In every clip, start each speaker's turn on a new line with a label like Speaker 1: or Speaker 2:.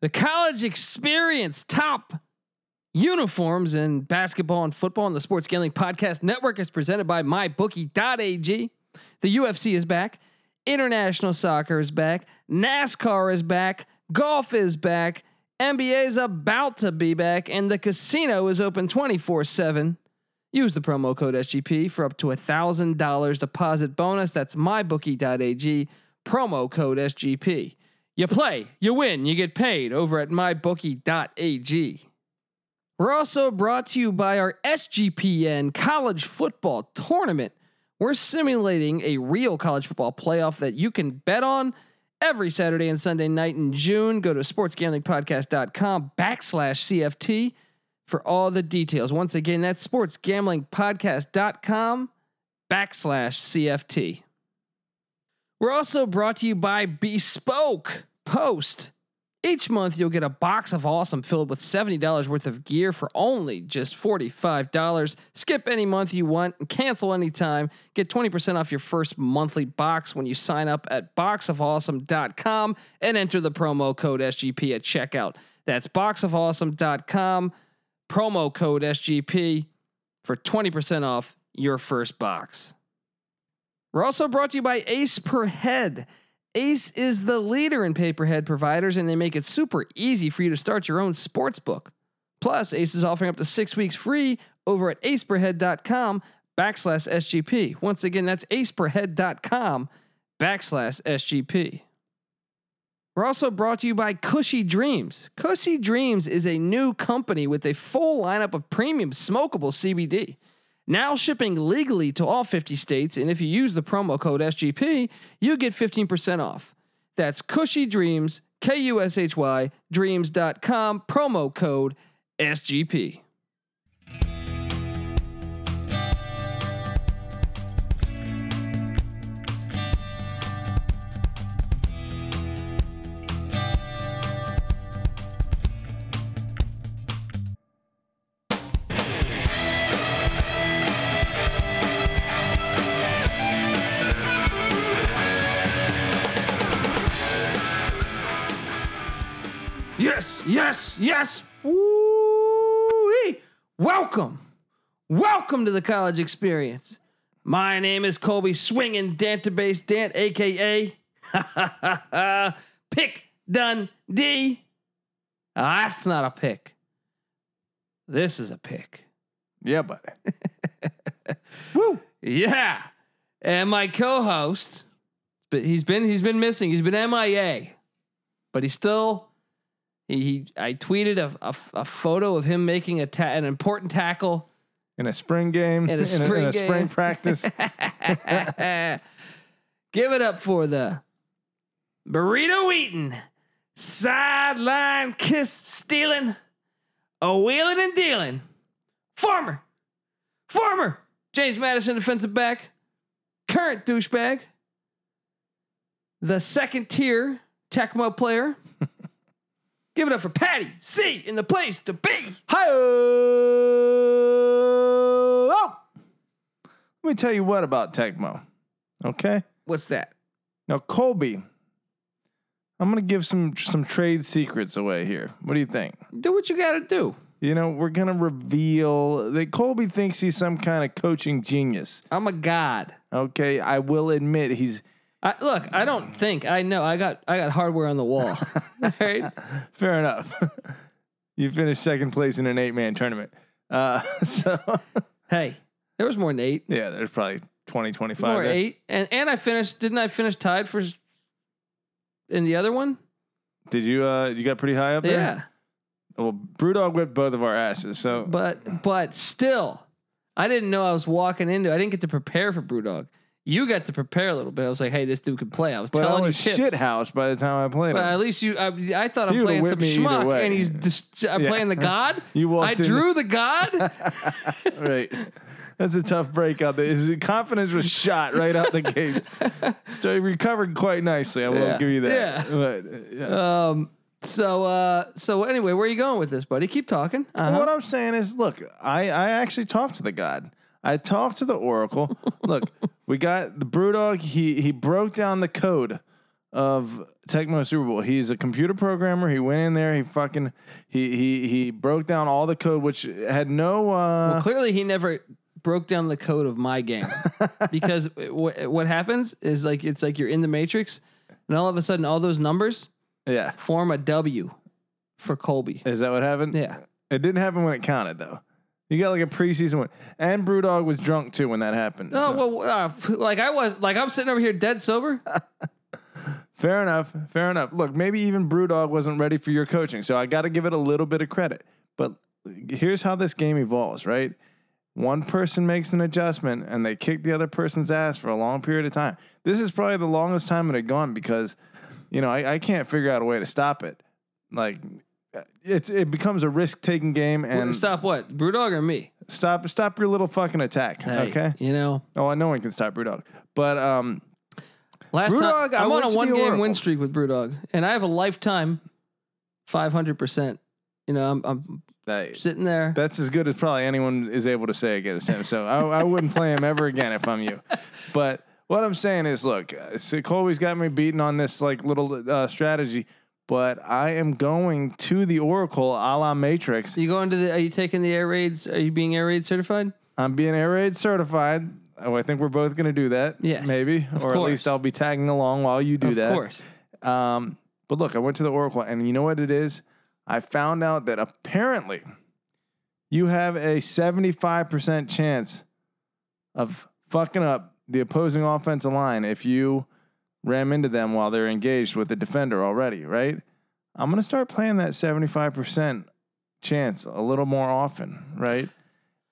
Speaker 1: The college experience top uniforms in basketball and football on the Sports Gambling Podcast Network is presented by MyBookie.ag. The UFC is back. International soccer is back. NASCAR is back. Golf is back. NBA is about to be back. And the casino is open 24 7. Use the promo code SGP for up to $1,000 deposit bonus. That's mybookie.ag, promo code SGP. You play, you win, you get paid over at mybookie.ag. We're also brought to you by our SGPN college football tournament. We're simulating a real college football playoff that you can bet on every Saturday and Sunday night in June. Go to sportsgamblingpodcast.com backslash CFT for all the details. Once again, that's sportsgamblingpodcast.com backslash CFT. We're also brought to you by Bespoke Post. Each month, you'll get a box of awesome filled with $70 worth of gear for only just $45. Skip any month you want and cancel anytime. Get 20% off your first monthly box when you sign up at boxofawesome.com and enter the promo code SGP at checkout. That's boxofawesome.com, promo code SGP for 20% off your first box. We're also brought to you by Ace Per Head. Ace is the leader in paperhead providers, and they make it super easy for you to start your own sports book. Plus, Ace is offering up to six weeks free over at aceperhead.com backslash SGP. Once again, that's aceperhead.com backslash SGP. We're also brought to you by Cushy Dreams. Cushy Dreams is a new company with a full lineup of premium smokable CBD. Now shipping legally to all 50 states, and if you use the promo code SGP, you get 15% off. That's Cushy Dreams, K U S H Y, dreams.com, promo code SGP. Yes, yes, yes. Woo-wee. Welcome. Welcome to the college experience. My name is Colby Swinging Dantabase Dant, aka Pick Dundee. Ah, that's not a pick. This is a pick.
Speaker 2: Yeah, buddy.
Speaker 1: Yeah. And my co-host, but he's been he's been missing. He's been MIA. But he's still he, he I tweeted a, a, a photo of him making a ta- an important tackle.
Speaker 2: In a spring game.
Speaker 1: In a spring
Speaker 2: in a
Speaker 1: game.
Speaker 2: spring practice.
Speaker 1: Give it up for the burrito eating, sideline kiss stealing, a wheeling and dealing, former, former James Madison defensive back, current douchebag, the second tier Tecmo player. Give it up for Patty C in the place to be.
Speaker 2: Hi. Oh. Let me tell you what about Tecmo. Okay.
Speaker 1: What's that?
Speaker 2: Now, Colby, I'm gonna give some some trade secrets away here. What do you think?
Speaker 1: Do what you got to do.
Speaker 2: You know, we're gonna reveal that Colby thinks he's some kind of coaching genius.
Speaker 1: I'm a god.
Speaker 2: Okay, I will admit he's
Speaker 1: I, look, I don't think I know. I got I got hardware on the wall. All right.
Speaker 2: fair enough. you finished second place in an eight man tournament. Uh, so
Speaker 1: Hey, there was more than eight,
Speaker 2: yeah, there's probably 20, 25.
Speaker 1: more
Speaker 2: there.
Speaker 1: eight, and and I finished. Didn't I finish tied for? s- In the other one,
Speaker 2: Did you uh you got pretty high up there?
Speaker 1: yeah,
Speaker 2: Well, Brewdog whipped both of our asses. So
Speaker 1: but but still, I didn't know I was walking into. I didn't get to prepare for Brewdog. You got to prepare a little bit. I was like, hey, this dude could play. I was
Speaker 2: but I
Speaker 1: telling you
Speaker 2: was
Speaker 1: tips.
Speaker 2: shit house by the time I played
Speaker 1: But
Speaker 2: him.
Speaker 1: at least you, I, I thought I'm
Speaker 2: You would've
Speaker 1: playing
Speaker 2: whipped
Speaker 1: some
Speaker 2: me either
Speaker 1: schmuck,
Speaker 2: way.
Speaker 1: and he's just, I'm
Speaker 2: Yeah.
Speaker 1: playing the god.
Speaker 2: You walked
Speaker 1: I
Speaker 2: in-
Speaker 1: drew the god.
Speaker 2: right. That's a tough breakout. His confidence was shot right out the gates. So he recovered quite nicely. I will
Speaker 1: Yeah.
Speaker 2: give you that.
Speaker 1: Yeah.
Speaker 2: But, uh, yeah.
Speaker 1: Um. So. Uh. So anyway, where are you going with this, buddy? Keep talking.
Speaker 2: Well,
Speaker 1: Uh-huh.
Speaker 2: What I'm saying is, look, I, I actually talked to the god. I talked to the oracle. look, we got the brewdog. He he broke down the code of Tecmo Super Bowl. He's a computer programmer. He went in there. He fucking he he he broke down all the code, which had no.
Speaker 1: Well,
Speaker 2: Uh,
Speaker 1: clearly, he never broke down the code of my game because w- what happens is like it's like you're in the matrix, and all of a sudden, all those numbers
Speaker 2: yeah,
Speaker 1: form a W for Colby.
Speaker 2: is that what happened?
Speaker 1: Yeah.
Speaker 2: It didn't happen when it counted though. You got like a preseason win, and Brewdog was drunk too when that happened.
Speaker 1: No,
Speaker 2: so.
Speaker 1: well, uh, f- like I was, like I'm sitting over here dead sober.
Speaker 2: Fair enough. Fair enough. Look, maybe even Brewdog wasn't ready for your coaching, so I got to give it a little bit of credit. But here's how this game evolves, right? One person makes an adjustment and they kick the other person's ass for a long period of time. This is probably the longest time it had gone because, you know, I, I can't figure out a way to stop it. Like, it, it becomes a risk taking game and stop.
Speaker 1: Stop what? Brewdog or me?
Speaker 2: stop your little fucking attack.
Speaker 1: Hey,
Speaker 2: Okay.
Speaker 1: You know,
Speaker 2: Oh, no one can stop Brewdog. But um,
Speaker 1: last
Speaker 2: Brewdog, I
Speaker 1: time I'm
Speaker 2: went
Speaker 1: on
Speaker 2: to
Speaker 1: a
Speaker 2: the
Speaker 1: one game
Speaker 2: Oracle.
Speaker 1: win streak with Brewdog, and I have a lifetime 500%. You know, I'm, I'm
Speaker 2: that,
Speaker 1: sitting there.
Speaker 2: That's as good as probably anyone is able to say against him. So I, I wouldn't play him ever again if I'm you. But what I'm saying is, look, uh, so Colby's got me beaten on this like little uh, strategy, but I am going to the Oracle a la Matrix.
Speaker 1: You going to the? Are you taking the air raids? Are you being air raid certified?
Speaker 2: I'm being air raid certified. Oh, I think we're both going to do that.
Speaker 1: Yes,
Speaker 2: maybe,
Speaker 1: of
Speaker 2: or at least
Speaker 1: course.
Speaker 2: I'll be tagging along while you do
Speaker 1: of
Speaker 2: that.
Speaker 1: course.
Speaker 2: Um, but look, I went to the Oracle, and you know what it is? I found out that apparently you have a 75% chance of fucking up the opposing offensive line if you ram into them while they're engaged with the defender already, right? I'm going to start playing that 75% chance a little more often, right?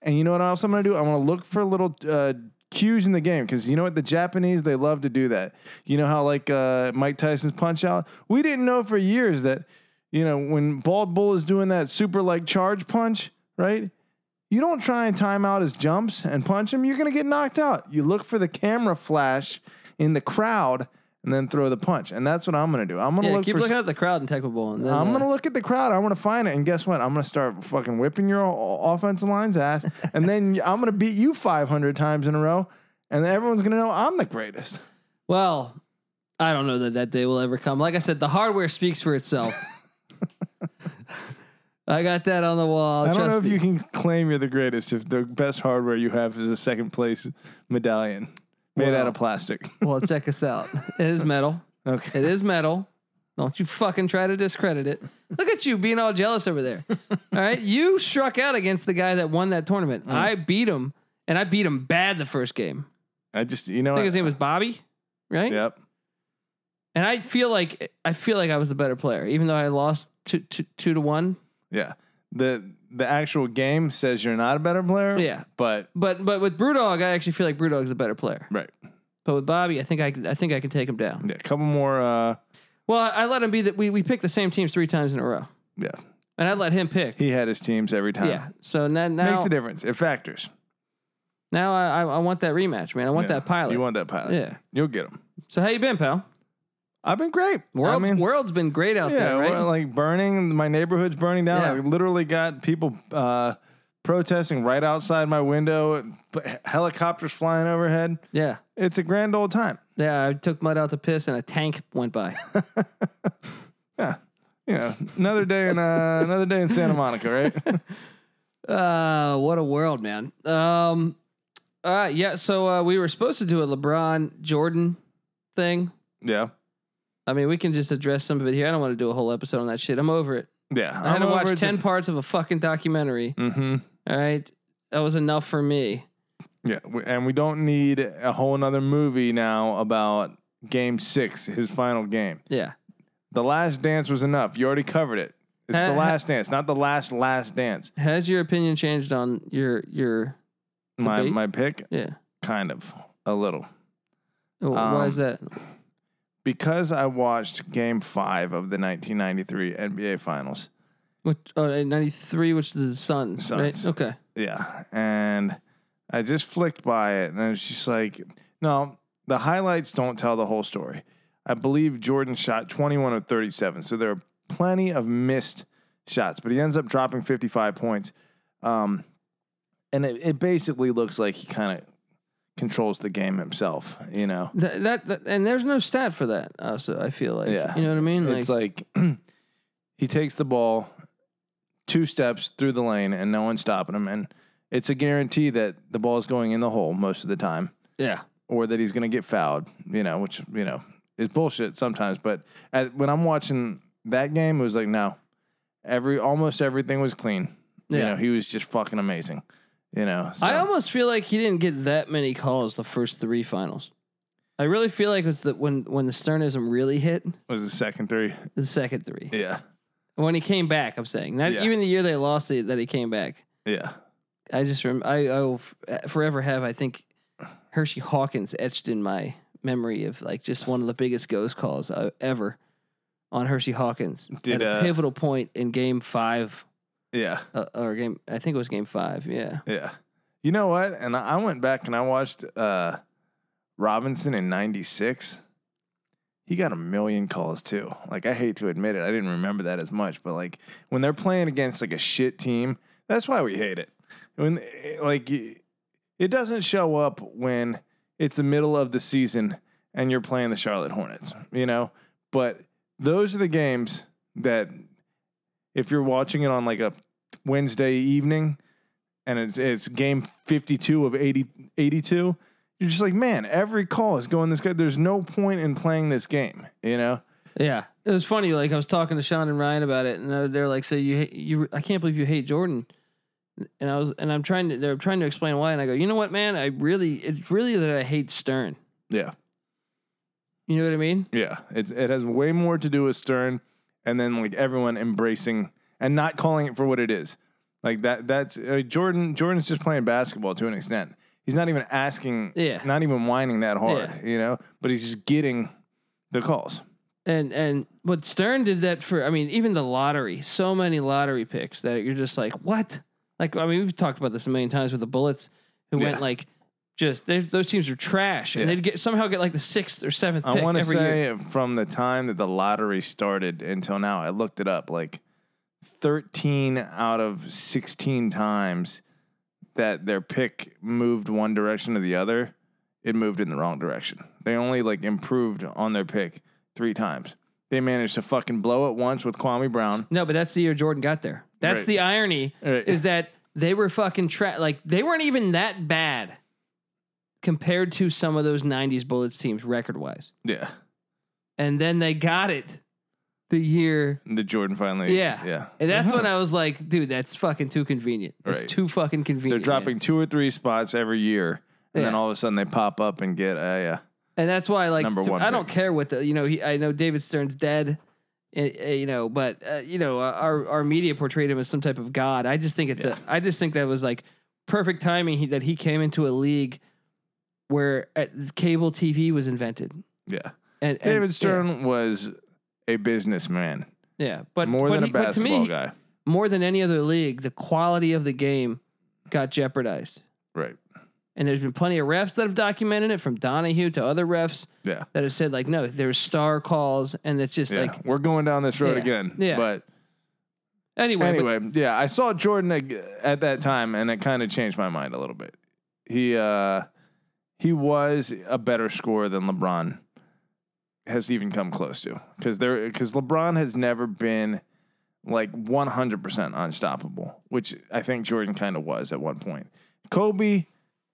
Speaker 2: And you know what else I'm going to do? I'm going to look for little uh, cues in the game because you know what? The Japanese, they love to do that. You know how, like, uh, Mike Tyson's punch out? We didn't know for years that, you know, when Bald Bull is doing that super, like, charge punch, right? You don't try and time out his jumps and punch him. You're going to get knocked out. You look for the camera flash in the crowd and then throw the punch. And that's what I'm going to do. I'm going to
Speaker 1: Yeah,
Speaker 2: look
Speaker 1: keep
Speaker 2: for
Speaker 1: looking at the crowd in Tecmo Bowl, and then
Speaker 2: I'm
Speaker 1: uh,
Speaker 2: gonna look at the crowd. I'm gonna find it, and guess what? I'm gonna start fucking whipping your o- offensive line's ass, and then I'm gonna beat you 500 times in a row, and everyone's gonna know I'm the greatest.
Speaker 1: Well, I don't know that that day will ever come. Like I said, the hardware speaks for itself. I got that on the wall.
Speaker 2: I don't
Speaker 1: trust
Speaker 2: know if
Speaker 1: me.
Speaker 2: you can claim you're the greatest if the best hardware you have is a second place medallion made out
Speaker 1: Well.
Speaker 2: of plastic.
Speaker 1: Well, check us out. It is metal.
Speaker 2: Okay,
Speaker 1: It is metal. Don't you fucking try to discredit it. Look at you being all jealous over there. All right. You struck out against the guy that won that tournament.
Speaker 2: Mm.
Speaker 1: I beat him, and I beat him bad the first game.
Speaker 2: I just you know
Speaker 1: I think his
Speaker 2: what?
Speaker 1: name was Bobby, right?
Speaker 2: Yep.
Speaker 1: And I feel like I feel like I was the better player, even though I lost two, two, two to one.
Speaker 2: Yeah. The the actual game says you're not a better player.
Speaker 1: Yeah,
Speaker 2: But
Speaker 1: but but with Brewdog, I actually feel like Brewdog's the better player.
Speaker 2: right.
Speaker 1: But with Bobby, I think I can, I think I can take him down.
Speaker 2: Yeah. A couple more. Uh.
Speaker 1: Well, I, I let him be that. We we picked the same teams three times in a row,
Speaker 2: Yeah.
Speaker 1: and I let him pick.
Speaker 2: He had his teams every time.
Speaker 1: Yeah. So now
Speaker 2: Makes
Speaker 1: now,
Speaker 2: a difference. It factors.
Speaker 1: now I I- I want that rematch, man. I want
Speaker 2: Yeah,
Speaker 1: that pilot.
Speaker 2: You want that pilot.
Speaker 1: yeah.
Speaker 2: You'll get him.
Speaker 1: So how you been, pal?
Speaker 2: I've been great.
Speaker 1: World's
Speaker 2: I mean,
Speaker 1: world's been great out
Speaker 2: yeah,
Speaker 1: there, right?
Speaker 2: well, like burning. My neighborhood's burning down.
Speaker 1: Yeah.
Speaker 2: I literally got people uh, protesting right outside my window. b- Helicopters flying overhead.
Speaker 1: yeah.
Speaker 2: It's a grand old time.
Speaker 1: Yeah, I took mud out to piss and a tank went by.
Speaker 2: You know, another day in uh, another day in Santa Monica, right?
Speaker 1: Uh, what a world, man. Um, all right, yeah. So uh, we were supposed to do a LeBron Jordan thing.
Speaker 2: yeah,
Speaker 1: I mean, we can just address some of it here. I don't want to do a whole episode on that shit. I'm over it.
Speaker 2: yeah.
Speaker 1: i had to watch ten parts of a fucking documentary.
Speaker 2: mm-hmm.
Speaker 1: All right, that was enough for me.
Speaker 2: Yeah, we- and we don't need a whole nother movie now about Game Six, his final game.
Speaker 1: Yeah,
Speaker 2: The Last Dance was enough. You already covered it. It's
Speaker 1: Ha-
Speaker 2: the
Speaker 1: ha-
Speaker 2: Last Dance, not the last Last Dance.
Speaker 1: has your opinion changed on your your?
Speaker 2: My
Speaker 1: Debate?
Speaker 2: my pick,
Speaker 1: Yeah,
Speaker 2: kind of a little,
Speaker 1: Wh- why
Speaker 2: Um,
Speaker 1: is that?
Speaker 2: because I watched Game Five of the 1993 NBA Finals.
Speaker 1: Which oh, ninety three, which is the Suns,
Speaker 2: Suns.
Speaker 1: right? Okay,
Speaker 2: Yeah, and I just flicked by it, and I was just like, no, the highlights don't tell the whole story. I believe Jordan shot 21 of 37, so there are plenty of missed shots, but he ends up dropping 55 points. Um, and it, it basically looks like he kind of controls the game himself. You know,
Speaker 1: That, that, that- and there's no stat for that. Also, I feel like
Speaker 2: Yeah.
Speaker 1: you know what I mean.
Speaker 2: it's like he takes the ball two steps through the lane and no one's stopping him, and it's a guarantee that the ball is going in the hole most of the time,
Speaker 1: yeah,
Speaker 2: or that he's going to get fouled. You know, which you know is bullshit sometimes. But at, when I'm watching that game, it was like no, every almost everything was clean. You
Speaker 1: Yeah.
Speaker 2: know, he was just fucking amazing. You know, so.
Speaker 1: I almost feel like he didn't get that many calls the first three finals. I really feel like it's that when when the sternism really hit
Speaker 2: was the second three.
Speaker 1: the second three
Speaker 2: Yeah,
Speaker 1: when he came back. I'm saying not
Speaker 2: Yeah.
Speaker 1: even the year they lost the, that he came back.
Speaker 2: yeah.
Speaker 1: I just rem- I I will f- uh, forever have I think Hershey Hawkins etched in my memory of like just one of the biggest ghost calls uh, ever on Hershey Hawkins
Speaker 2: Did,
Speaker 1: at a
Speaker 2: uh,
Speaker 1: pivotal point in Game Five
Speaker 2: Yeah,
Speaker 1: uh, or Game I think it was Game Five. Yeah,
Speaker 2: yeah. You know what? And I I went back and I watched uh, Robinson in '96. He got a million calls too. Like I hate to admit it, I didn't remember that as much. But like when they're playing against like a shit team, that's why we hate it. When eh, like y- it doesn't show up when it's the middle of the season and you're playing the Charlotte Hornets, you know. But those are the games that if you're watching it on like a Wednesday evening and it's, it's game 52 of 80, 82, you're just like, man, every call is going this good. There's no point in playing this game, you know?
Speaker 1: yeah. It was funny. Like I was talking to Sean and Ryan about it, and they're- they're like, "So you hate, you I can't believe you hate Jordan." And I was and I'm trying to they're trying to explain why, and I go, "You know what, man? I really it's really that I hate Stern.
Speaker 2: Yeah.
Speaker 1: You know what I mean?"
Speaker 2: Yeah. It's, it has way more to do with Stern and then like everyone embracing and not calling it for what it is. Like that, that's uh, Jordan. Jordan's just playing basketball to an extent. He's not even asking,
Speaker 1: Yeah.
Speaker 2: not even whining that hard,
Speaker 1: Yeah.
Speaker 2: you know, but he's just getting the calls.
Speaker 1: And and but Stern did that for I mean even the lottery so many lottery picks that you're just like what like I mean we've talked about this a million times with the Bullets who went
Speaker 2: Yeah.
Speaker 1: like just they, those teams are trash and
Speaker 2: Yeah.
Speaker 1: they'd get somehow get like the sixth or seventh
Speaker 2: I
Speaker 1: pick
Speaker 2: want to
Speaker 1: every year
Speaker 2: say from the time that the lottery started until now, I looked it up like 13 out of 16 times that their pick moved one direction or the other, it moved in the wrong direction. They only like improved on their pick three times. They managed to fucking blow it once with Kwame Brown.
Speaker 1: no but that's the year Jordan got there that's
Speaker 2: Right.
Speaker 1: the irony
Speaker 2: Right.
Speaker 1: Uh, is that they were fucking tra- like they weren't even that bad compared to some of those '90s Bullets teams record wise
Speaker 2: Yeah.
Speaker 1: and then they got it the year
Speaker 2: The Jordan finally.
Speaker 1: Yeah.
Speaker 2: Yeah.
Speaker 1: And that's when
Speaker 2: Uh-huh.
Speaker 1: I was like, dude, that's fucking too convenient. That's
Speaker 2: Right.
Speaker 1: too fucking
Speaker 2: They're
Speaker 1: convenient. man.
Speaker 2: dropping two or three spots every year. And then
Speaker 1: Yeah.
Speaker 2: all of a sudden they pop up and get, uh, yeah.
Speaker 1: and that's why, like,
Speaker 2: Number
Speaker 1: to-
Speaker 2: one
Speaker 1: I don't
Speaker 2: pick.
Speaker 1: care what the you know. He, I know David Stern's dead, eh, eh, you know, but uh, you know, uh, our our media portrayed him as some type of god. I just think it's
Speaker 2: Yeah.
Speaker 1: a. I just think that was like perfect timing he, that he came into a league where uh cable TV was invented.
Speaker 2: Yeah.
Speaker 1: And and-
Speaker 2: David Stern was a businessman,
Speaker 1: yeah, yeah. but
Speaker 2: more
Speaker 1: but
Speaker 2: than
Speaker 1: he-
Speaker 2: a
Speaker 1: but to
Speaker 2: basketball
Speaker 1: me,
Speaker 2: guy.
Speaker 1: more than any other league, the quality of the game got jeopardized.
Speaker 2: Right.
Speaker 1: And there's been plenty of refs that have documented it from Donahue to other refs
Speaker 2: Yeah.
Speaker 1: that have said like, no, there's star calls. And it's just
Speaker 2: yeah.
Speaker 1: like,
Speaker 2: We're going down this road
Speaker 1: Yeah.
Speaker 2: again.
Speaker 1: Yeah.
Speaker 2: But
Speaker 1: anyway, but-
Speaker 2: anyway, yeah, I saw Jordan ag- at that time and it kind of changed my mind a little bit. He uh he was a better scorer than LeBron has even come close to cuz there cuz LeBron has never been like 100% unstoppable, which I think Jordan kind of was at one point. Kobe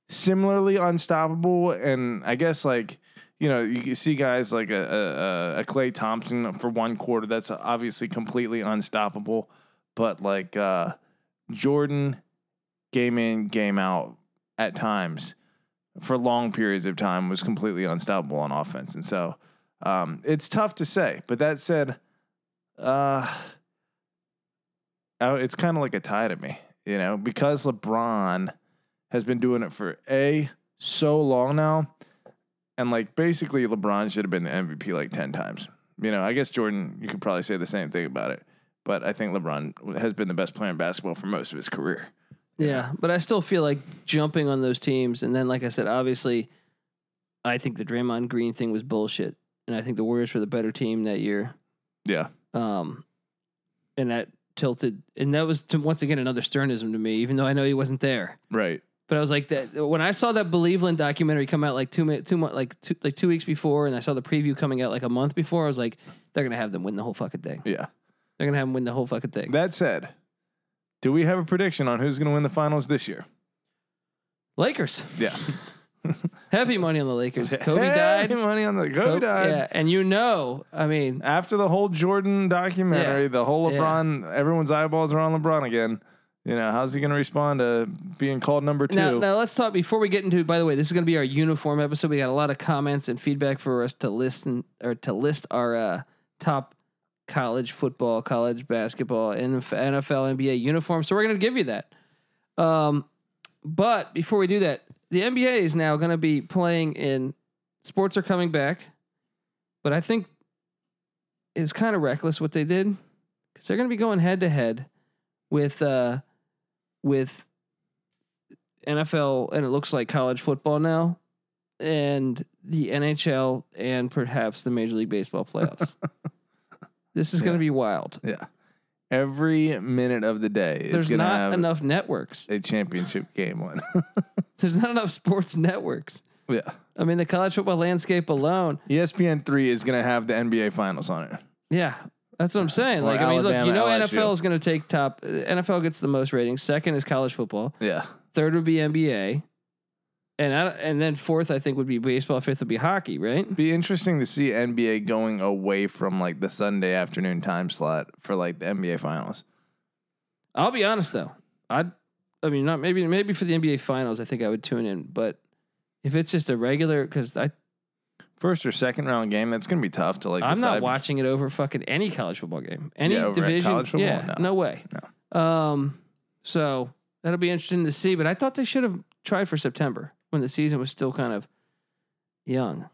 Speaker 2: similarly unstoppable and I guess like you know you can see guys like a a, a Clay Thompson for one quarter that's obviously completely unstoppable but like uh Jordan game in game out at times for long periods of time was completely unstoppable on offense and so um it's tough to say but that said uh uh, it's kind of like a tie to me you know because LeBron has been doing it for a so long now and like basically LeBron should have been the MVP like 10 times you know I guess Jordan you could probably say the same thing about it but I think LeBron has been the best player in basketball for most of his career.
Speaker 1: yeah, but I still feel like jumping on those teams. And then, like I said, obviously I think the Draymond green thing was bullshit. And I think the Warriors were the better team that year.
Speaker 2: Yeah.
Speaker 1: Um, and that tilted, and that was to, once again, another sternism to me, even though I know he wasn't there,
Speaker 2: Right.
Speaker 1: But I was like that when I saw that Believeland documentary come out like two minutes, two month, like two, like two weeks before, and I saw the preview coming out like a month before. I was like, they're gonna have them win the whole fucking thing.
Speaker 2: Yeah.
Speaker 1: They're gonna have them win the whole fucking thing.
Speaker 2: That said, do we have a prediction on who's going to win the finals this year?
Speaker 1: Lakers,
Speaker 2: Yeah.
Speaker 1: heavy money on the Lakers. Kobe
Speaker 2: Hey,
Speaker 1: died.
Speaker 2: Money on the Kobe,
Speaker 1: Kobe-
Speaker 2: died.
Speaker 1: Yeah, and you know, I mean,
Speaker 2: After the whole Jordan documentary, the whole
Speaker 1: Yeah.
Speaker 2: LeBron, everyone's eyeballs are on LeBron again. You know, how's he going to respond to being called number two?
Speaker 1: Now, now let's talk before we get into. By the way, this is going to be our uniform episode. We got a lot of comments and feedback for us to listen or to list our uh, top college football, college basketball, NF- NFL, NBA uniforms. So we're going to give you that. Um, but before we do that, the NBA is now going to be playing in. Sports are coming back, but I think it's kind of reckless what they did because they're going to be going head to head with uh, with NFL and it looks like college football now, and the NHL and perhaps the Major League Baseball playoffs. this is going
Speaker 2: Yeah.
Speaker 1: to be wild.
Speaker 2: yeah. Every minute of the day is
Speaker 1: There's
Speaker 2: going to
Speaker 1: not
Speaker 2: have
Speaker 1: enough networks.
Speaker 2: a championship game on.
Speaker 1: There's not enough sports networks.
Speaker 2: yeah.
Speaker 1: I mean, the college football landscape alone.
Speaker 2: ESPN 3 is going to have the NBA finals on it.
Speaker 1: Yeah, that's what I'm saying.
Speaker 2: Or
Speaker 1: Like, I mean, look, you
Speaker 2: Alabama,
Speaker 1: know,
Speaker 2: LSU.
Speaker 1: NFL is going to take top. NFL gets the most ratings. Second is college football.
Speaker 2: Yeah.
Speaker 1: Third would be NBA, and I, and then fourth I think would be baseball. Fifth would be hockey. Right?
Speaker 2: Be interesting to see NBA going away from like the Sunday afternoon time slot for like the NBA finals.
Speaker 1: I'll be honest though. I'd I mean not maybe maybe for the NBA finals I think I would tune in, but if it's just a regular cuz I
Speaker 2: First or second round game, that's going to be tough to like.
Speaker 1: I'm not
Speaker 2: decide.
Speaker 1: watching it over fucking any college football game. Any
Speaker 2: Yeah, over at
Speaker 1: division
Speaker 2: college football?
Speaker 1: yeah,
Speaker 2: No.
Speaker 1: no, way. Um so that'll be interesting to see, but I thought they should have tried for September when the season was still kind of young.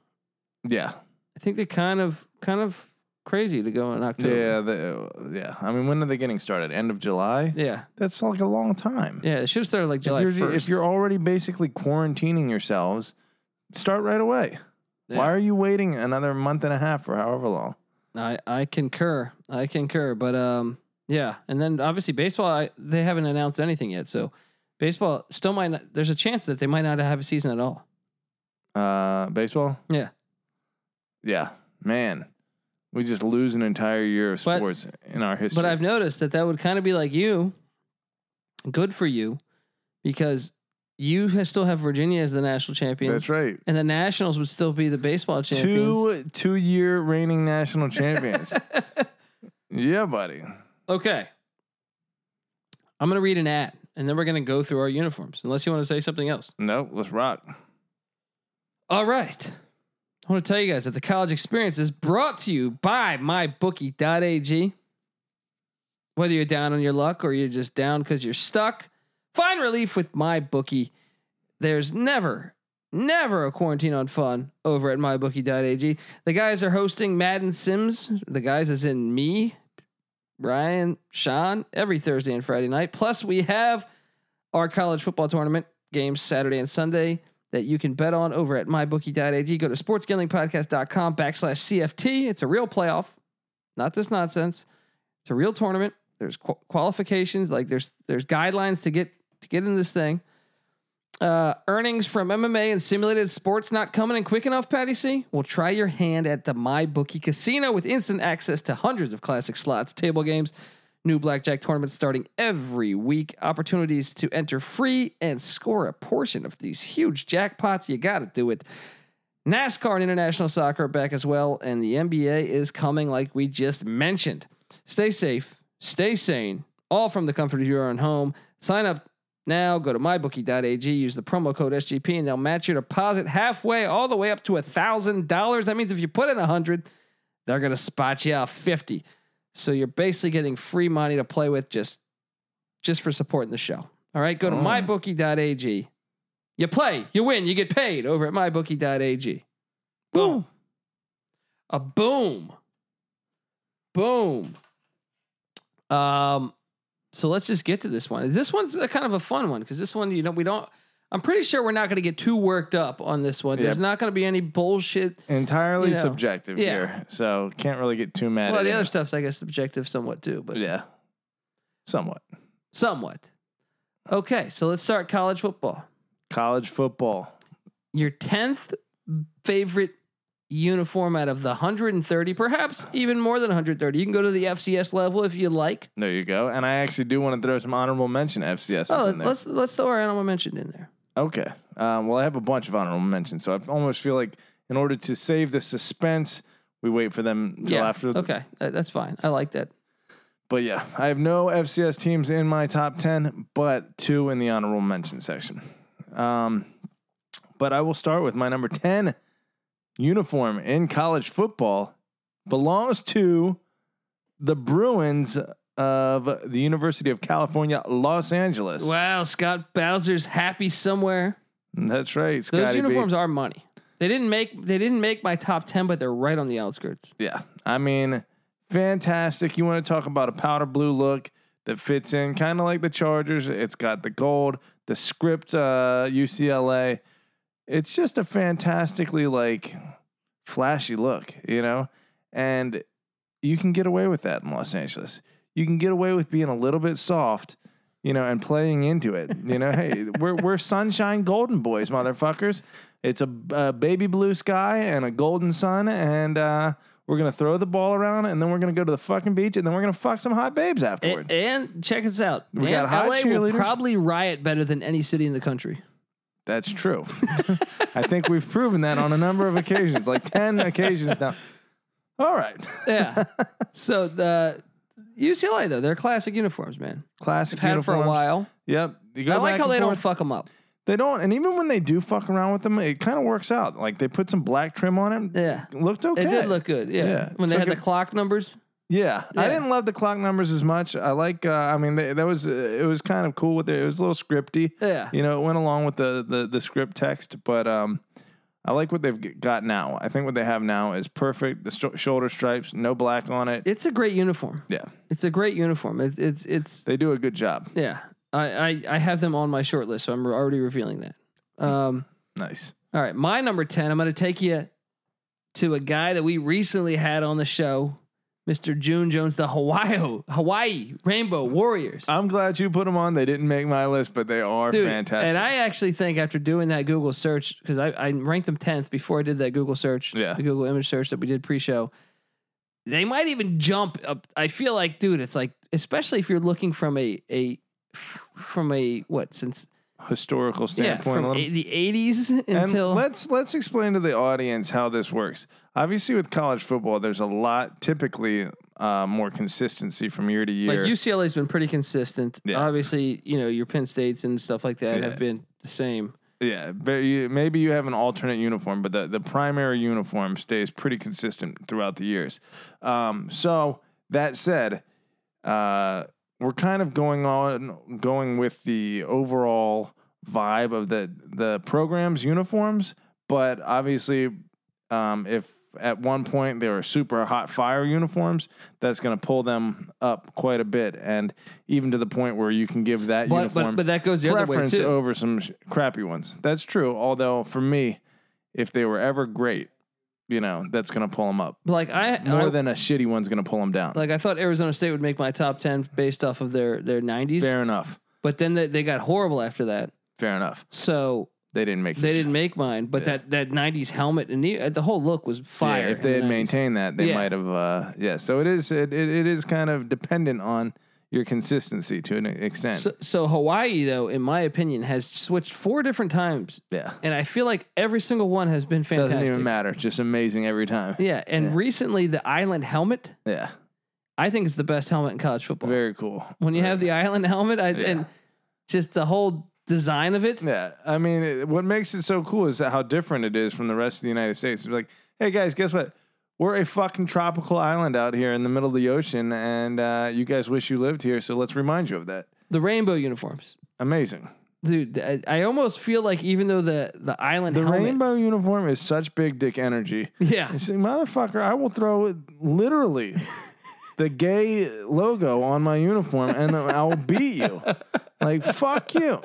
Speaker 2: Yeah,
Speaker 1: I think they kind of kind of crazy to go in October.
Speaker 2: yeah, the, yeah. I mean, when are they getting started? End of July?
Speaker 1: Yeah.
Speaker 2: That's like a long time.
Speaker 1: Yeah, it should have started like
Speaker 2: If
Speaker 1: July
Speaker 2: you're,
Speaker 1: 1st.
Speaker 2: if you're already basically quarantining yourselves, start right away.
Speaker 1: Yeah.
Speaker 2: Why are you waiting another month and a half or however long?
Speaker 1: I I concur. I concur. But um, yeah. And then obviously baseball, I, they haven't announced anything yet. So baseball still might. Not, there's a chance that they might not have a season at all.
Speaker 2: Uh, baseball.
Speaker 1: Yeah.
Speaker 2: Yeah, man, we just lose an entire year of
Speaker 1: But-
Speaker 2: sports in our history.
Speaker 1: But I've noticed that that would kind of be like you. Good for you, because you ha- still have Virginia as the national champion,
Speaker 2: that's right.
Speaker 1: and the Nationals would still be the baseball champions.
Speaker 2: Two two year reigning national champions. yeah, buddy.
Speaker 1: Okay. I'm gonna read an ad, and then we're gonna go through our uniforms. Unless you want to say something else.
Speaker 2: No, let's rock.
Speaker 1: All right. I want to tell you guys that the college experience is brought to you by mybookie.ag. Whether you're down on your luck or you're just down because you're stuck, find relief with mybookie. There's never, never a quarantine on fun over at mybookie.ag. The guys are hosting Madden Sims. The guys is in me, Ryan, Sean, every Thursday and Friday night. Plus, we have our college football tournament games Saturday and Sunday that you can bet on over at mybookie.ag. Go to sportsgamblingpodcast.com backslash CFT. It's a real playoff, not this nonsense. It's a real tournament. There's qu- qualifications, like there's there's guidelines to get to get in this thing. Uh, earnings from MMA and simulated sports not coming in quick enough, Patty C? Well, try your hand at the MyBookie Casino with instant access to hundreds of classic slots, table games, New blackjack tournaments starting every week. Opportunities to enter free and score a portion of these huge jackpots. You got to do it. NASCAR and international soccer are back as well, and the NBA is coming, like we just mentioned. Stay safe, stay sane, all from the comfort of your own home. Sign up now. Go to mybookie.ag. Use the promo code SGP, and they'll match your deposit halfway, all the way up to a thousand dollars. That means if you put in a hundred, they're gonna spot you out fifty. So you're basically getting free money to play with just just for supporting the show. All right, go to
Speaker 2: Oh.
Speaker 1: mybookie.ag. You play, you win, you get paid over at mybookie.ag. Boom. A boom. Boom. Um so let's just get to this one. This one's a kind of a fun one because this one, you know, we don't I'm pretty sure we're not going to get too worked up on this one. There's
Speaker 2: Yep.
Speaker 1: not going to be any bullshit
Speaker 2: Entirely
Speaker 1: You know,
Speaker 2: subjective
Speaker 1: yeah.
Speaker 2: here, so can't really get too mad.
Speaker 1: Well,
Speaker 2: at
Speaker 1: the
Speaker 2: it.
Speaker 1: other stuff's, I guess, subjective somewhat too, but
Speaker 2: yeah, somewhat.
Speaker 1: somewhat. Okay, so let's start college football.
Speaker 2: College football.
Speaker 1: Your 10th favorite uniform out of the 130, perhaps even more than 130. You can go to the FCS level if you like.
Speaker 2: There you go. And I actually do want to throw some honorable mention FCS
Speaker 1: Oh,
Speaker 2: in there.
Speaker 1: let's let's throw our animal mentioned in there.
Speaker 2: Okay. Um, well, I have a bunch of honorable mentions, so I almost feel like in order to save the suspense, we wait for them till
Speaker 1: yeah.
Speaker 2: after.
Speaker 1: Okay, That- that's fine. I like that.
Speaker 2: But yeah, I have no FCS teams in my top ten, but two in the honorable mention section. Um, but I will start with my number ten uniform in college football belongs to the Bruins of the University of California, Los Angeles.
Speaker 1: Wow, Scott Bowser's happy somewhere.
Speaker 2: That's right. Scotty
Speaker 1: Those
Speaker 2: B.
Speaker 1: uniforms are money. They didn't make they didn't make my top ten, but they're right on the outskirts.
Speaker 2: Yeah. I mean, fantastic. You want to talk about a powder blue look that fits in kind of like the Chargers. It's got the gold, the script uh UCLA. It's just a fantastically like flashy look, you know? And you can get away with that in Los Angeles. You can get away with being a little bit soft, you know, and playing into it. You know, hey, we're we're sunshine golden boys, motherfuckers. It's a, a baby blue sky and a golden sun, and uh, we're gonna throw the ball around, and then we're gonna go to the fucking beach, and then we're gonna fuck some hot babes afterward.
Speaker 1: And, and check us out.
Speaker 2: We
Speaker 1: Man,
Speaker 2: got hot
Speaker 1: LA will
Speaker 2: cheerleaders.
Speaker 1: probably riot better than any city in the country.
Speaker 2: That's true. I think we've proven that on a number of occasions, like ten occasions now. All right,
Speaker 1: Yeah. so the UCLA though, they're classic uniforms, man.
Speaker 2: classic
Speaker 1: I've had it for a
Speaker 2: uniforms.
Speaker 1: while.
Speaker 2: Yep. You go
Speaker 1: I like
Speaker 2: back
Speaker 1: how
Speaker 2: and
Speaker 1: they
Speaker 2: forth.
Speaker 1: don't fuck them up.
Speaker 2: They don't, and even when they do fuck around with them, it kind of works out. Like they put some black trim on it.
Speaker 1: Yeah.
Speaker 2: It looked okay.
Speaker 1: It did look good. Yeah.
Speaker 2: Yeah.
Speaker 1: When they
Speaker 2: Took
Speaker 1: had the
Speaker 2: it-
Speaker 1: clock numbers.
Speaker 2: Yeah. I
Speaker 1: Yeah.
Speaker 2: didn't love the clock numbers as much. I like. Uh, I mean, they, that was uh, it was kind of cool. With it. it was a little scripty.
Speaker 1: Yeah.
Speaker 2: You know, it went along with the the, the script text, but um, I like what they've g- got now. I think what they have now is perfect. The sh- shoulder stripes, no black on it.
Speaker 1: It's a great uniform.
Speaker 2: Yeah.
Speaker 1: It's a great uniform. It, it's it's
Speaker 2: They do a good job.
Speaker 1: yeah. I, I I have them on my short list, so I'm already revealing that. Um.
Speaker 2: Nice.
Speaker 1: All right, my number 10, I'm going to take you to a guy that we recently had on the show, Mr. June Jones, the Hawaii, Hawaii Rainbow Warriors.
Speaker 2: I'm glad you put them on. They didn't make my list, but they are
Speaker 1: Dude,
Speaker 2: fantastic.
Speaker 1: And I actually think after doing that Google search, because I, I ranked them 10th before I did that Google search,
Speaker 2: Yeah.
Speaker 1: the Google image search that we did pre show, they might even jump up. I feel like, dude, it's like, especially if you're looking from a, a, from a, what, since,
Speaker 2: Historical
Speaker 1: yeah,
Speaker 2: standpoint. a
Speaker 1: from
Speaker 2: little
Speaker 1: a, the 80s
Speaker 2: And
Speaker 1: until.
Speaker 2: let's let's explain to the audience how this works. Obviously, with college football, there's a lot typically uh, more consistency from year to year.
Speaker 1: Like UCLA's been pretty consistent.
Speaker 2: Yeah.
Speaker 1: Obviously, you know your Penn States and stuff like that have
Speaker 2: Yeah.
Speaker 1: been the same.
Speaker 2: yeah, but you, maybe you have an alternate uniform, but the, the primary uniform stays pretty consistent throughout the years. Um, so that said, uh, we're kind of going on going with the overall vibe of the the program's uniforms, but obviously, um, if at one point they were super hot fire uniforms, that's going to pull them up quite a bit, and even to the point where you can give that
Speaker 1: But
Speaker 2: uniform
Speaker 1: but, but that goes the other way
Speaker 2: preference
Speaker 1: too.
Speaker 2: over some sh- crappy ones. That's true. Although for me, if they were ever great, you know, that's going to pull them up
Speaker 1: Like I,
Speaker 2: more
Speaker 1: I-
Speaker 2: than a shitty one's going to pull them down.
Speaker 1: like I thought Arizona State would make my top ten based off of their their nineties,
Speaker 2: Fair enough.
Speaker 1: but then they, they got horrible after that.
Speaker 2: Fair enough.
Speaker 1: So
Speaker 2: They didn't make.
Speaker 1: they
Speaker 2: yours.
Speaker 1: didn't make mine. But
Speaker 2: Yeah.
Speaker 1: that that nineties helmet and the, the whole look was fire.
Speaker 2: Yeah, if
Speaker 1: in
Speaker 2: they
Speaker 1: the
Speaker 2: had
Speaker 1: 90s.
Speaker 2: maintained that, they
Speaker 1: Yeah.
Speaker 2: might have. Uh, yeah. So it is. It, it it is kind of dependent on your consistency to an extent.
Speaker 1: So, so Hawaii though, in my opinion, has switched four different times,
Speaker 2: yeah.
Speaker 1: and I feel like every single one has been fantastic.
Speaker 2: Doesn't even matter. Just amazing every time.
Speaker 1: Yeah, and
Speaker 2: Yeah.
Speaker 1: recently the Island helmet.
Speaker 2: Yeah.
Speaker 1: I think it's the best helmet in college football.
Speaker 2: Very cool.
Speaker 1: when you
Speaker 2: Very
Speaker 1: have the island helmet I,
Speaker 2: Yeah.
Speaker 1: and just the whole design of it,
Speaker 2: Yeah, I mean, it, what makes it so cool is that how different it is from the rest of the United States. It's like, hey guys, guess what? We're a fucking tropical island out here in the middle of the ocean, and uh, you guys wish you lived here. So let's remind you of that.
Speaker 1: the rainbow uniforms,
Speaker 2: Amazing.
Speaker 1: dude. I, I almost feel like even though the the island
Speaker 2: The
Speaker 1: helmet,
Speaker 2: rainbow uniform is such big dick energy.
Speaker 1: yeah,
Speaker 2: You say, motherfucker, I will throw literally the gay logo on my uniform and I'll beat you. Like, fuck you.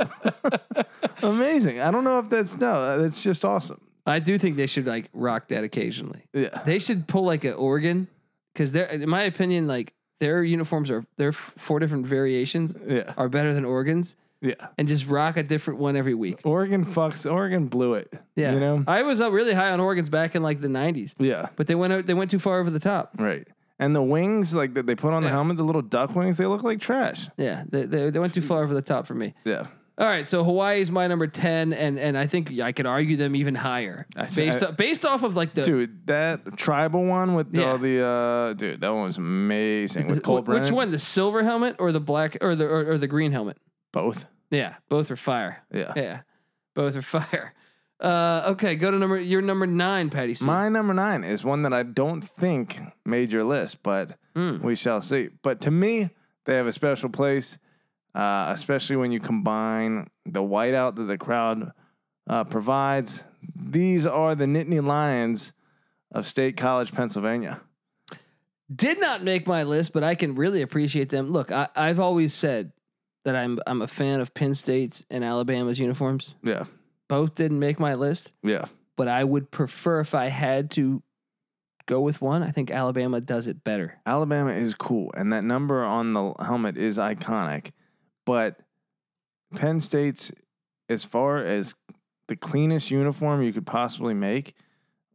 Speaker 2: Amazing. I don't know if that's no, that's just awesome.
Speaker 1: I do think they should like rock that occasionally.
Speaker 2: Yeah.
Speaker 1: They should pull like an Oregon because they're, in my opinion, like their uniforms are their f- four different variations
Speaker 2: Yeah.
Speaker 1: are better than Oregon's.
Speaker 2: Yeah.
Speaker 1: and just rock a different one every week.
Speaker 2: Oregon fucks. Oregon blew it.
Speaker 1: Yeah.
Speaker 2: You know?
Speaker 1: I was up really high on Oregon's back in like the 90s,
Speaker 2: Yeah.
Speaker 1: but they went out, they went too far over the top.
Speaker 2: Right. And the wings, like that they put on the
Speaker 1: Yeah.
Speaker 2: helmet, the little duck wings, they look like trash.
Speaker 1: Yeah, they, they, they went too far over the top for me.
Speaker 2: Yeah.
Speaker 1: All right, so Hawaii's my number 10 and and I think I could argue them even higher.
Speaker 2: I see-
Speaker 1: based
Speaker 2: I-
Speaker 1: o- based off of like the
Speaker 2: Dude, that tribal one with
Speaker 1: Yeah.
Speaker 2: all the uh dude, that one was amazing with
Speaker 1: Th-
Speaker 2: Cole
Speaker 1: wh- Which
Speaker 2: Brennan.
Speaker 1: one, the silver helmet or the black or the or, or the green helmet?
Speaker 2: Both.
Speaker 1: Yeah, both are fire.
Speaker 2: Yeah.
Speaker 1: Yeah, both are fire. Uh, okay, go to number. You're number nine, Patty C.
Speaker 2: My number nine is one that I don't think made your list, but
Speaker 1: Mm.
Speaker 2: we shall see. But to me, they have a special place, uh, especially when you combine the whiteout that the crowd uh, provides. These are the Nittany Lions of State College, Pennsylvania.
Speaker 1: Did not make my list, but I can really appreciate them. Look, I, I've always said that I'm I'm a fan of Penn State's and Alabama's uniforms.
Speaker 2: Yeah.
Speaker 1: Both didn't make my list,
Speaker 2: Yeah.
Speaker 1: but I would prefer if I had to go with one. I think Alabama does it better.
Speaker 2: Alabama is cool, and that number on the helmet is iconic. But Penn State's, as far as the cleanest uniform you could possibly make,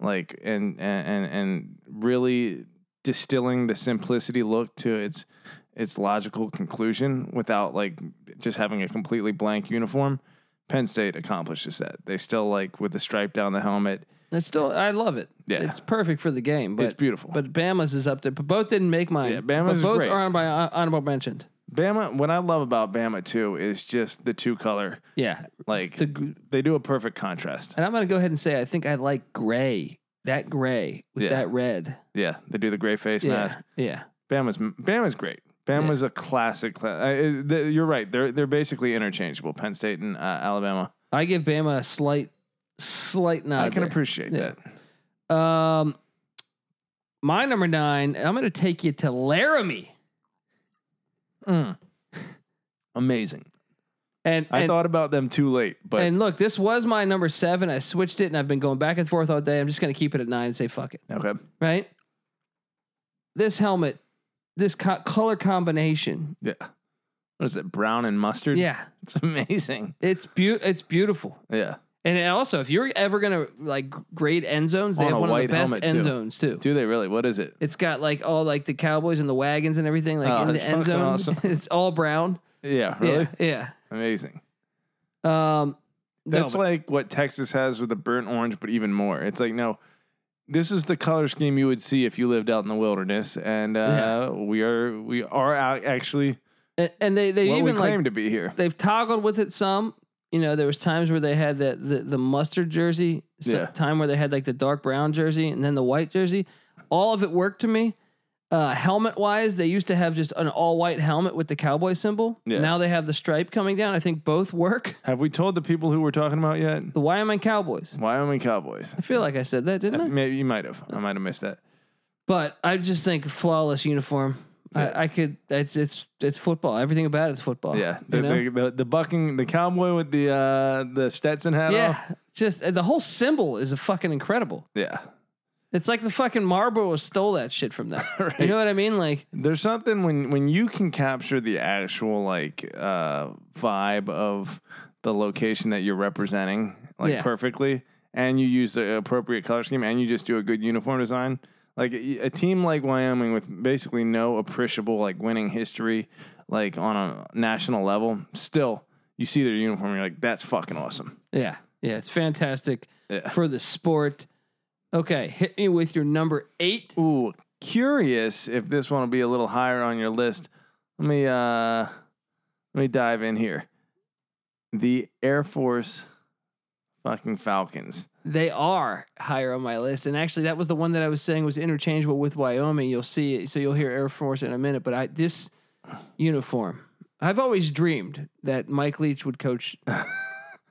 Speaker 2: like and and and- and really distilling the simplicity look to its its logical conclusion without like just having a completely blank uniform. Penn State accomplishes that. They still like with the stripe down the helmet.
Speaker 1: It's still I love it.
Speaker 2: Yeah.
Speaker 1: it's perfect for the game, but
Speaker 2: it's beautiful.
Speaker 1: But Bama's is up there. But both didn't make mine.
Speaker 2: Yeah, Bama's
Speaker 1: but
Speaker 2: is
Speaker 1: both
Speaker 2: great.
Speaker 1: are on by honorable mentioned.
Speaker 2: Bama, what I love about Bama too is just the two color.
Speaker 1: Yeah,
Speaker 2: Like
Speaker 1: The gr-
Speaker 2: they do a perfect contrast.
Speaker 1: and I'm gonna go ahead and say I think I like gray. That gray with
Speaker 2: Yeah.
Speaker 1: that red.
Speaker 2: Yeah, they do the gray face
Speaker 1: yeah,
Speaker 2: mask.
Speaker 1: yeah.
Speaker 2: Bama's Bama's great. Bama's a classic. Cla- uh, it- th- you're right. They're they're basically interchangeable. Penn State and uh, Alabama.
Speaker 1: I give Bama a slight, slight nod.
Speaker 2: I can
Speaker 1: there.
Speaker 2: appreciate
Speaker 1: Yeah.
Speaker 2: that.
Speaker 1: Um, my number nine. I'm gonna take you to Laramie.
Speaker 2: Mm. Amazing.
Speaker 1: And
Speaker 2: I
Speaker 1: and,
Speaker 2: thought about them too late, but
Speaker 1: and look, this was my number seven. I switched it, and I've been going back and forth all day. I'm just gonna keep it at nine and say fuck it.
Speaker 2: okay.
Speaker 1: Right. This helmet, this co- color combination.
Speaker 2: Yeah. What is it? Brown and mustard.
Speaker 1: Yeah,
Speaker 2: it's amazing.
Speaker 1: It's be- it's beautiful.
Speaker 2: Yeah.
Speaker 1: And it also, if you're ever gonna like grade end zones, they
Speaker 2: On
Speaker 1: have
Speaker 2: a
Speaker 1: one of the
Speaker 2: white
Speaker 1: best
Speaker 2: helmet,
Speaker 1: end
Speaker 2: too.
Speaker 1: zones too.
Speaker 2: Do they really? What is it?
Speaker 1: It's got like all like the cowboys and the wagons and everything like
Speaker 2: Oh,
Speaker 1: in the
Speaker 2: that's
Speaker 1: end
Speaker 2: fucking
Speaker 1: zone.
Speaker 2: awesome.
Speaker 1: it's all brown.
Speaker 2: Yeah. Really?
Speaker 1: Yeah,
Speaker 2: Amazing.
Speaker 1: yeah. Um,
Speaker 2: That's
Speaker 1: no, but-
Speaker 2: like what Texas has with the burnt orange, but even more. It's like, no, this is the color scheme you would see if you lived out in the wilderness, and uh, we are we are out actually
Speaker 1: and, and they they
Speaker 2: what we
Speaker 1: even
Speaker 2: claim
Speaker 1: like
Speaker 2: to be here.
Speaker 1: they've toggled with it some. You know, there was times where they had that the, the mustard jersey, some
Speaker 2: Yeah.
Speaker 1: time where they had like the dark brown jersey, and then the white jersey. All of it worked to me. Uh, helmet wise, they used to have just an all white helmet with the cowboy symbol.
Speaker 2: Yeah.
Speaker 1: Now they have the stripe coming down. I think both work.
Speaker 2: Have we told the people who we're talking about yet?
Speaker 1: The Wyoming Cowboys.
Speaker 2: Wyoming Cowboys.
Speaker 1: I feel like I said that, didn't I?
Speaker 2: Maybe you might have. I might have missed that.
Speaker 1: But I just think flawless uniform.
Speaker 2: Yeah.
Speaker 1: I, I could. It's it's it's football. Everything about it's football.
Speaker 2: yeah, the,
Speaker 1: you know?
Speaker 2: the, the the bucking the cowboy with the uh, the Stetson hat.
Speaker 1: yeah.
Speaker 2: off.
Speaker 1: Just uh, the whole symbol is a fucking incredible.
Speaker 2: yeah.
Speaker 1: It's like the fucking Marlboro stole that shit from them.
Speaker 2: Right.
Speaker 1: You know what I mean? Like
Speaker 2: There's something when when you can capture the actual like uh vibe of the location that you're representing like
Speaker 1: Yeah.
Speaker 2: perfectly and you use the appropriate color scheme and you just do a good uniform design. Like a, a team like Wyoming with basically no appreciable like winning history like on a national level, still you see their uniform you're like that's fucking awesome.
Speaker 1: yeah, yeah. It's fantastic
Speaker 2: Yeah.
Speaker 1: for the sport. Okay, hit me with your number eight.
Speaker 2: Ooh, curious if this one will be a little higher on your list. Let me uh let me dive in here. The Air Force fucking Falcons.
Speaker 1: They are higher on my list, and actually, that was the one that I was saying was interchangeable with Wyoming. You'll see it, so you'll hear Air Force in a minute. But I this uniform, I've always dreamed that Mike Leach would coach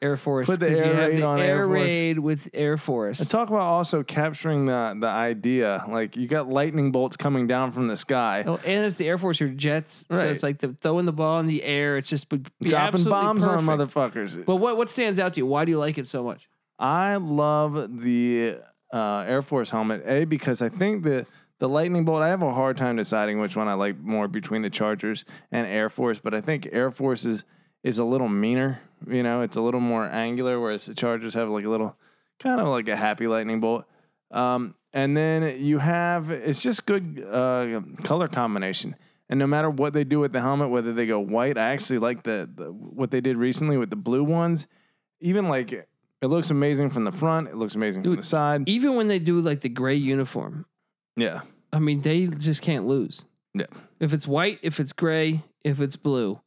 Speaker 1: Air Force.
Speaker 2: Put the
Speaker 1: 'cause
Speaker 2: air raid on Air
Speaker 1: air
Speaker 2: Force.
Speaker 1: raid with Air Force.
Speaker 2: And talk about also capturing the the idea. Like you got lightning bolts coming down from the sky.
Speaker 1: Oh, and it's the Air Force or jets, so
Speaker 2: Right.
Speaker 1: it's like the throwing the ball in the air. It's just would be
Speaker 2: Dropping
Speaker 1: absolutely
Speaker 2: bombs
Speaker 1: perfect.
Speaker 2: on motherfuckers.
Speaker 1: But what what stands out to you? Why do you like it so much?
Speaker 2: I love the uh, Air Force helmet. A because I think the the lightning bolt. I have a hard time deciding which one I like more between the Chargers and Air Force, but I think Air Force's is a little meaner. You know, it's a little more angular, whereas the Chargers have like a little kind of like a happy lightning bolt. Um, and then you have it's just good uh, color combination. And no matter what they do with the helmet, whether they go white, I actually like the, the what they did recently with the blue ones. Even like it looks amazing from the front. It looks amazing from
Speaker 1: Dude.
Speaker 2: the side.
Speaker 1: Even when they do like the gray uniform,
Speaker 2: Yeah.
Speaker 1: I mean, they just can't lose.
Speaker 2: Yeah.
Speaker 1: If it's white, if it's gray, if it's blue,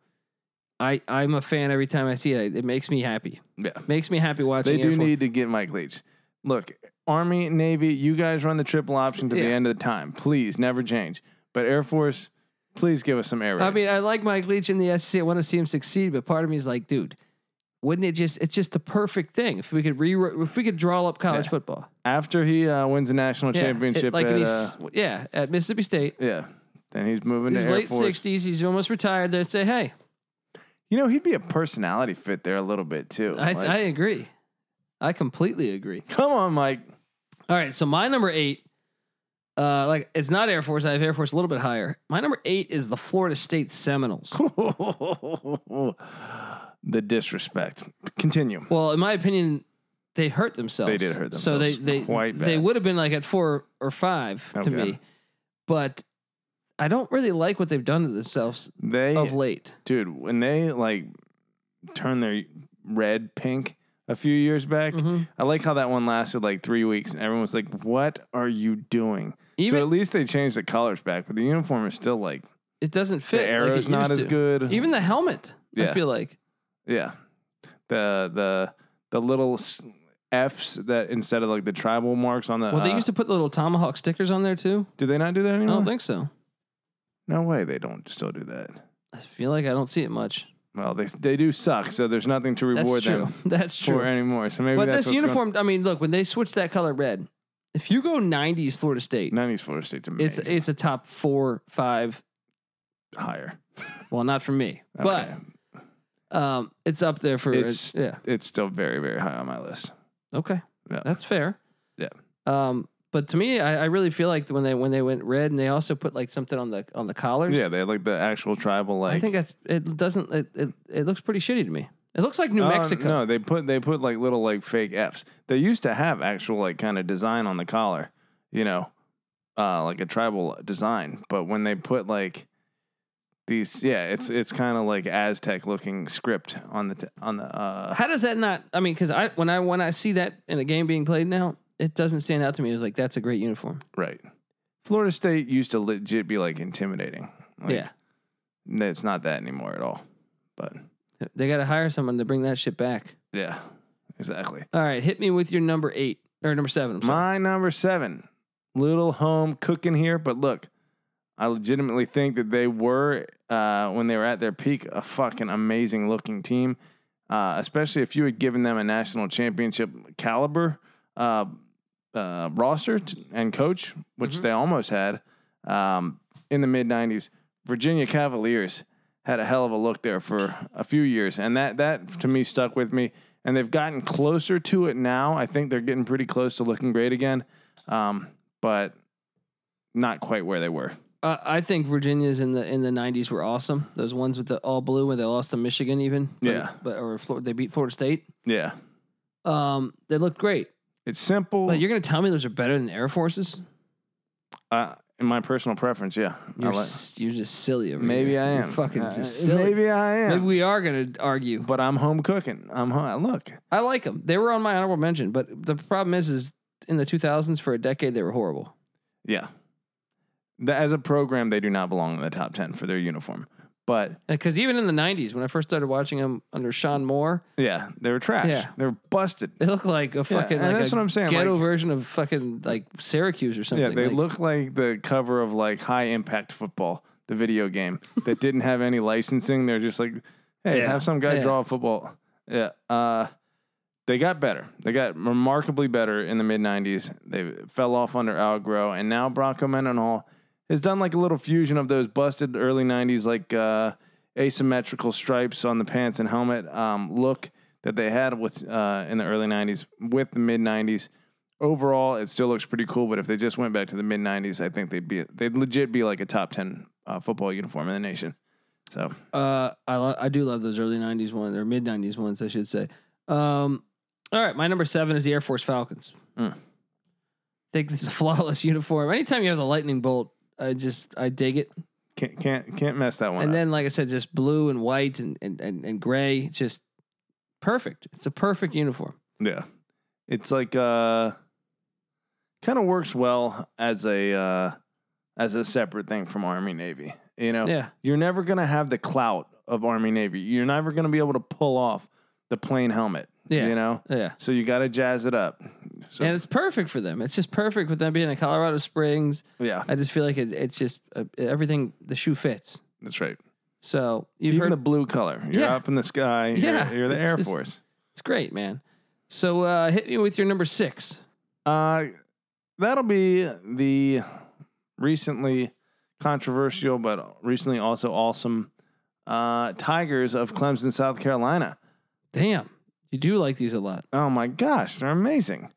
Speaker 1: I I'm a fan every time I see it. It makes me happy.
Speaker 2: Yeah.
Speaker 1: Makes me happy watching.
Speaker 2: They
Speaker 1: Air
Speaker 2: do
Speaker 1: Force.
Speaker 2: need to get Mike Leach. Look, Army, Navy, you guys run the triple option to
Speaker 1: Yeah.
Speaker 2: the end of the time. Please never change. But Air Force, please give us some air.
Speaker 1: I
Speaker 2: raid.
Speaker 1: mean, I like Mike Leach in the SEC. I want to see him succeed, but part of me is like, dude, wouldn't it just? It's just the perfect thing if we could re if we could draw up college
Speaker 2: Yeah.
Speaker 1: football
Speaker 2: after he uh, wins a national
Speaker 1: Yeah, it-
Speaker 2: championship,
Speaker 1: like
Speaker 2: at,
Speaker 1: and
Speaker 2: uh,
Speaker 1: he's yeah at Mississippi State.
Speaker 2: yeah, then he's moving
Speaker 1: He's
Speaker 2: to Air
Speaker 1: late
Speaker 2: Force.
Speaker 1: sixties. He's almost retired. They say, hey,
Speaker 2: You know, he'd be a personality fit there a little bit too.
Speaker 1: I,
Speaker 2: Like,
Speaker 1: I agree. I completely agree.
Speaker 2: come on, Mike.
Speaker 1: All right, so my number eight, uh, like it's not Air Force. I have Air Force a little bit higher. My number eight is the Florida State Seminoles.
Speaker 2: the disrespect. Continue.
Speaker 1: Well, in my opinion, they hurt themselves.
Speaker 2: They did hurt
Speaker 1: So they
Speaker 2: themselves
Speaker 1: they
Speaker 2: quite
Speaker 1: they
Speaker 2: bad. Oh,
Speaker 1: would have been like at four or five to
Speaker 2: Okay.
Speaker 1: me, but I don't really like what they've done to themselves
Speaker 2: They
Speaker 1: of late.
Speaker 2: dude when they like turned their red pink a few years back
Speaker 1: Mhm.
Speaker 2: i like how that one lasted like three weeks and everyone was like what are you doing
Speaker 1: Even
Speaker 2: so at least they changed the colors back but the uniform is still like
Speaker 1: it doesn't fit.
Speaker 2: the arrow's
Speaker 1: like it
Speaker 2: not
Speaker 1: used
Speaker 2: as
Speaker 1: to.
Speaker 2: good
Speaker 1: Even the helmet, I
Speaker 2: Yeah.
Speaker 1: feel like.
Speaker 2: yeah the the the little s- f's that instead of like the tribal marks on the
Speaker 1: Well, they
Speaker 2: uh,
Speaker 1: used to put little tomahawk stickers on there too.
Speaker 2: do they not do that
Speaker 1: I
Speaker 2: anymore
Speaker 1: don't think so.
Speaker 2: no way they don't still do that
Speaker 1: I feel like I don't see it much.
Speaker 2: well they they do suck so there's nothing to
Speaker 1: That's
Speaker 2: reward
Speaker 1: true.
Speaker 2: them
Speaker 1: That's true.
Speaker 2: for anymore so maybe
Speaker 1: But
Speaker 2: that's
Speaker 1: this
Speaker 2: what's going-
Speaker 1: uniform, I mean, look, when they switch that color red, if you go 90s Florida State,
Speaker 2: 90s Florida State's amazing.
Speaker 1: it's it's a top four, five.
Speaker 2: higher.
Speaker 1: Well, not for me,
Speaker 2: Okay.
Speaker 1: but um, it's up there for
Speaker 2: It's-
Speaker 1: yeah.
Speaker 2: it's still very, very high on my list.
Speaker 1: Okay,
Speaker 2: Yeah.
Speaker 1: that's fair.
Speaker 2: Yeah.
Speaker 1: Um, but to me, I, I really feel like when they when they went red and they also put like something on the on the collars.
Speaker 2: yeah, they had, like the actual tribal like.
Speaker 1: I think that's it. Doesn't it, it? It looks pretty shitty to me. It looks like New
Speaker 2: Uh,
Speaker 1: Mexico.
Speaker 2: No, they put they put like little like fake Fs. They used to have actual like kind of design on the collar, you know, uh, like a tribal design. But when they put like these, yeah, it's it's kind of like Aztec looking script on the t- on the. Uh,
Speaker 1: How does that not? I mean, because I when I when I see that in a game being played now, it doesn't stand out to me. It's like that's a great uniform.
Speaker 2: right, Florida State used to legit be like intimidating. Like,
Speaker 1: yeah.
Speaker 2: it's not that anymore at all. But
Speaker 1: They got to hire someone to bring that shit back.
Speaker 2: yeah, exactly.
Speaker 1: All right, hit me with your number eight or number seven. I'm sorry.
Speaker 2: My number seven, little home cooking here, but look, I legitimately think that they were uh, when they were at their peak a fucking amazing looking team. Uh, especially if you had given them a national championship caliber uh, uh, roster t- and coach, which
Speaker 1: Mhm.
Speaker 2: they almost had um, in the mid '90s. Virginia Cavaliers had a hell of a look there for a few years, and that that to me stuck with me. And they've gotten closer to it now. I think they're getting pretty close to looking great again, um, but not quite where they were.
Speaker 1: Uh, I think Virginia's in the in the '90s were awesome. Those ones with the all blue where they lost to Michigan, even But-
Speaker 2: Yeah.
Speaker 1: but or Flor- they beat Florida State.
Speaker 2: Yeah,
Speaker 1: Um, they looked great.
Speaker 2: it's simple.
Speaker 1: But you're gonna tell me those are better than Air Forces?
Speaker 2: uh, in my personal preference, yeah. I
Speaker 1: You're
Speaker 2: like-
Speaker 1: s- you're just silly. Over
Speaker 2: maybe
Speaker 1: here.
Speaker 2: I
Speaker 1: You're
Speaker 2: am.
Speaker 1: fucking
Speaker 2: Uh,
Speaker 1: just silly. Maybe,
Speaker 2: Maybe I am.
Speaker 1: we are gonna argue.
Speaker 2: but I'm home cooking. I'm home. Look,
Speaker 1: I like them. They were on my honorable mention, but the problem is, is in the 2000s for a decade they were horrible.
Speaker 2: yeah. The- as a program, they do not belong in the top ten for their uniform. But
Speaker 1: Because even in the '90s, when I first started watching them under Sean Moore,
Speaker 2: yeah, they were trash.
Speaker 1: Yeah.
Speaker 2: They were busted.
Speaker 1: they look like a fucking
Speaker 2: and
Speaker 1: like
Speaker 2: that's
Speaker 1: a
Speaker 2: what I'm saying,
Speaker 1: ghetto
Speaker 2: like-
Speaker 1: version of fucking like Syracuse or something.
Speaker 2: Yeah, they
Speaker 1: like,
Speaker 2: look like the cover of like High Impact Football, the video game that didn't have any licensing. They're just like, hey,
Speaker 1: Yeah,
Speaker 2: have some guy
Speaker 1: yeah.
Speaker 2: draw a football. Yeah. Uh, they got better. They got remarkably better in the mid '90s. They fell off under Al Groh, and now Bronco Mendenhall has done like a little fusion of those busted early '90s like uh, asymmetrical stripes on the pants and helmet um, look that they had with uh, in the early '90s with the mid '90s. Overall, it still looks pretty cool. But if they just went back to the mid '90s, I think they'd be they'd legit be like a top ten uh, football uniform in the nation. So
Speaker 1: Uh, I lo- I do love those early '90s ones or mid '90s ones, I should say. Um, all right, my number seven is the Air Force Falcons.
Speaker 2: Mm.
Speaker 1: Think this is a flawless uniform. Anytime you have the lightning bolt, I just I dig it.
Speaker 2: can't can't can't mess that one
Speaker 1: and
Speaker 2: up.
Speaker 1: then, like I said, just blue and white and and and, and gray, just perfect. It's a perfect uniform.
Speaker 2: Yeah. It's like uh kind of works well as a uh as a separate thing from Army Navy. You know,
Speaker 1: Yeah,
Speaker 2: you're never going to have the clout of Army Navy. You're never going to be able to pull off the plain helmet,
Speaker 1: yeah,
Speaker 2: you know?
Speaker 1: yeah.
Speaker 2: So you got to jazz it up. So
Speaker 1: and it's perfect for them. It's just perfect with them being in Colorado Springs.
Speaker 2: yeah,
Speaker 1: I just feel like it, it's just uh, everything. The shoe fits.
Speaker 2: that's right.
Speaker 1: So you've
Speaker 2: Even
Speaker 1: heard
Speaker 2: the blue color. You're
Speaker 1: Yeah.
Speaker 2: up in the sky. You're,
Speaker 1: Yeah,
Speaker 2: you're the
Speaker 1: it's
Speaker 2: Air
Speaker 1: just-
Speaker 2: Force.
Speaker 1: It's great, man. So uh, hit me with your number six.
Speaker 2: Uh, that'll be the recently controversial, but recently also awesome uh, Tigers of Clemson, South Carolina.
Speaker 1: Damn, you do like these a lot.
Speaker 2: Oh my gosh, they're amazing.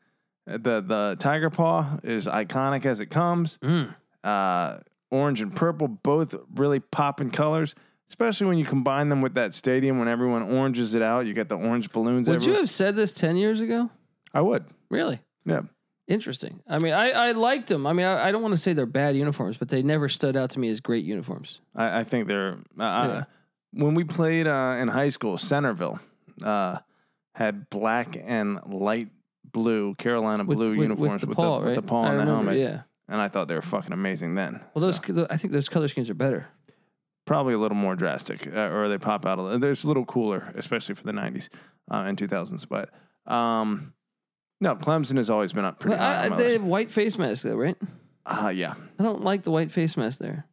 Speaker 2: The the tiger paw is iconic as it comes.
Speaker 1: Mm.
Speaker 2: Uh, orange and purple, both really popping colors. Especially when you combine them with that stadium, when everyone oranges it out, you get the orange balloons.
Speaker 1: Would you
Speaker 2: everywhere.
Speaker 1: have said this ten years ago?
Speaker 2: I would.
Speaker 1: Really?
Speaker 2: Yeah.
Speaker 1: Interesting. I mean, I, I liked them. I mean, I, I don't want to say they're bad uniforms, but they never stood out to me as great uniforms.
Speaker 2: I, I think they're. Uh,
Speaker 1: Yeah.
Speaker 2: When we played uh, in high school, Centerville uh, had black and light blue Carolina
Speaker 1: With-
Speaker 2: blue
Speaker 1: with-
Speaker 2: uniforms
Speaker 1: with the paw,
Speaker 2: the,
Speaker 1: right?
Speaker 2: with the paw
Speaker 1: I
Speaker 2: and the
Speaker 1: remember,
Speaker 2: helmet,
Speaker 1: Yeah.
Speaker 2: and I thought they were fucking amazing then.
Speaker 1: Well, those
Speaker 2: So,
Speaker 1: I think those color schemes are better.
Speaker 2: probably a little more drastic, uh, or they pop out. A little, there's a little cooler, especially for the '90s uh, and 2000s. But um, no, Clemson has always been up pretty
Speaker 1: But
Speaker 2: high.
Speaker 1: I,
Speaker 2: on my
Speaker 1: they
Speaker 2: list.
Speaker 1: have white face masks though, right?
Speaker 2: Uh, yeah.
Speaker 1: I don't like the white face mask there.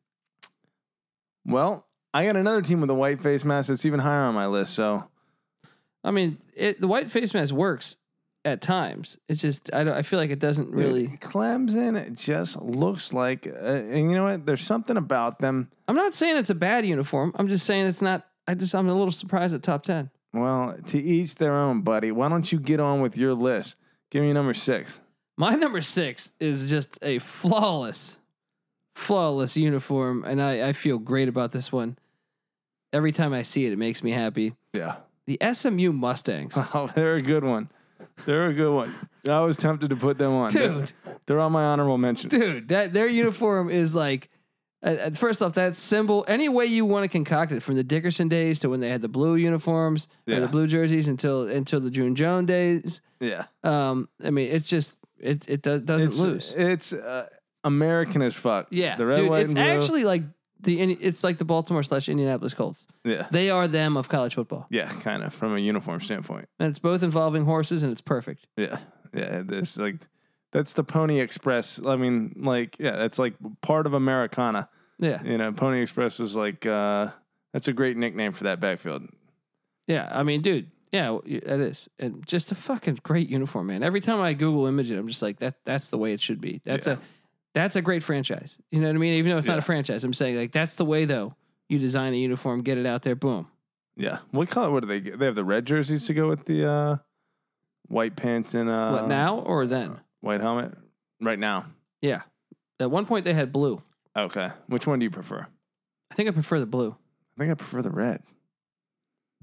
Speaker 2: Well, I got another team with a white face mask that's even higher on my list. So
Speaker 1: I mean, it, the white face mask works at times. It's just I don't. I feel like it doesn't
Speaker 2: Dude,
Speaker 1: really.
Speaker 2: Clemson just looks like, uh, and you know what? There's something about them.
Speaker 1: I'm not saying it's a bad uniform. I'm just saying it's not. I just I'm a little surprised at top ten.
Speaker 2: Well, to each their own, buddy. Why don't you get on with your list? Give me number six.
Speaker 1: My number six is just a flawless, flawless uniform, and I, I feel great about this one. Every time I see it, it makes me happy.
Speaker 2: Yeah.
Speaker 1: The SMU Mustangs,
Speaker 2: Oh, they're a good one. They're a good one. I was tempted to put them on.
Speaker 1: dude,
Speaker 2: They're, they're on my honorable mention.
Speaker 1: dude, that their uniform is like. uh, Uh, first off, that symbol, any way you want to concoct it, from the Dickerson days to when they had the blue uniforms or
Speaker 2: Yeah.
Speaker 1: the blue jerseys until until the June Jones days.
Speaker 2: Yeah.
Speaker 1: Um, I mean, it's just it it do- doesn't
Speaker 2: it's,
Speaker 1: lose.
Speaker 2: It's uh, American as fuck.
Speaker 1: Yeah,
Speaker 2: The red,
Speaker 1: dude,
Speaker 2: white,
Speaker 1: it's
Speaker 2: and blue.
Speaker 1: actually like the Indi- it's like the Baltimore slash Indianapolis Colts.
Speaker 2: Yeah.
Speaker 1: They are them of college football,
Speaker 2: Yeah, kind of from a uniform standpoint.
Speaker 1: and it's both involving horses, and it's perfect.
Speaker 2: Yeah. Yeah. There's like, that's the Pony Express. I mean, like, yeah, that's like part of Americana.
Speaker 1: Yeah,
Speaker 2: You know, Pony Express was like uh, that's a great nickname for that backfield.
Speaker 1: yeah. I mean, dude, yeah, w- y- that is, and just a fucking great uniform, man. Every time I Google image it, I'm just like, that that's the way it should be. That's
Speaker 2: Yeah.
Speaker 1: a that's a great franchise. You know what I mean? Even though it's not
Speaker 2: Yeah.
Speaker 1: a franchise, I'm saying like that's the way though. You design a uniform, get it out there, boom.
Speaker 2: Yeah. What color? What do they get? They have the red jerseys to go with the uh, white pants and uh,
Speaker 1: what now or then?
Speaker 2: White helmet. Right now.
Speaker 1: Yeah. At one point they had blue.
Speaker 2: Okay. Which one do you prefer?
Speaker 1: I think I prefer the blue,
Speaker 2: I think I prefer the red.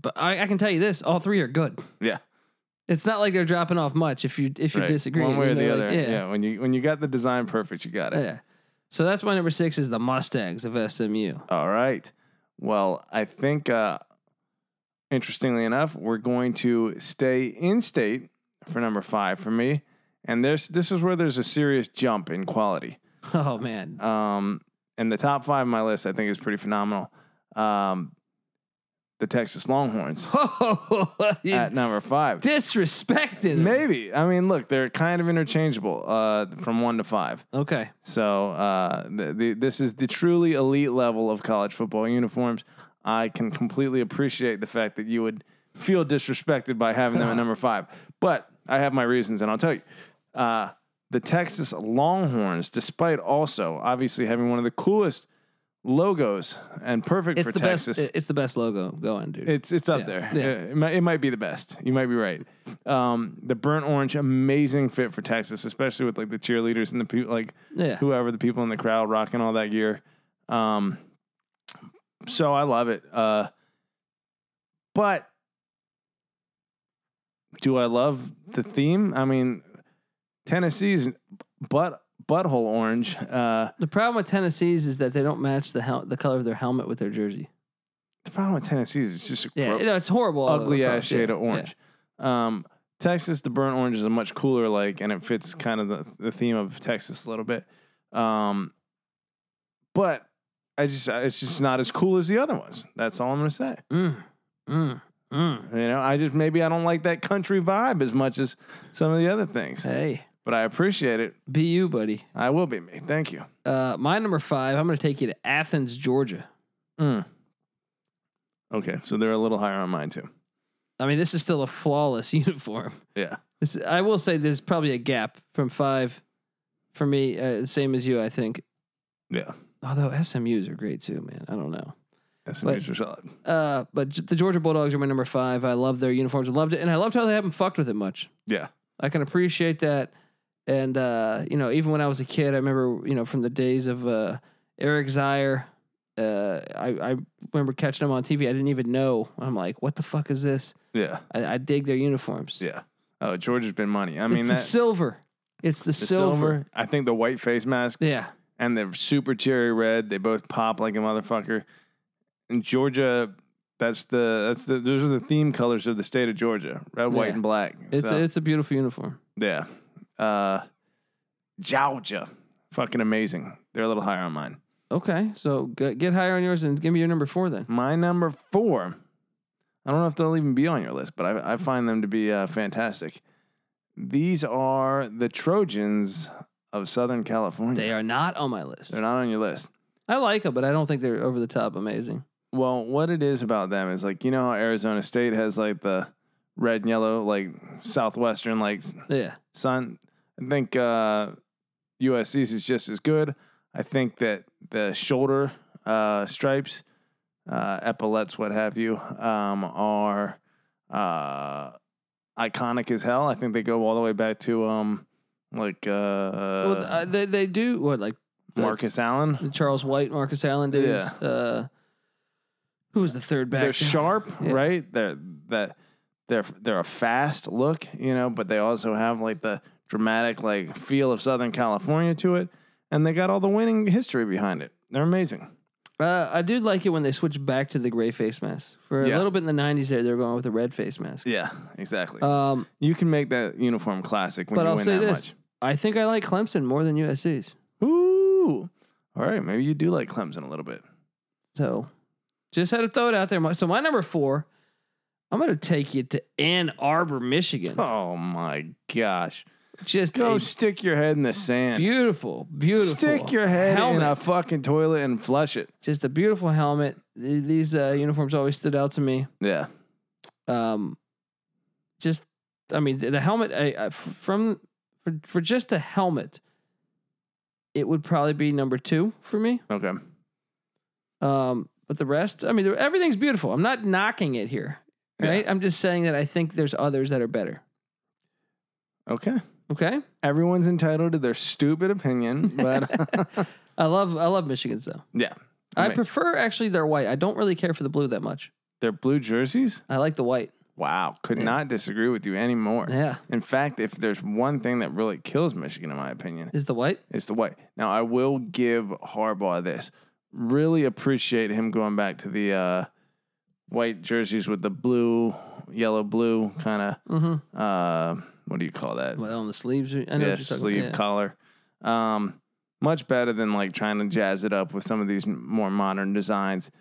Speaker 1: but I, I can tell you this: all three are good.
Speaker 2: Yeah.
Speaker 1: It's not like they're dropping off much if you if you
Speaker 2: Right.
Speaker 1: disagree.
Speaker 2: One way
Speaker 1: you
Speaker 2: or the
Speaker 1: know,
Speaker 2: other.
Speaker 1: like,
Speaker 2: yeah. When you when you got the design perfect, you got
Speaker 1: yeah,
Speaker 2: it.
Speaker 1: yeah. So that's my number six is the Mustangs of SMU.
Speaker 2: All right. Well, I think uh, interestingly enough, we're going to stay in state for number five for me. And there's this is where there's a serious jump in quality.
Speaker 1: Oh man,
Speaker 2: Um, and the top five on my list, I think, is pretty phenomenal. Um, the Texas Longhorns
Speaker 1: Oh, You
Speaker 2: at number five.
Speaker 1: disrespected. him.
Speaker 2: Uh, Maybe. I mean, look, they're kind of interchangeable uh, from one to five.
Speaker 1: Okay,
Speaker 2: So uh, the, the, this is the truly elite level of college football uniforms. I can completely appreciate the fact that you would feel disrespected by having them at number five, but I have my reasons, and I'll tell you. Uh, the Texas Longhorns, despite also obviously having one of the coolest logos and perfect
Speaker 1: it's
Speaker 2: for
Speaker 1: the
Speaker 2: Texas,
Speaker 1: best. It's the best logo going, dude.
Speaker 2: it's it's up
Speaker 1: Yeah,
Speaker 2: there.
Speaker 1: yeah.
Speaker 2: It, it might, it might be the best. You might be right. Um, the burnt orange, amazing fit for Texas, especially with like the cheerleaders and the people like
Speaker 1: yeah,
Speaker 2: whoever the people in the crowd rocking all that gear. Um, So I love it. Uh, but do I love the theme? I mean, Tennessee's butt butthole orange. Uh,
Speaker 1: The problem with Tennessee's is that they don't match the hel- the color of their helmet with their jersey.
Speaker 2: the problem with Tennessee is it's just a
Speaker 1: Yeah,
Speaker 2: gro-
Speaker 1: you know, it's horrible. all the way
Speaker 2: ugly ass
Speaker 1: across,
Speaker 2: shade
Speaker 1: yeah,
Speaker 2: of orange. Um, Texas, the burnt orange is a much cooler like, and it fits kind of the, the theme of Texas a little bit. Um, but I just it's just not as cool as the other ones. That's all I'm gonna say.
Speaker 1: yeah. Mm, mm, mm.
Speaker 2: You know, I just maybe I don't like that country vibe as much as some of the other things,
Speaker 1: Hey,
Speaker 2: but I appreciate it.
Speaker 1: be you, buddy.
Speaker 2: I will be me. Thank you.
Speaker 1: Uh, my number five. I'm going to take you to Athens, Georgia.
Speaker 2: Mm. Okay, so they're a little higher on mine too.
Speaker 1: I mean, this is still a flawless uniform.
Speaker 2: Yeah.
Speaker 1: This, I will say there's probably a gap from five for me, uh, same as you, I think.
Speaker 2: Yeah.
Speaker 1: Although SMUs are great too, man. I don't know.
Speaker 2: That's
Speaker 1: But-
Speaker 2: major solid.
Speaker 1: Uh, but G- the Georgia Bulldogs are my number five. I love their uniforms. I loved it. And I loved how they haven't fucked with it much.
Speaker 2: Yeah.
Speaker 1: I can appreciate that. And, uh, you know, even when I was a kid, I remember, you know, from the days of uh, Eric Zier, uh, I, I remember catching them on TV. I didn't even know. I'm like, what the fuck is this?
Speaker 2: Yeah.
Speaker 1: I, I dig their uniforms.
Speaker 2: Yeah. Oh, Georgia's been money. I mean
Speaker 1: it's
Speaker 2: that
Speaker 1: the silver. It's the,
Speaker 2: the
Speaker 1: silver.
Speaker 2: I think the white face mask
Speaker 1: Yeah.
Speaker 2: and the super cherry red. They both pop like a motherfucker. In Georgia, that's the that's the those are the theme colors of the state of Georgia: red, white,
Speaker 1: Yeah.
Speaker 2: and black.
Speaker 1: It's
Speaker 2: So,
Speaker 1: a, it's a beautiful uniform.
Speaker 2: yeah. Uh, Georgia, fucking amazing. They're a little higher on mine.
Speaker 1: Okay, so g- get higher on yours and give me your number four then.
Speaker 2: My number four. I don't know if they'll even be on your list, but I, I find them to be uh, fantastic. These are the Trojans of Southern California.
Speaker 1: They are not on my list.
Speaker 2: They're not on your list.
Speaker 1: I like them, but I don't think they're over the top amazing.
Speaker 2: Well, what it is about them is like you know how Arizona State has like the red and yellow like southwestern like
Speaker 1: Yeah,
Speaker 2: sun. I think uh, USC's is just as good. I think that the shoulder uh, stripes, uh, epaulets, what have you, um, are uh, iconic as hell. I think they go all the way back to um, like uh,
Speaker 1: well, th- uh, they they do what like
Speaker 2: Marcus Allen.
Speaker 1: Charles White, Marcus Allen days. Uh, who was the third back?
Speaker 2: they're
Speaker 1: then?
Speaker 2: sharp,
Speaker 1: Yeah.
Speaker 2: right? They're that they're they're a fast look, you know, but they also have like the dramatic like feel of Southern California to it, and they got all the winning history behind it. They're amazing.
Speaker 1: Uh, I do like it when they switch back to the gray face mask. For a
Speaker 2: Yeah.
Speaker 1: little bit in the '90s, there they're going with a red face mask.
Speaker 2: Yeah, exactly.
Speaker 1: Um,
Speaker 2: Uh, you can make that uniform classic when
Speaker 1: but
Speaker 2: you
Speaker 1: I'll
Speaker 2: win
Speaker 1: say
Speaker 2: that
Speaker 1: this:
Speaker 2: much.
Speaker 1: I think I like Clemson more than USC's.
Speaker 2: Ooh, all right. Maybe you do like Clemson a little bit.
Speaker 1: So just had to throw it out there. My- So my number four, I'm gonna take you to Ann Arbor, Michigan.
Speaker 2: Oh my gosh!
Speaker 1: Just
Speaker 2: Go
Speaker 1: a
Speaker 2: stick your head in the sand.
Speaker 1: beautiful, beautiful.
Speaker 2: Stick your head in a
Speaker 1: helmet.
Speaker 2: fucking toilet and flush it.
Speaker 1: Just a beautiful helmet. Th- These uh, uniforms always stood out to me.
Speaker 2: Yeah,
Speaker 1: Um, just, I mean, the, the helmet I, I, f- from for for just a helmet, it would probably be number two for me.
Speaker 2: okay.
Speaker 1: Um, but the rest, I mean, there- everything's beautiful. I'm not knocking it here, right? I'm just saying that I think there's others that are better.
Speaker 2: Okay.
Speaker 1: Okay.
Speaker 2: everyone's entitled to their stupid opinion, but
Speaker 1: I love I love Michigan's though.
Speaker 2: yeah,
Speaker 1: I
Speaker 2: mean,
Speaker 1: prefer actually their white. I don't really care for the blue that much.
Speaker 2: their blue jerseys.
Speaker 1: I like the white.
Speaker 2: Wow, could
Speaker 1: Yeah.
Speaker 2: not disagree with you anymore.
Speaker 1: Yeah.
Speaker 2: In fact, if there's one thing that really kills Michigan, in my opinion,
Speaker 1: Is the white?
Speaker 2: it's the white. Now, I will give Harbaugh this. Really appreciate him going back to the uh, white jerseys with the blue, yellow, blue kind
Speaker 1: Mm-hmm.
Speaker 2: of. Uh, what do you call that?
Speaker 1: Well, on the sleeves. I know what
Speaker 2: yeah,
Speaker 1: you're talking
Speaker 2: sleeve
Speaker 1: about.
Speaker 2: collar. Um, much better than like trying to jazz it up with some of these m- more modern designs.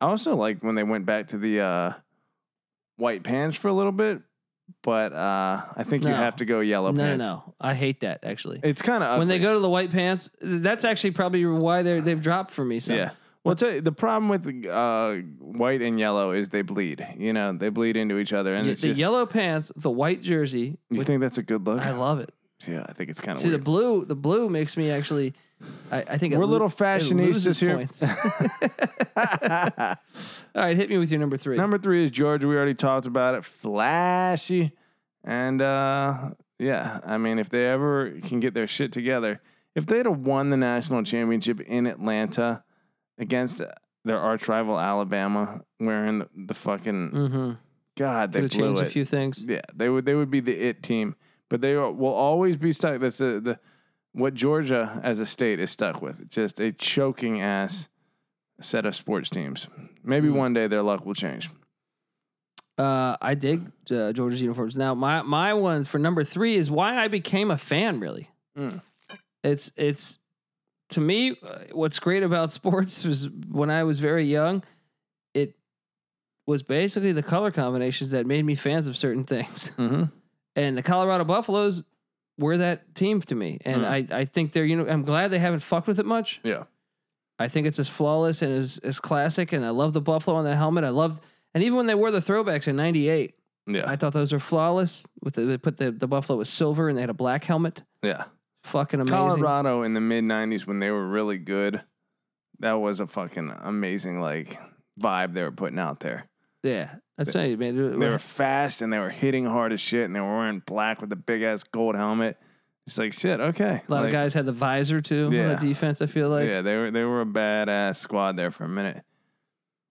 Speaker 2: I also liked when they went back to the uh, white pants for a little bit, but uh, I think you
Speaker 1: No.
Speaker 2: have to go
Speaker 1: Yeah.
Speaker 2: yellow
Speaker 1: No, no,
Speaker 2: pants.
Speaker 1: no. I hate that actually.
Speaker 2: It's kind of
Speaker 1: When they go to the white pants, that's actually probably why they they've dropped for me. So
Speaker 2: yeah. Well, tell you, the problem with uh, white and yellow is they bleed. You know, they bleed into each other, and
Speaker 1: Yeah,
Speaker 2: it's
Speaker 1: the
Speaker 2: just.
Speaker 1: yellow pants, the white jersey.
Speaker 2: you
Speaker 1: with-
Speaker 2: think that's a good look?
Speaker 1: I love it.
Speaker 2: yeah, I think it's kind of
Speaker 1: See
Speaker 2: weird.
Speaker 1: the blue. The blue makes me actually. I, I think it
Speaker 2: We're
Speaker 1: lo-
Speaker 2: little
Speaker 1: it loses
Speaker 2: fashionistas
Speaker 1: points.
Speaker 2: here.
Speaker 1: All right, hit me with your number three.
Speaker 2: Number three is Georgia. We already talked about it. Flashy. And uh, yeah, I mean, if they ever can get their shit together, if they'd have won the national championship in Atlanta against their arch rival Alabama wearing the, the fucking
Speaker 1: Mm-hmm.
Speaker 2: God. They
Speaker 1: Could have
Speaker 2: blew
Speaker 1: changed
Speaker 2: it.
Speaker 1: a few things.
Speaker 2: Yeah, they would. They would be the it team, but they are- will always be stuck. That's the, the what Georgia as a state is stuck with. Just a choking ass set of sports teams. Maybe
Speaker 1: Mhm.
Speaker 2: one day their luck will change.
Speaker 1: Uh, I dig uh, Georgia's uniforms. Now, my my one for number three is why I became a fan. Really,
Speaker 2: Mm.
Speaker 1: it's it's to me uh, what's great about sports was when I was very young, it was basically the color combinations that made me fans of certain things.
Speaker 2: Mm-hmm.
Speaker 1: And the Colorado Buffaloes were that team to me, and I I think they're you know I'm glad they haven't fucked with it much.
Speaker 2: Hmm. Yeah.
Speaker 1: I think it's as flawless and as, as classic. And I love the buffalo on that helmet. I loved, and even when they wore the throwbacks in '98,
Speaker 2: Yeah.
Speaker 1: I thought those were flawless. With the, they put the the buffalo was silver and they had a black helmet.
Speaker 2: yeah.
Speaker 1: Fucking amazing.
Speaker 2: Colorado in the mid '90s when they were really good. That was a fucking amazing like vibe they were putting out there.
Speaker 1: Yeah, that's right, man. It
Speaker 2: They were
Speaker 1: was-
Speaker 2: fast and they were hitting hard as shit and they were wearing black with a big ass gold helmet. It's like shit. Okay,
Speaker 1: a lot of
Speaker 2: Like,
Speaker 1: guys had the visor too on
Speaker 2: Yeah.
Speaker 1: the defense. I feel like,
Speaker 2: yeah, they were they were a badass squad there for a minute.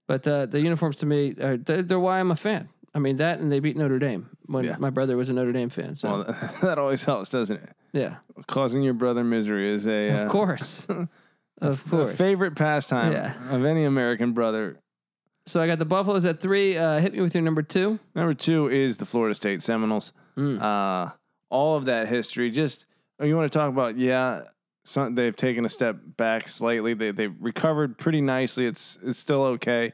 Speaker 1: but uh, the uniforms to me are they're, they're why I'm a fan. I mean that, and they beat Notre Dame when
Speaker 2: Yeah.
Speaker 1: my brother was a Notre Dame fan. So
Speaker 2: Well, that always helps, doesn't it?
Speaker 1: yeah,
Speaker 2: Causing your brother misery is a uh,
Speaker 1: of course, of
Speaker 2: a
Speaker 1: course,
Speaker 2: favorite pastime
Speaker 1: Yeah.
Speaker 2: of any American brother.
Speaker 1: So I got the Buffaloes at three. Uh, hit me with your number two.
Speaker 2: Number two is the Florida State Seminoles.
Speaker 1: Mm.
Speaker 2: Uh, all of that history. Just oh, you want to talk about? Yeah, some, they've taken a step back slightly. They they recovered pretty nicely. It's it's still okay,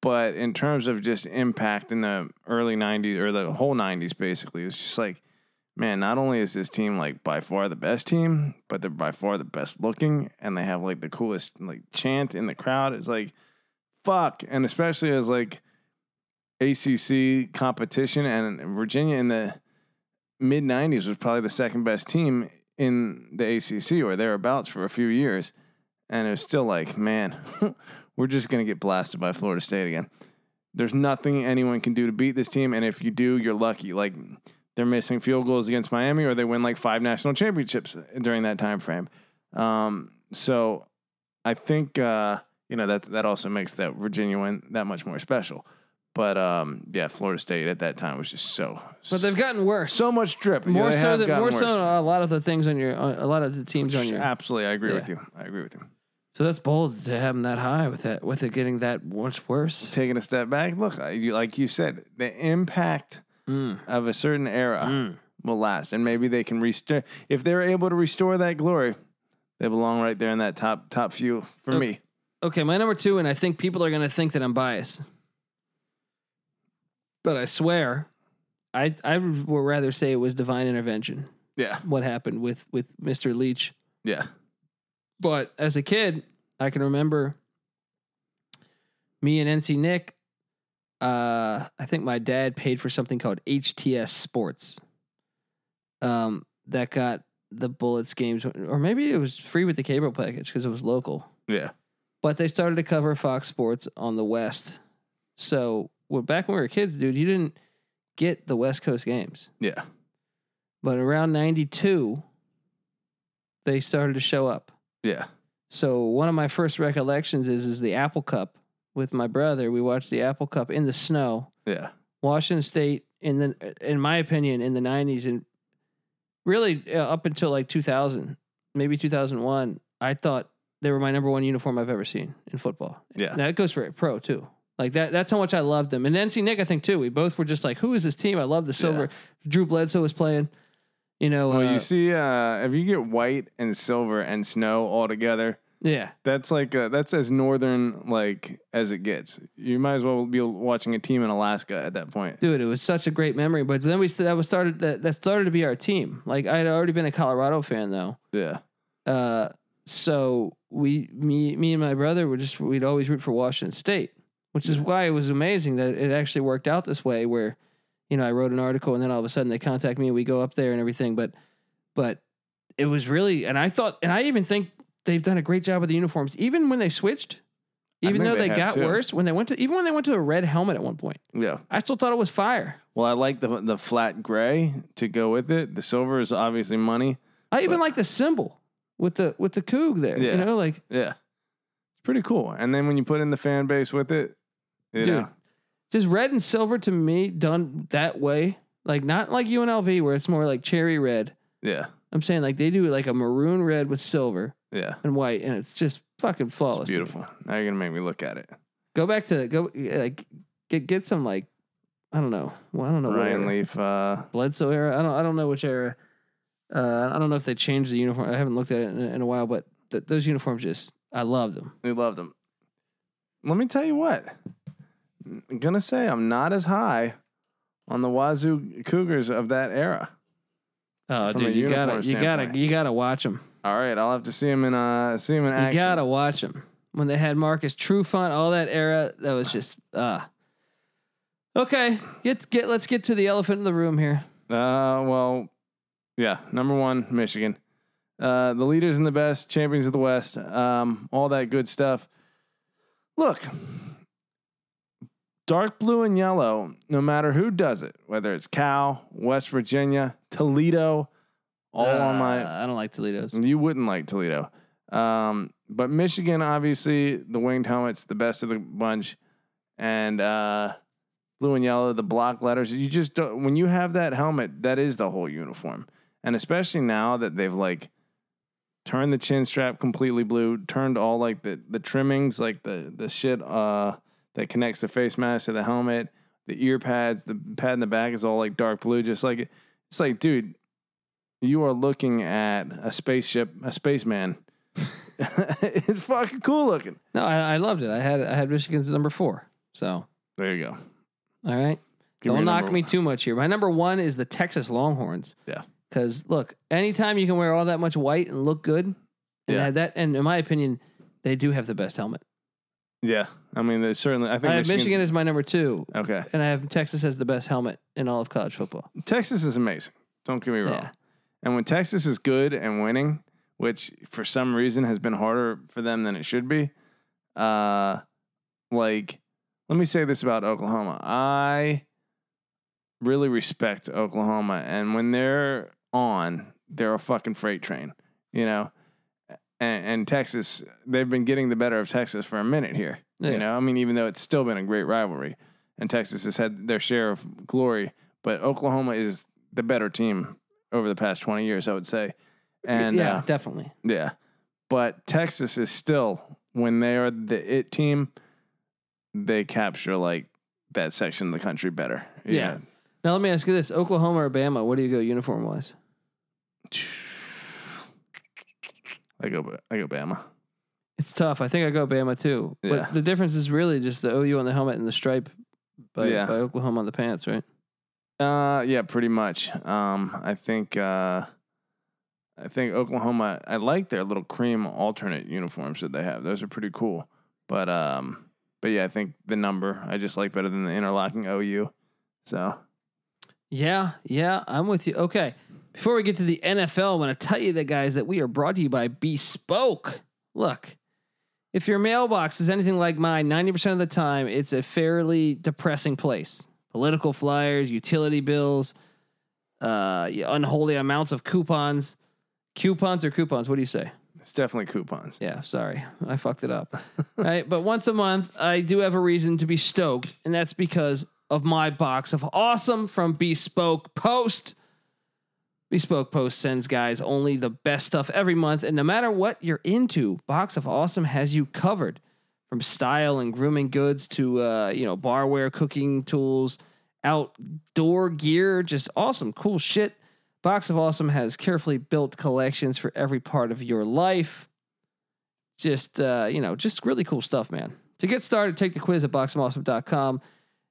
Speaker 2: but in terms of just impact in the early '90s or the whole '90s, basically, it's just like, man, not only is this team like by far the best team, but they're by far the best looking, and they have like the coolest like chant in the crowd. It's like, fuck, and especially as like. ACC competition and Virginia in the mid 90s was probably the second best team in the ACC or thereabouts for a few years. And it was still like, man, we're just going to get blasted by Florida State again. There's nothing anyone can do to beat this team. And if you do, you're lucky. Like, they're missing field goals against Miami or they win like five national championships during that time frame. Um, so I think, uh, you know, that's, that also makes that Virginia win that much more special. But um, yeah, Florida State at that time was just so.
Speaker 1: But they've gotten worse.
Speaker 2: So much drip. Yeah,
Speaker 1: more
Speaker 2: they
Speaker 1: so
Speaker 2: have
Speaker 1: than
Speaker 2: gotten
Speaker 1: more
Speaker 2: worse.
Speaker 1: so than a lot of the things on your on- a lot of the teams on your.
Speaker 2: Absolutely, I agree with
Speaker 1: Yeah.
Speaker 2: you. I agree with you.
Speaker 1: So that's bold to have them that high with that with it getting that much worse.
Speaker 2: Taking a step back, look, I, you, like you said, the impact
Speaker 1: Mm.
Speaker 2: of a certain era
Speaker 1: Mm.
Speaker 2: will last, and maybe they can restore. If they're able to restore that glory, they belong right there in that top top few for
Speaker 1: Okay.
Speaker 2: me.
Speaker 1: Ah. Okay, my number two, and I think people are gonna think that I'm biased, but I swear, I I would rather say it was divine intervention.
Speaker 2: Yeah,
Speaker 1: What happened with with Mr. Leach?
Speaker 2: yeah,
Speaker 1: But as a kid, I can remember me and NC Nick. Uh, I think my dad paid for something called HTS Sports. Um, that got the Bullets games, or maybe it was free with the cable package because it was local.
Speaker 2: yeah.
Speaker 1: But they started to cover Fox Sports on the West. So well, back when we were kids, dude, you didn't get the West Coast games
Speaker 2: Yeah.
Speaker 1: but around 92 they started to show up
Speaker 2: Yeah.
Speaker 1: so one of my first recollections is is the apple cup with my brother we watched the apple cup in the snow
Speaker 2: Yeah.
Speaker 1: washington state in the in my opinion in the 90s and really uh, up until like 2000 maybe 2001 i thought they were my number one uniform i've ever seen in football
Speaker 2: Yeah.
Speaker 1: now it goes for a pro too. Like that. That's how much I loved them. And NC Nick, I think too. We both were just like, who is this team? I love the silver. Drew Bledsoe was playing. You know.
Speaker 2: Well,
Speaker 1: uh,
Speaker 2: Oh, you see, uh, if you get white and silver and snow all together,
Speaker 1: yeah.
Speaker 2: that's like uh that's as northern like as it gets. You might as well be watching a team in Alaska at that point.
Speaker 1: Dude, it was such a great memory. But then we that was started that, that started to be our team. Like I had already been a Colorado fan though.
Speaker 2: Yeah.
Speaker 1: Uh, so we me me and my brother were just we'd always root for Washington State, which is why it was amazing that it actually worked out this way where you know, I wrote an article and then all of a sudden they contact me and we go up there and everything but but it was really and I thought and I even think they've done a great job with the uniforms even when they switched
Speaker 2: I
Speaker 1: even
Speaker 2: think
Speaker 1: though
Speaker 2: they
Speaker 1: they, got
Speaker 2: have too.
Speaker 1: worse when they went to even when they went to a red helmet at one point
Speaker 2: Yeah.
Speaker 1: I still thought it was fire.
Speaker 2: Well, I like the the flat gray to go with it. The silver is obviously money.
Speaker 1: I even
Speaker 2: But-
Speaker 1: like the symbol with the with the coog there
Speaker 2: Yeah.
Speaker 1: you know like
Speaker 2: Yeah, pretty cool. And then when you put in the fan base with it, uh, you
Speaker 1: Dude.
Speaker 2: know,
Speaker 1: Just red and silver to me, done that way. Like not like UNLV where it's more like cherry red.
Speaker 2: yeah,
Speaker 1: I'm saying like they do like a maroon red with silver
Speaker 2: yeah,
Speaker 1: and white, and it's just fucking flawless.
Speaker 2: it's beautiful. Now you're gonna make me look at it.
Speaker 1: Go back to go like get get some like I don't know. Well, I don't know what
Speaker 2: Ryan
Speaker 1: era.
Speaker 2: Leaf, uh,
Speaker 1: Bledsoe era. I don't I don't know which era. Uh, I don't know if they changed the uniform. I haven't looked at it in, in a while, but th- those uniforms just I love them.
Speaker 2: we loved him. Let me tell you what. I'm gonna say I'm not as high on the Wazoo Cougars of that era.
Speaker 1: Oh,
Speaker 2: From a
Speaker 1: dude, you gotta
Speaker 2: uniform
Speaker 1: you gotta
Speaker 2: standpoint.
Speaker 1: you gotta watch them.
Speaker 2: All right, I'll have to see him in uh see him in
Speaker 1: You
Speaker 2: action.
Speaker 1: gotta watch them. When they had Marcus Trufant, all that era, that was just uh Okay, get get let's get to the elephant in the room here.
Speaker 2: Uh, well, yeah. Number one, Michigan. Uh, the leaders and the best, champions of the West. Um, all that good stuff. Look, dark blue and yellow. No mater who does it, whether it's Cal, West Virginia, Toledo, all on my
Speaker 1: Uh, I don't like Toledo's.
Speaker 2: you wouldn't like Toledo. Um, but Michigan, obviously, the winged helmets, the best of the bunch, and uh, blue and yellow, the block letters. You just don't, when you have that helmet, that is the whole uniform. And especially now that they've like turned the chin strap completely blue, turned all like the the trimmings, like the the shit uh, that connects the face mask to the helmet, the ear pads, the pad in the back is all like dark blue. Just like it's like, dude, you are looking at a spaceship, a spaceman. it's fucking cool looking.
Speaker 1: No, I, I loved it. I had I had Michigan's at number four. So
Speaker 2: There you go.
Speaker 1: all right.
Speaker 2: Give
Speaker 1: Don't
Speaker 2: your
Speaker 1: knock
Speaker 2: number
Speaker 1: me
Speaker 2: one.
Speaker 1: too much here. My number one is the Texas Longhorns.
Speaker 2: Yeah.
Speaker 1: Because look, anytime you can wear all that much white and look good, and
Speaker 2: Yeah.
Speaker 1: have that, and in my opinion, they do have the best helmet.
Speaker 2: Yeah, I mean, there's certainly. I think
Speaker 1: I have
Speaker 2: Michigan's-
Speaker 1: Michigan as my number two,
Speaker 2: Okay,
Speaker 1: and I have Texas as the best helmet in all of college football.
Speaker 2: Texas is amazing. Don't get me wrong.
Speaker 1: Yeah.
Speaker 2: And when Texas is good and winning, which for some reason has been harder for them than it should be, uh, like, let me say this about Oklahoma. I really respect Oklahoma. And when they're on, they're a fucking freight train, you know? And, and Texas, they've been getting the better of Texas for a minute here.
Speaker 1: Yeah.
Speaker 2: You know, I mean, even though it's still been a great rivalry, and Texas has had their share of glory, but Oklahoma is the better team over the past 20 years, I would say. And
Speaker 1: yeah,
Speaker 2: uh,
Speaker 1: definitely.
Speaker 2: yeah. But Texas is still when they are the it team, they capture like that section of the country better. you
Speaker 1: Yeah.
Speaker 2: know?
Speaker 1: Now let me ask you this: Oklahoma or Bama? What do you go uniform wise?
Speaker 2: I go Ba- I go Bama.
Speaker 1: It's tough. I think I go Bama too.
Speaker 2: Yeah.
Speaker 1: But the difference is really just the OU on the helmet and the stripe by,
Speaker 2: Yeah.
Speaker 1: by Oklahoma on the pants, right?
Speaker 2: Uh yeah, pretty much. Um I think uh I think Oklahoma I like their little cream alternate uniforms that they have. Those are pretty cool. But um but yeah, I think the number I just like better than the interlocking OU. So
Speaker 1: Yeah, yeah, I'm with you. Okay. Before we get to the NFL, I want to tell you the guys that we are brought to you by Bespoke. Look, if your mailbox is anything like mine, 90% of the time, it's a fairly depressing place. Political flyers, utility bills, uh, yeah, unholy amounts of coupons. Coupons or coupons? What do you say?
Speaker 2: it's definitely coupons.
Speaker 1: Yeah, sorry. I fucked it up. All right, but once a month, I do have a reason to be stoked, and that's because of my box of awesome from Bespoke Post. Bespoke Post sends guys only the best stuff every month, and no matter what you're into, Box of Awesome has you covered. From style and grooming goods to uh, you know barware, cooking tools, outdoor gear, just awesome, cool shit. Box of Awesome has carefully built collections for every part of your life just uh, you know, just really cool stuff, man. To get started, take the quiz at boxofawesome.com.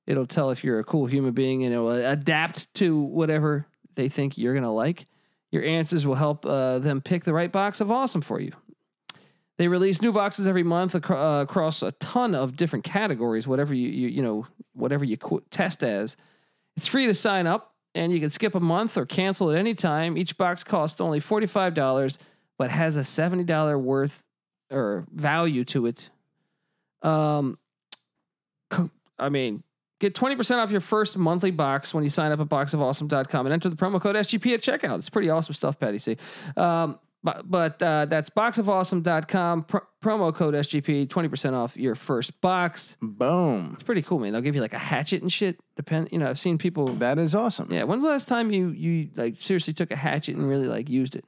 Speaker 1: It'll tell if you're a cool human being and it will adapt to whatever they think you're gonna like. Your answers will help uh, them pick the right box of awesome for you. They release new boxes every month acro- uh, across a ton of different categories. Whatever you you, you know, whatever you qu- test as, it's free to sign up, and you can skip a month or cancel at any time. Each box costs only forty five dollars, but has a seventy dollar worth or value to it. Um, co- I mean, get 20% off your first monthly box when you sign up at boxofawesome.com and enter the promo code SGP at checkout. It's pretty awesome stuff, Patty C. Um, But, but uh, that's boxofawesome.com, pr- promo code SGP, 20% off your first box.
Speaker 2: Boom.
Speaker 1: It's pretty cool, man. They'll give you like a hatchet and shit. Depend, you know, I've seen people.
Speaker 2: That is awesome.
Speaker 1: Yeah, when's the last time you you like seriously took a hatchet and really like used it?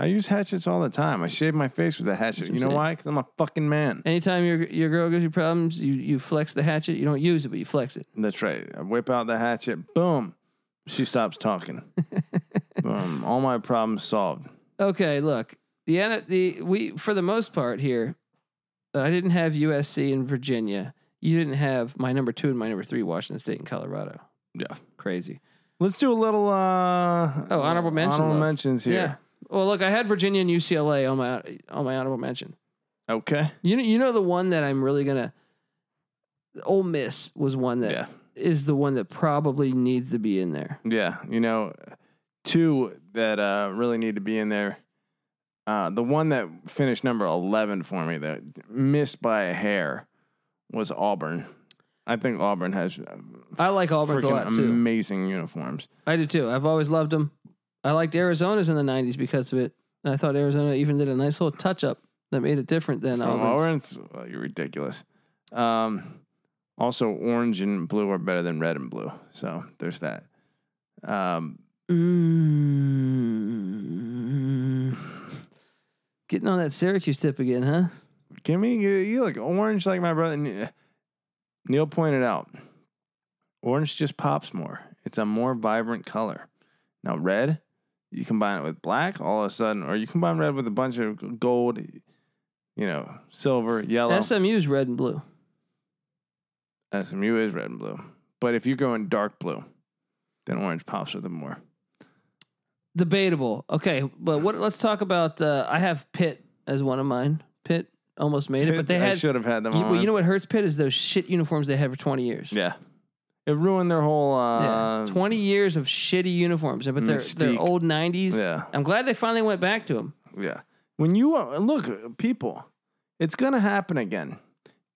Speaker 2: I use hatchets all the time. I shave my face with a hatchet.
Speaker 1: what
Speaker 2: You know
Speaker 1: I'm
Speaker 2: why? Because I'm a fucking man.
Speaker 1: Anytime your your girl gives you problems, you you flex the hatchet. You don't use it, but you flex it.
Speaker 2: That's right. I whip out the hatchet. Boom. She stops talking. boom. All my problems solved.
Speaker 1: Okay, look, the N- the we for the most part here, uh, I didn't have USC in Virginia. You didn't have my number two and my number three, Washington State and Colorado.
Speaker 2: Yeah.
Speaker 1: crazy.
Speaker 2: Let's do a little. uh
Speaker 1: Oh, honorable mention
Speaker 2: Honorable
Speaker 1: love.
Speaker 2: mentions here.
Speaker 1: Yeah. Well, look, I had Virginia and UCLA on my on my honorable mention.
Speaker 2: Okay.
Speaker 1: You know, you know the one that I'm really gonna. Ole Miss was one that is
Speaker 2: Yeah.
Speaker 1: the one that probably needs to be in there.
Speaker 2: Yeah, you know, two that uh, really need to be in there. Uh, the one that finished number eleven for me that missed by a hair was Auburn. I think Auburn has uh,
Speaker 1: I like Auburn's a
Speaker 2: freaking
Speaker 1: lot too.
Speaker 2: amazing uniforms.
Speaker 1: I do too. I've always loved them. I liked Arizona's in the '90s because of it, and I thought Arizona even did a nice little touch up that made it different than
Speaker 2: From
Speaker 1: Auburn's.
Speaker 2: Auburn's, well, you're ridiculous. Um, also, orange and blue are better than red and blue, so there's that. Um,
Speaker 1: Mm. Getting on that Syracuse tip again, huh?
Speaker 2: Give me you- you look orange like my brother Ne- Neil pointed out. Orange just pops more. It's a more vibrant color. Now red, you combine it with black, all of a sudden, or you combine red with a bunch of g- gold, you know, silver, yellow.
Speaker 1: SMU's red and blue.
Speaker 2: SMU is red and blue, but if you're going dark blue, then orange pops with it more.
Speaker 1: Debatable. Okay, but what? Let's talk about. Uh, I have Pitt as one of mine. Pitt almost made it, but they
Speaker 2: I
Speaker 1: had.
Speaker 2: should have had them.
Speaker 1: You,
Speaker 2: on.
Speaker 1: well, you know what hurts Pitt is those shit uniforms they had for twenty years.
Speaker 2: yeah, it ruined their whole.
Speaker 1: Yeah.
Speaker 2: Uh,
Speaker 1: twenty years of shitty uniforms, but they're
Speaker 2: Mystique.
Speaker 1: they're old nineties.
Speaker 2: Yeah,
Speaker 1: I'm glad they finally went back to him.
Speaker 2: Yeah. When you are, look, people, it's gonna happen again.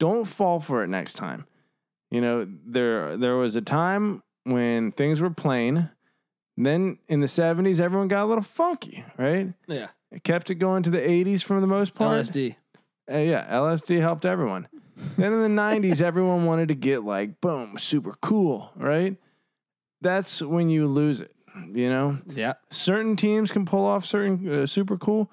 Speaker 2: Don't fall for it next time. You know, there there was a time when things were plain. Then in the seventies, everyone got a little funky, right?
Speaker 1: Yeah.
Speaker 2: It kept it going to the eighties for the
Speaker 1: Oh,
Speaker 2: most part.
Speaker 1: LSD.
Speaker 2: Uh, yeah, LSD helped everyone. then in the nineties, everyone wanted to get like boom, super cool, right? That's when you lose it, you know
Speaker 1: Yeah.
Speaker 2: certain teams can pull off certain uh, super cool,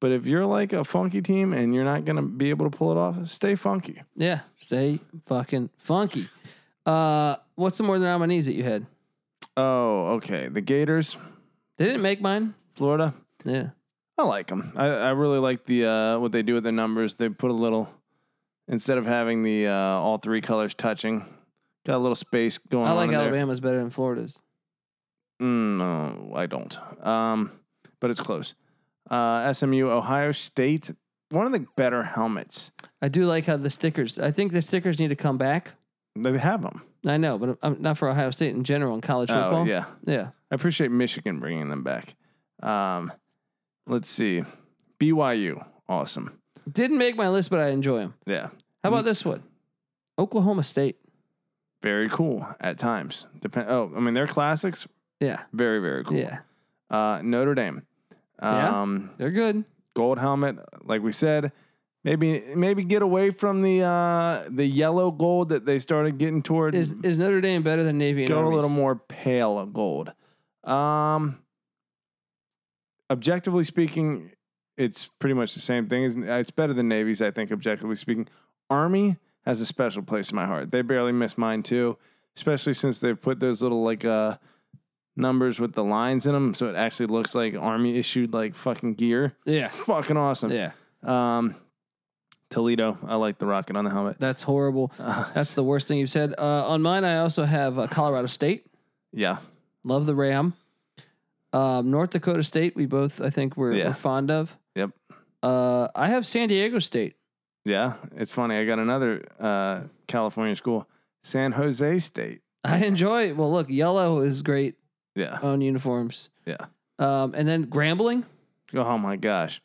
Speaker 2: but if you're like a funky team and you're not gonna be able to pull it off, stay funky.
Speaker 1: Yeah. Stay fucking funky. Uh, what's some more nominees that you had?
Speaker 2: Oh, okay. The Gators,
Speaker 1: They didn't make mine.
Speaker 2: Florida.
Speaker 1: Yeah.
Speaker 2: I like them. I, I really like the uh, what they do with their numbers. They put a little instead of having the uh, all three colors touching, got a little space going.
Speaker 1: I like
Speaker 2: on in there.
Speaker 1: Alabama's better than Florida's.
Speaker 2: Mm, no, I don't. Um, but it's close. Uh, SMU, Ohio State, one of the better helmets.
Speaker 1: I do like how the stickers. I think the stickers need to come back.
Speaker 2: They have them.
Speaker 1: I know, but I'm not for Ohio State in general in college football.
Speaker 2: Oh yeah.
Speaker 1: Yeah.
Speaker 2: I appreciate Michigan bringing them back. Um, let's see, BYU, awesome.
Speaker 1: Didn't make my list, but I enjoy them.
Speaker 2: Yeah,
Speaker 1: How about this one? Oklahoma State.
Speaker 2: very cool at times. Depend. Oh, I mean, their classics,
Speaker 1: Yeah.
Speaker 2: very very cool.
Speaker 1: Yeah.
Speaker 2: Uh, Notre Dame,
Speaker 1: Yeah.
Speaker 2: um,
Speaker 1: They're good.
Speaker 2: gold helmet, like we said. Maybe maybe get away from the uh, the yellow gold that they started getting toward.
Speaker 1: Is is Notre Dame better than Navy and
Speaker 2: go
Speaker 1: Army's?
Speaker 2: a little more pale gold. Um, objectively speaking, it's pretty much the same thing. It's, it's better than Navy's, I think. Objectively speaking, Army has a special place in my heart. They barely miss mine too, especially since they've put those little like uh numbers with the lines in them, so it actually looks like Army issued like fucking gear.
Speaker 1: Yeah.
Speaker 2: Fucking awesome.
Speaker 1: Yeah.
Speaker 2: Um, Toledo, I like the rocket on the helmet.
Speaker 1: That's horrible.
Speaker 2: Uh,
Speaker 1: That's the worst thing you've said. Uh, on mine, I also have uh, Colorado State.
Speaker 2: yeah,
Speaker 1: Love the Ram. Um, North Dakota State, we both, I think, were,
Speaker 2: Yeah.
Speaker 1: were fond of.
Speaker 2: Yep.
Speaker 1: Uh, I have San Diego State.
Speaker 2: Yeah, it's funny. I got another uh, California school, San Jose State.
Speaker 1: I enjoy. Well, look, yellow is great
Speaker 2: Yeah,
Speaker 1: on uniforms.
Speaker 2: yeah.
Speaker 1: Um, and then Grambling.
Speaker 2: Oh my gosh,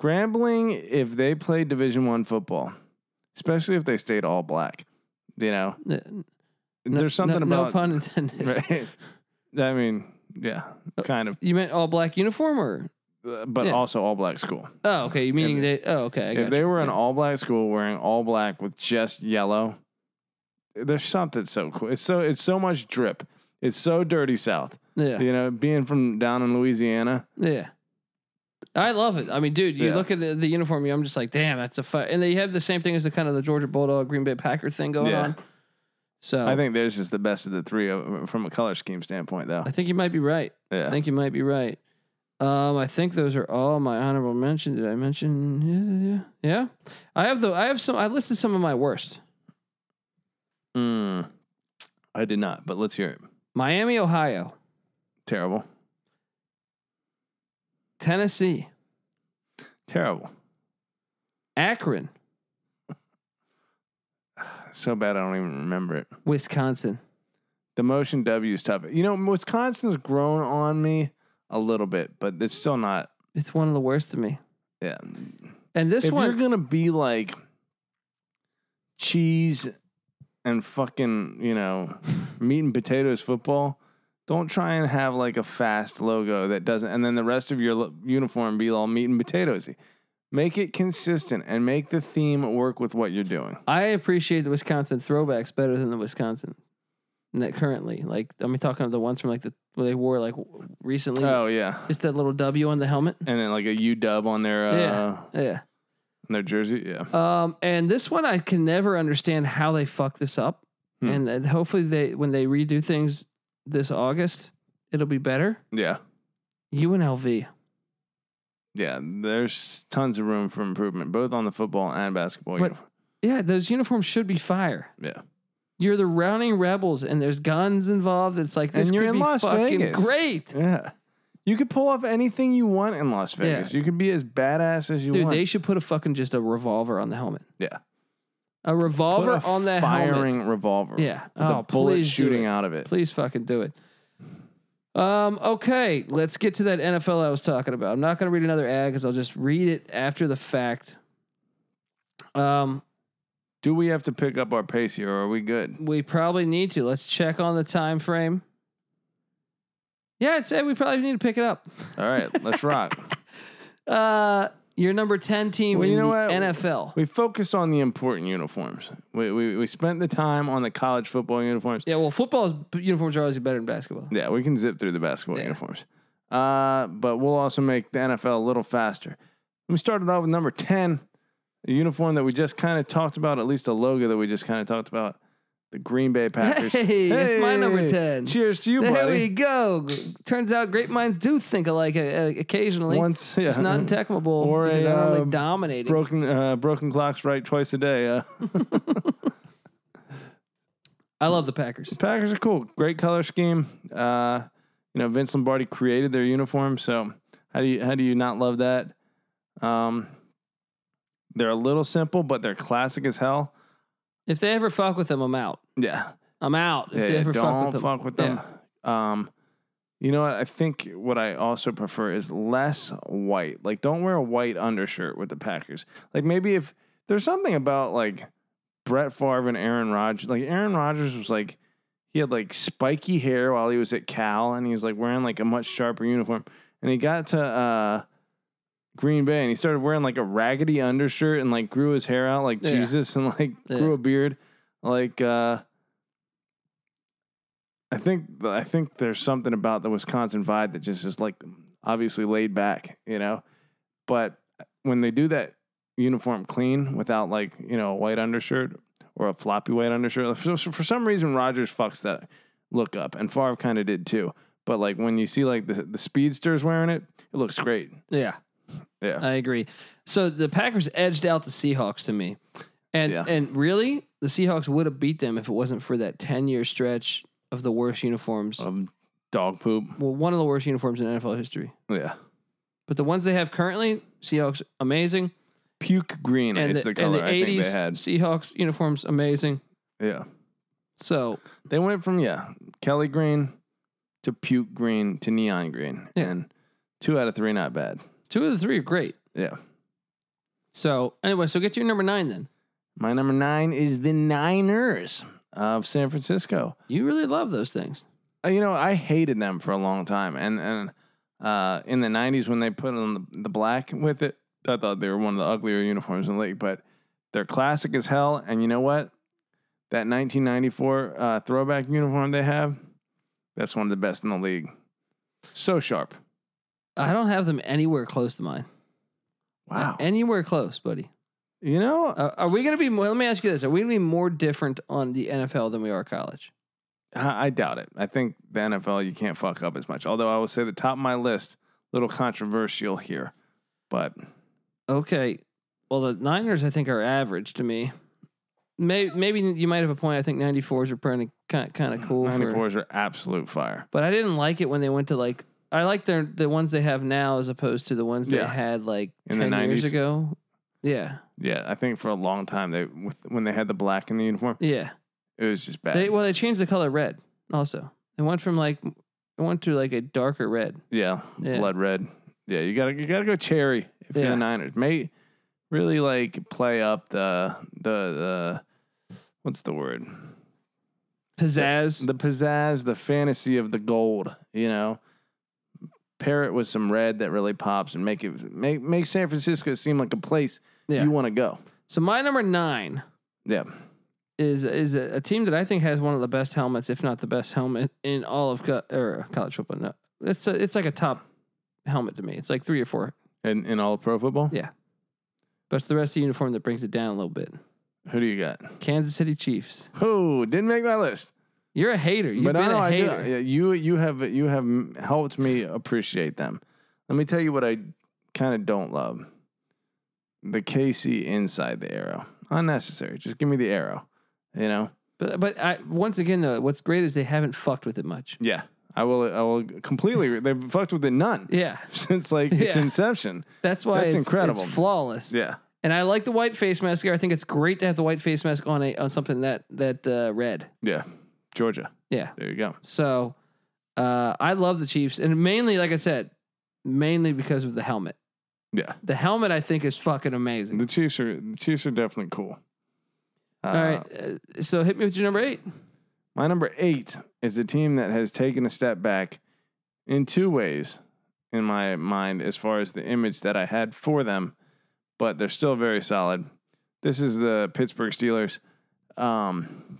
Speaker 2: Grambling. If they played Division One football, especially if they stayed all black, you know,
Speaker 1: N-
Speaker 2: there's
Speaker 1: no-
Speaker 2: something
Speaker 1: no,
Speaker 2: about.
Speaker 1: pun intended.
Speaker 2: Right? I mean, yeah, kind of.
Speaker 1: You meant all black uniform or
Speaker 2: uh, but
Speaker 1: Oh. Yeah.
Speaker 2: also all black school.
Speaker 1: Oh, okay. You meaning they? Oh, okay. I
Speaker 2: if
Speaker 1: got
Speaker 2: they
Speaker 1: you.
Speaker 2: were an
Speaker 1: Yeah.
Speaker 2: all black school wearing all black with just yellow, there's something so cool. It's so it's so much drip. It's so dirty South.
Speaker 1: yeah,
Speaker 2: You know, being from down in Louisiana,
Speaker 1: yeah. I love it. I mean, dude, you
Speaker 2: Yeah.
Speaker 1: look at the, the uniform, I'm just like, damn, that's a fight. And they have the same thing as the kind of the Georgia Bulldog, Green Bay Packer thing going
Speaker 2: Yeah.
Speaker 1: on. So
Speaker 2: I think there's just the best of the three of, from a color scheme standpoint, though.
Speaker 1: I think you might be right. I
Speaker 2: Yeah,
Speaker 1: think you might be right. Um, I think those are all my honorable mentions. Did I mention? Yeah, yeah, yeah. I have the. I have some. I listed some of my worst.
Speaker 2: Mm. I did not, but let's hear it.
Speaker 1: Miami, Ohio,
Speaker 2: Terrible,
Speaker 1: Tennessee,
Speaker 2: terrible.
Speaker 1: Akron,
Speaker 2: So bad I don't even remember it.
Speaker 1: Wisconsin.
Speaker 2: The motion W is tough. You know, Wisconsin's grown on me a little bit, but it's still not.
Speaker 1: It's one of the worst to me.
Speaker 2: Yeah,
Speaker 1: And this
Speaker 2: if
Speaker 1: one,
Speaker 2: you're gonna be like cheese and fucking, you know, meat and potatoes football, don't try and have like a fast logo that doesn't, and then the rest of your lo- uniform be all meat and potatoesy. Make it consistent and make the theme work with what you're doing.
Speaker 1: I appreciate the Wisconsin throwbacks better than the Wisconsin that currently. Like I'm talking of the ones from like the where they wore like w- recently,
Speaker 2: Oh yeah,
Speaker 1: just that little W on the helmet.
Speaker 2: and then like a U dub on their uh,
Speaker 1: Yeah. Yeah.
Speaker 2: on their jersey. Yeah,
Speaker 1: Um, and this one I can never understand how they fuck this up.
Speaker 2: Hmm.
Speaker 1: And, and hopefully they when they redo things this August, it'll be better.
Speaker 2: yeah,
Speaker 1: UNLV.
Speaker 2: yeah. There's tons of room for improvement, both on the football and basketball.
Speaker 1: But-
Speaker 2: uniform.
Speaker 1: Yeah, those uniforms should be fire.
Speaker 2: Yeah.
Speaker 1: You're the rounding rebels, and there's guns involved. It's like this
Speaker 2: And you're
Speaker 1: could
Speaker 2: in
Speaker 1: be
Speaker 2: Las
Speaker 1: fucking
Speaker 2: Vegas.
Speaker 1: great.
Speaker 2: Yeah. You could pull off anything you want in Las Vegas. You could be as badass as you
Speaker 1: Dude,
Speaker 2: want.
Speaker 1: they should put a fucking just a revolver on the helmet.
Speaker 2: Yeah.
Speaker 1: A
Speaker 2: Put
Speaker 1: revolver
Speaker 2: a
Speaker 1: on that
Speaker 2: firing
Speaker 1: helmet.
Speaker 2: revolver.
Speaker 1: Yeah.
Speaker 2: With
Speaker 1: Oh,
Speaker 2: a bullet
Speaker 1: please
Speaker 2: shooting
Speaker 1: shooting do it.
Speaker 2: out of it.
Speaker 1: Please fucking do it. Um, okay, let's get to that NFL I was talking about. I'm not gonna read another ad because I'll just read it after the fact. Um,
Speaker 2: Do we have to pick up our pace here or are we good?
Speaker 1: we probably need to. Let's check on the time frame. Yeah, it said we probably need to pick it up.
Speaker 2: All right, let's rock.
Speaker 1: Uh, your number ten team
Speaker 2: Well, you
Speaker 1: in
Speaker 2: know what?
Speaker 1: the NFL.
Speaker 2: We focused on the important uniforms. We, we, we spent the time on the college football uniforms.
Speaker 1: yeah, well, football uniforms are always better than basketball.
Speaker 2: Yeah, we can zip through the basketball
Speaker 1: Yeah.
Speaker 2: uniforms. Uh, but we'll also make the NFL a little faster. We started off with number 10, a uniform that we just kind of talked about, at least a logo that we just kind of talked about, the Green Bay Packers.
Speaker 1: Hey, it's my number
Speaker 2: Hey!
Speaker 1: 10.
Speaker 2: Cheers to you,
Speaker 1: there we
Speaker 2: buddy.
Speaker 1: go. G- Turns out great minds do think alike uh, uh, occasionally.
Speaker 2: Once, yeah, mm-hmm.
Speaker 1: Just not in Tecmo Bowl
Speaker 2: Or
Speaker 1: because
Speaker 2: a,
Speaker 1: they're only
Speaker 2: uh,
Speaker 1: dominating.
Speaker 2: broken uh, broken clocks right twice a day. Uh,
Speaker 1: I love the Packers.
Speaker 2: Packers are cool. Great color scheme. Uh, you know, Vince Lombardi created their uniform, so how do you how do you not love that? Um, they're a little simple, but they're classic as hell.
Speaker 1: If they ever fuck with them, I'm out.
Speaker 2: Yeah,
Speaker 1: I'm out. If
Speaker 2: yeah,
Speaker 1: they
Speaker 2: yeah,
Speaker 1: ever fuck
Speaker 2: don't
Speaker 1: with them,
Speaker 2: fuck with them. Um, you know what? I think what I also prefer is less white. Like, don't wear a white undershirt with the Packers. Like, maybe if there's something about like Brett Favre and Aaron Rodgers. Like, Aaron Rodgers was like, he had like spiky hair while he was at Cal, and he was like wearing like a much sharper uniform. And he got to uh, Green Bay, and he started wearing like a raggedy undershirt, and like grew his hair out like
Speaker 1: Yeah.
Speaker 2: Jesus, and like
Speaker 1: Yeah.
Speaker 2: grew a beard, like. uh I think I think there's something about the Wisconsin vibe that just is like obviously laid back, you know. But when they do that uniform clean without like you know a white undershirt or a floppy white undershirt, for, for some reason Rogers fucks that look up, and Favre kind of did too. But like when you see like the the speedsters wearing it, it looks great.
Speaker 1: yeah,
Speaker 2: Yeah,
Speaker 1: I agree. So the Packers edged out the Seahawks to me, and
Speaker 2: Yeah.
Speaker 1: and really the Seahawks would have beat them if it wasn't for that ten year stretch of the worst uniforms.
Speaker 2: um, dog poop.
Speaker 1: well, one of the worst uniforms in NFL history.
Speaker 2: Yeah,
Speaker 1: But the ones they have currently, Seahawks amazing,
Speaker 2: puke green
Speaker 1: and
Speaker 2: is
Speaker 1: the,
Speaker 2: the, color
Speaker 1: and the
Speaker 2: I think they
Speaker 1: eighties
Speaker 2: had.
Speaker 1: Seahawks uniforms amazing.
Speaker 2: Yeah,
Speaker 1: So
Speaker 2: they went from yeah Kelly green to puke green to neon green,
Speaker 1: Yeah.
Speaker 2: and two out of three not bad.
Speaker 1: two of the three are great.
Speaker 2: Yeah.
Speaker 1: So anyway, so get to your number nine then.
Speaker 2: My number nine is the Niners of San Francisco.
Speaker 1: You really love those things.
Speaker 2: Uh, You know, I hated them for a long time, and and uh, in the 90s when they put on the, the black with it. I thought they were one of the uglier uniforms in the league, but they're classic as hell. And you know what? That 1994 uh, throwback uniform they have, that's one of the best in the league. So sharp.
Speaker 1: I don't have them anywhere close to mine.
Speaker 2: Wow.
Speaker 1: Anywhere close, buddy.
Speaker 2: you know,
Speaker 1: Uh, are we going to be more? Let me ask you this: Are we going to be more different on the NFL than we are college?
Speaker 2: I I doubt it. I think the NFL you can't fuck up as much. Although I will say the top of my list, little controversial here, but
Speaker 1: Okay. Well, the Niners I think are average to me. Maybe, maybe you might have a point. I think 94s are kind of kind of cool. for-
Speaker 2: 94s are absolute fire.
Speaker 1: but I didn't like it when they went to like I like their the ones they have now as opposed to the ones they
Speaker 2: Yeah.
Speaker 1: had like
Speaker 2: In the
Speaker 1: ten years
Speaker 2: 90s.
Speaker 1: ago. Yeah,
Speaker 2: Yeah, I think for a long time they with, when they had the black in the uniform,
Speaker 1: yeah.
Speaker 2: it was just bad.
Speaker 1: They well they changed the color red also. They went from like it went to like a darker red.
Speaker 2: yeah,
Speaker 1: Yeah.
Speaker 2: blood red. Yeah, you gotta you gotta go cherry if you're
Speaker 1: Yeah.
Speaker 2: the Niners. May really like play up the the the what's the word
Speaker 1: Pizzazz.
Speaker 2: the pizzazz, the fantasy of the gold, you know. Pair it with some red that really pops and make it make make San Francisco seem like a place
Speaker 1: yeah.
Speaker 2: you want to go.
Speaker 1: so my number nine
Speaker 2: Yeah.
Speaker 1: is is a, a team that I think has one of the best helmets, if not the best helmet in all of co- or college football. No, it's a, it's like a top helmet to me. It's like three or four,
Speaker 2: In in all of pro football?
Speaker 1: Yeah. but it's the rest of the uniform that brings it down a little bit.
Speaker 2: Who do you got?
Speaker 1: Kansas City Chiefs.
Speaker 2: Who didn't make my list?
Speaker 1: You're a hater. You've been
Speaker 2: know
Speaker 1: a
Speaker 2: do-
Speaker 1: hater.
Speaker 2: yeah, you you have you have m- helped me appreciate them. Let me tell you what I kind of don't love. The KC inside the arrow. Unnecessary. Just give me the arrow. You know?
Speaker 1: But but I, once again though, what's great is they haven't fucked with it much.
Speaker 2: Yeah. I will I will completely they've fucked with it none.
Speaker 1: Yeah,
Speaker 2: since like its
Speaker 1: Yeah.
Speaker 2: inception.
Speaker 1: that's why it's,
Speaker 2: That's
Speaker 1: it's
Speaker 2: incredible.
Speaker 1: flawless.
Speaker 2: Yeah.
Speaker 1: And I like the white face mask here. I think it's great to have the white face mask on a on something that that uh, red.
Speaker 2: Yeah. Georgia.
Speaker 1: Yeah.
Speaker 2: There you go.
Speaker 1: So uh, I love the Chiefs, and mainly, like I said, mainly because of the helmet.
Speaker 2: Yeah.
Speaker 1: The helmet I think is fucking amazing.
Speaker 2: The Chiefs are the Chiefs are definitely cool. Uh,
Speaker 1: All right, uh, so hit me with your number eight.
Speaker 2: My number eight is the team that has taken a step back in two ways in my mind as far as the image that I had for them, but they're still very solid. This is the Pittsburgh Steelers. Um,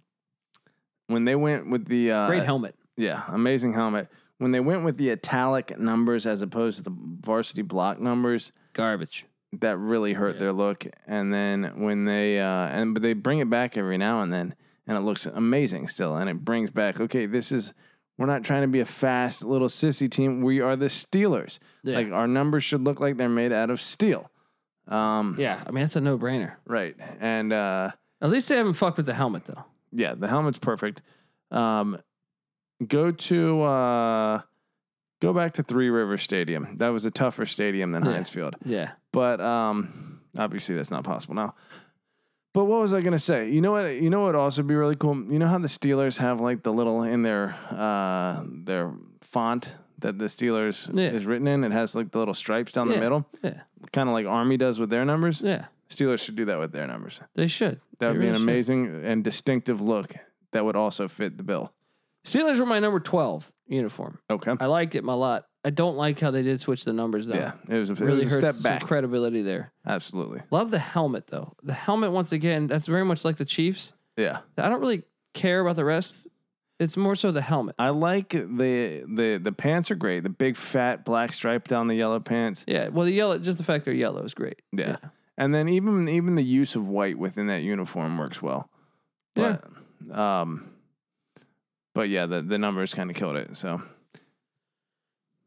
Speaker 2: when they went with the uh,
Speaker 1: Great helmet.
Speaker 2: Yeah, amazing helmet. When they went with the italic numbers as opposed to the varsity block numbers,
Speaker 1: Garbage.
Speaker 2: that really hurt
Speaker 1: Yeah.
Speaker 2: their look. And then when they uh, and but they bring it back every now and then, and it looks amazing still. And it brings back okay, this is we're not trying to be a fast little sissy team. We are the Steelers.
Speaker 1: Yeah.
Speaker 2: Like our numbers should look like they're made out of steel. Um,
Speaker 1: yeah, I mean that's a no brainer.
Speaker 2: right. And uh,
Speaker 1: At least they haven't fucked with the helmet though.
Speaker 2: yeah, the helmet's perfect. Um, go to uh, go back to Three River Stadium. That was a tougher stadium than
Speaker 1: Yeah.
Speaker 2: Heinz Field.
Speaker 1: Yeah.
Speaker 2: but um, obviously that's not possible now. But what was I gonna say? You know what? You know what? would Also, be really cool. You know how the Steelers have like the little in their uh their font that the Steelers
Speaker 1: Yeah.
Speaker 2: is written in. It has like the little stripes down
Speaker 1: Yeah,
Speaker 2: the middle.
Speaker 1: yeah.
Speaker 2: Kind of like Army does with their numbers.
Speaker 1: Yeah.
Speaker 2: Steelers should do that with their numbers.
Speaker 1: They should.
Speaker 2: That would
Speaker 1: They
Speaker 2: be an
Speaker 1: really should.
Speaker 2: amazing and distinctive look. That would also fit the bill.
Speaker 1: Steelers were my number twelve uniform.
Speaker 2: Okay.
Speaker 1: I liked it a lot. I don't like how they did switch the numbers though.
Speaker 2: Yeah, it was a, it
Speaker 1: Really
Speaker 2: was
Speaker 1: hurts
Speaker 2: a step
Speaker 1: some
Speaker 2: back.
Speaker 1: credibility there.
Speaker 2: Absolutely.
Speaker 1: Love the helmet though. The helmet once again, that's very much like the Chiefs.
Speaker 2: Yeah.
Speaker 1: I don't really care about the rest. It's more so the helmet.
Speaker 2: I like the the the pants are great. The big fat black stripe down the yellow pants.
Speaker 1: Yeah. Well, the yellow, just the fact they're yellow is great.
Speaker 2: Yeah. And then even even the use of white within that uniform works well. But, yeah. Um but yeah, the, the numbers kind of killed it. So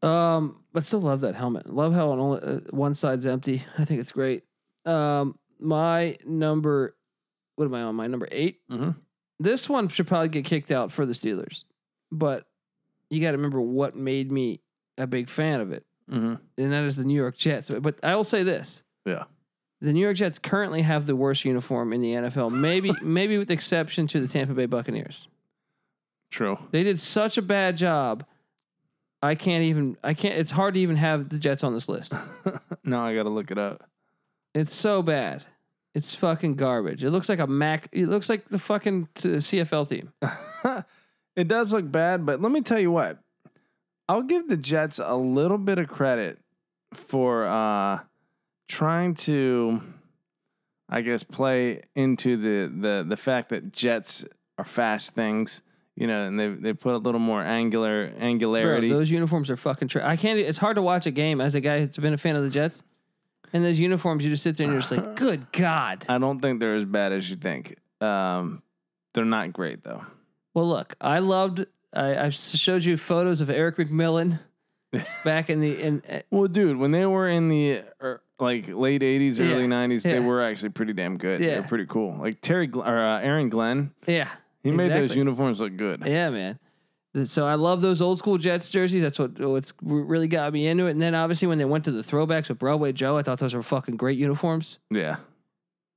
Speaker 1: Um, but still love that helmet. Love how on only, uh, one side's empty. I think it's great. Um, my number, what am I on? My number eight.
Speaker 2: Mhm.
Speaker 1: This one should probably get kicked out for the Steelers, but you got to remember what made me a big fan of it,
Speaker 2: Mm-hmm.
Speaker 1: and that is the New York Jets. But, but I will say this:
Speaker 2: Yeah.
Speaker 1: the New York Jets currently have the worst uniform in the NFL. Maybe, maybe with exception to the Tampa Bay Buccaneers.
Speaker 2: true.
Speaker 1: They did such a bad job. I can't even. I can't. It's hard to even have the Jets on this list.
Speaker 2: now I gotta look it up.
Speaker 1: It's so bad. It's fucking garbage. It looks like a Mac. It looks like the fucking uh, CFL team.
Speaker 2: it does look bad, but let me tell you what. I'll give the Jets a little bit of credit for uh, trying to, I guess, play into the, the the fact that Jets are fast things, you know, and they they put a little more angular
Speaker 1: Bro,
Speaker 2: angularity.
Speaker 1: those uniforms are fucking. Tra- I can't. e, It's hard to watch a game as a guy that's been a fan of the Jets. And those uniforms, you just sit there and you're just like, good God.
Speaker 2: I don't think they're as bad as you think. Um, they're not great though.
Speaker 1: Well, look, I loved. I, I showed you photos of Eric McMillan back in the in. uh,
Speaker 2: Well, dude, when they were in the er, like late '80s, early
Speaker 1: Yeah,
Speaker 2: '90s,
Speaker 1: yeah.
Speaker 2: they were actually pretty damn good. They're
Speaker 1: Yeah.
Speaker 2: pretty cool. Like Terry Gl- or uh, Aaron Glenn,
Speaker 1: yeah,
Speaker 2: he made those
Speaker 1: Exactly.
Speaker 2: uniforms look good.
Speaker 1: yeah, man. So I love those old school Jets jerseys. That's what what's really got me into it. And then obviously when they went to the throwbacks with Broadway Joe, I thought those were fucking great uniforms.
Speaker 2: Yeah,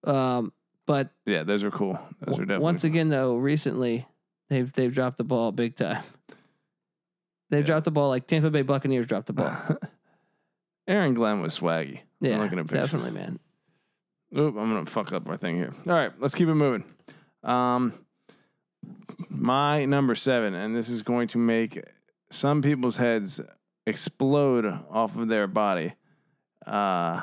Speaker 1: Um, but
Speaker 2: yeah, those are cool. Those
Speaker 1: W-
Speaker 2: are definitely
Speaker 1: Once again, though, recently they've they've dropped the ball big time. They've
Speaker 2: Yeah.
Speaker 1: dropped the ball like Tampa Bay Buccaneers dropped the ball.
Speaker 2: Aaron Glenn was swaggy.
Speaker 1: Yeah,
Speaker 2: looking at pictures.
Speaker 1: definitely, man.
Speaker 2: Oop, I'm gonna fuck up our thing here. All right, let's keep it moving. Um, my number seven, and this is going to make some people's heads explode off of their body. Uh,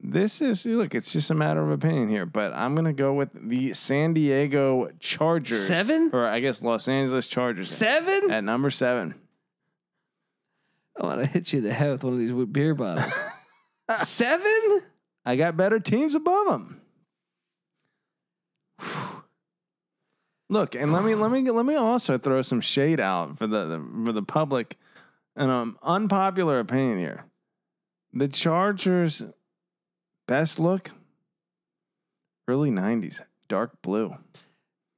Speaker 2: this is look, it's just a matter of opinion here, but I'm gonna go with the San Diego Chargers,
Speaker 1: Seven,
Speaker 2: or I guess Los Angeles Chargers
Speaker 1: seven.
Speaker 2: at number seven.
Speaker 1: I want to hit you in the head with one of these w- beer bottles. seven.
Speaker 2: I got better teams above them. Look, and let me let me let me also throw some shade out for the, the for the public, and um, unpopular opinion here. The Chargers' best look, early '90s, dark blue.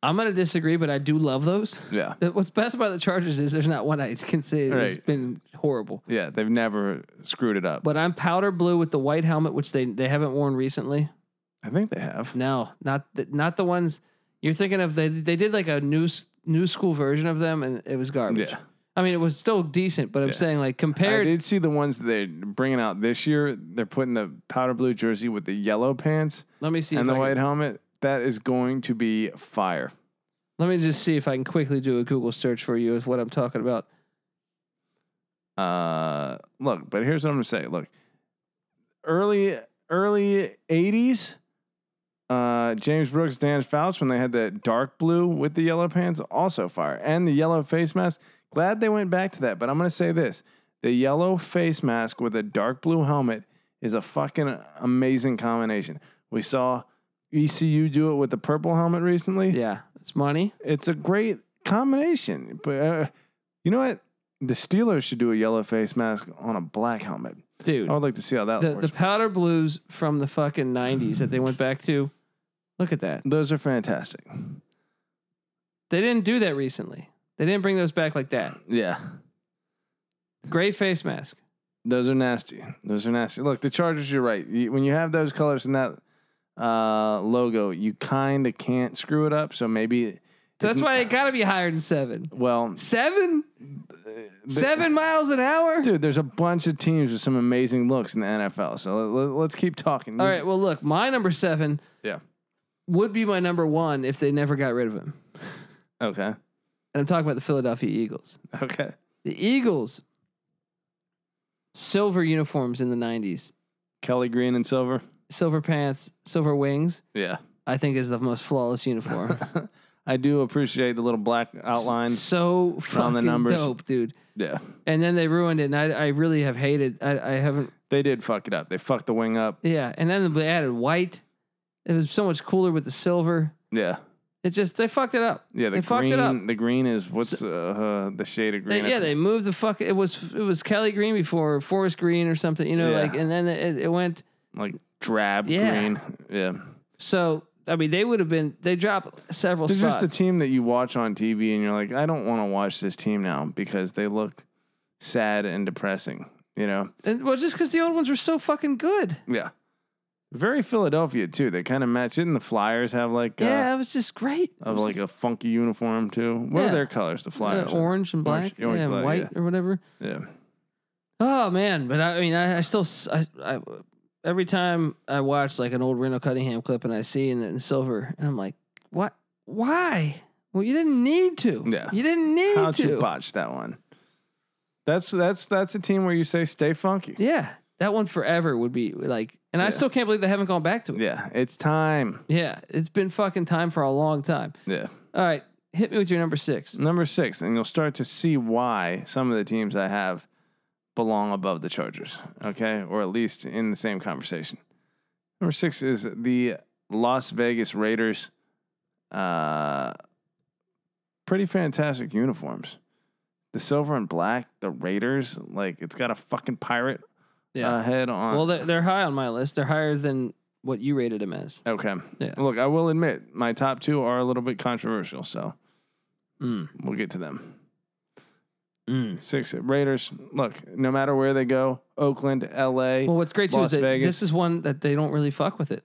Speaker 1: I'm gonna disagree, but I do love those.
Speaker 2: Yeah,
Speaker 1: That- What's best about the Chargers is there's not one I can say has
Speaker 2: Right.
Speaker 1: been horrible.
Speaker 2: yeah, they've never screwed it up.
Speaker 1: But I'm powder blue with the white helmet, which they they haven't worn recently.
Speaker 2: I think they have.
Speaker 1: No, not the, not the ones you're thinking of. They they did like a new s- new school version of them, and it was garbage.
Speaker 2: Yeah,
Speaker 1: I mean, it was still decent, but I'm
Speaker 2: Yeah.
Speaker 1: saying like
Speaker 2: I
Speaker 1: compared.
Speaker 2: did see the ones that they're bringing out this year. They're putting the powder blue jersey with the yellow pants.
Speaker 1: Let me see.
Speaker 2: and
Speaker 1: If
Speaker 2: the
Speaker 1: I
Speaker 2: white
Speaker 1: can,
Speaker 2: helmet that is going to be fire
Speaker 1: let me just see if I can quickly do a Google search for you of what I'm talking about.
Speaker 2: uh look but here's what i'm gonna say look early early 80s uh james brooks dan fouts when they had the dark blue with the yellow pants also fire and the yellow face mask glad they went back to that but i'm gonna say this the yellow face mask with a dark blue helmet is a fucking amazing combination we saw ECU do it with the purple helmet recently.
Speaker 1: Yeah, it's money.
Speaker 2: It's a great combination. But uh, you know what? The Steelers should do a yellow face mask on a black helmet.
Speaker 1: Dude,
Speaker 2: I would like to see how that
Speaker 1: the, the
Speaker 2: works.
Speaker 1: powder blues from the fucking 90s that they went back to. Look at that.
Speaker 2: Those are fantastic.
Speaker 1: They didn't do that recently. They didn't bring those back like that.
Speaker 2: Yeah.
Speaker 1: Gray face mask.
Speaker 2: Those are nasty. Those are nasty. Look, the Chargers, you're right. You, when you have those colors and that uh, logo, you kind of can't screw it up. So maybe.
Speaker 1: So that's
Speaker 2: it's-
Speaker 1: why it got to be higher than seven.
Speaker 2: Well,
Speaker 1: Seven?
Speaker 2: th-
Speaker 1: Seven miles an hour?
Speaker 2: Dude, there's a bunch of teams with some amazing looks in the NFL. So let, us keep talking.
Speaker 1: All right. Well, look, my number seven.
Speaker 2: Yeah.
Speaker 1: Would be my number one if they never got rid of him.
Speaker 2: Okay.
Speaker 1: And I'm talking about the Philadelphia Eagles.
Speaker 2: Okay.
Speaker 1: The Eagles, silver uniforms in the 90s,
Speaker 2: Kelly Green and Silver.
Speaker 1: silver pants, silver wings,
Speaker 2: Yeah.
Speaker 1: I think is the most flawless uniform.
Speaker 2: I do appreciate the little black outline.
Speaker 1: So
Speaker 2: the
Speaker 1: fucking
Speaker 2: numbers.
Speaker 1: dope, dude.
Speaker 2: Yeah.
Speaker 1: And then they ruined it. And I, I really have hated, I, I haven't,
Speaker 2: They did fuck it up. They fucked the wing up.
Speaker 1: yeah. And then they added white. It was so much cooler with the silver.
Speaker 2: Yeah.
Speaker 1: It just, they fucked it up.
Speaker 2: Yeah,
Speaker 1: They
Speaker 2: the green
Speaker 1: fucked it up.
Speaker 2: the green is what's uh, uh, the shade of
Speaker 1: They-
Speaker 2: green?
Speaker 1: yeah, they moved the fuck. It was it was Kelly Green before Forest Green or something, you know,
Speaker 2: Yeah.
Speaker 1: like, and then it, it went.
Speaker 2: like drab
Speaker 1: Yeah.
Speaker 2: green. Yeah.
Speaker 1: So I mean, they would have been. They dropped several
Speaker 2: They're
Speaker 1: spots.
Speaker 2: just a team that you watch on TV and you're like, I don't want to watch this team now because they look sad and depressing, you know?
Speaker 1: And, well, just because the old ones were so fucking good.
Speaker 2: Yeah. Very Philadelphia too. They kind of match it and the Flyers have like
Speaker 1: yeah,
Speaker 2: uh,
Speaker 1: it was just great. It
Speaker 2: of
Speaker 1: was
Speaker 2: like
Speaker 1: just,
Speaker 2: a funky uniform too. What
Speaker 1: Yeah.
Speaker 2: are their colors? The
Speaker 1: uh,
Speaker 2: Flyers.
Speaker 1: orange and black,
Speaker 2: Orange- orange,
Speaker 1: yeah, and
Speaker 2: black,
Speaker 1: white or whatever.
Speaker 2: yeah.
Speaker 1: Oh man, but I, I mean, I, I still, s- I, I- every time I watch like an old Reno Cunningham clip and I see in, in silver, and I'm like, what? Why? Well, you didn't need to.
Speaker 2: Yeah.
Speaker 1: you didn't need
Speaker 2: How'd
Speaker 1: to.
Speaker 2: you botch that one? That's that's that's a team where you say stay funky.
Speaker 1: Yeah, that one forever would be like, and I
Speaker 2: Yeah.
Speaker 1: still can't believe they haven't gone back to it.
Speaker 2: Yeah, it's time.
Speaker 1: yeah, it's been fucking time for a long time.
Speaker 2: Yeah.
Speaker 1: All right, hit me with your number six.
Speaker 2: Number six, and you'll start to see why some of the teams I have belong above the Chargers, okay? Or at least in the same conversation. Number six is the Las Vegas Raiders. Uh, pretty fantastic uniforms. The silver and black, the Raiders, like it's got a fucking pirate uh, head on.
Speaker 1: well, they're, they're high on my list. They're higher than what you rated them as.
Speaker 2: okay.
Speaker 1: Yeah.
Speaker 2: Look, I will admit my top two are a little bit controversial, so
Speaker 1: Mm.
Speaker 2: we'll get to them.
Speaker 1: Mm.
Speaker 2: Six Raiders. Look, no matter where they go, Oakland, L.A.
Speaker 1: Well, what's great too
Speaker 2: Las
Speaker 1: is that
Speaker 2: Vegas.
Speaker 1: this is one that they don't really fuck with it.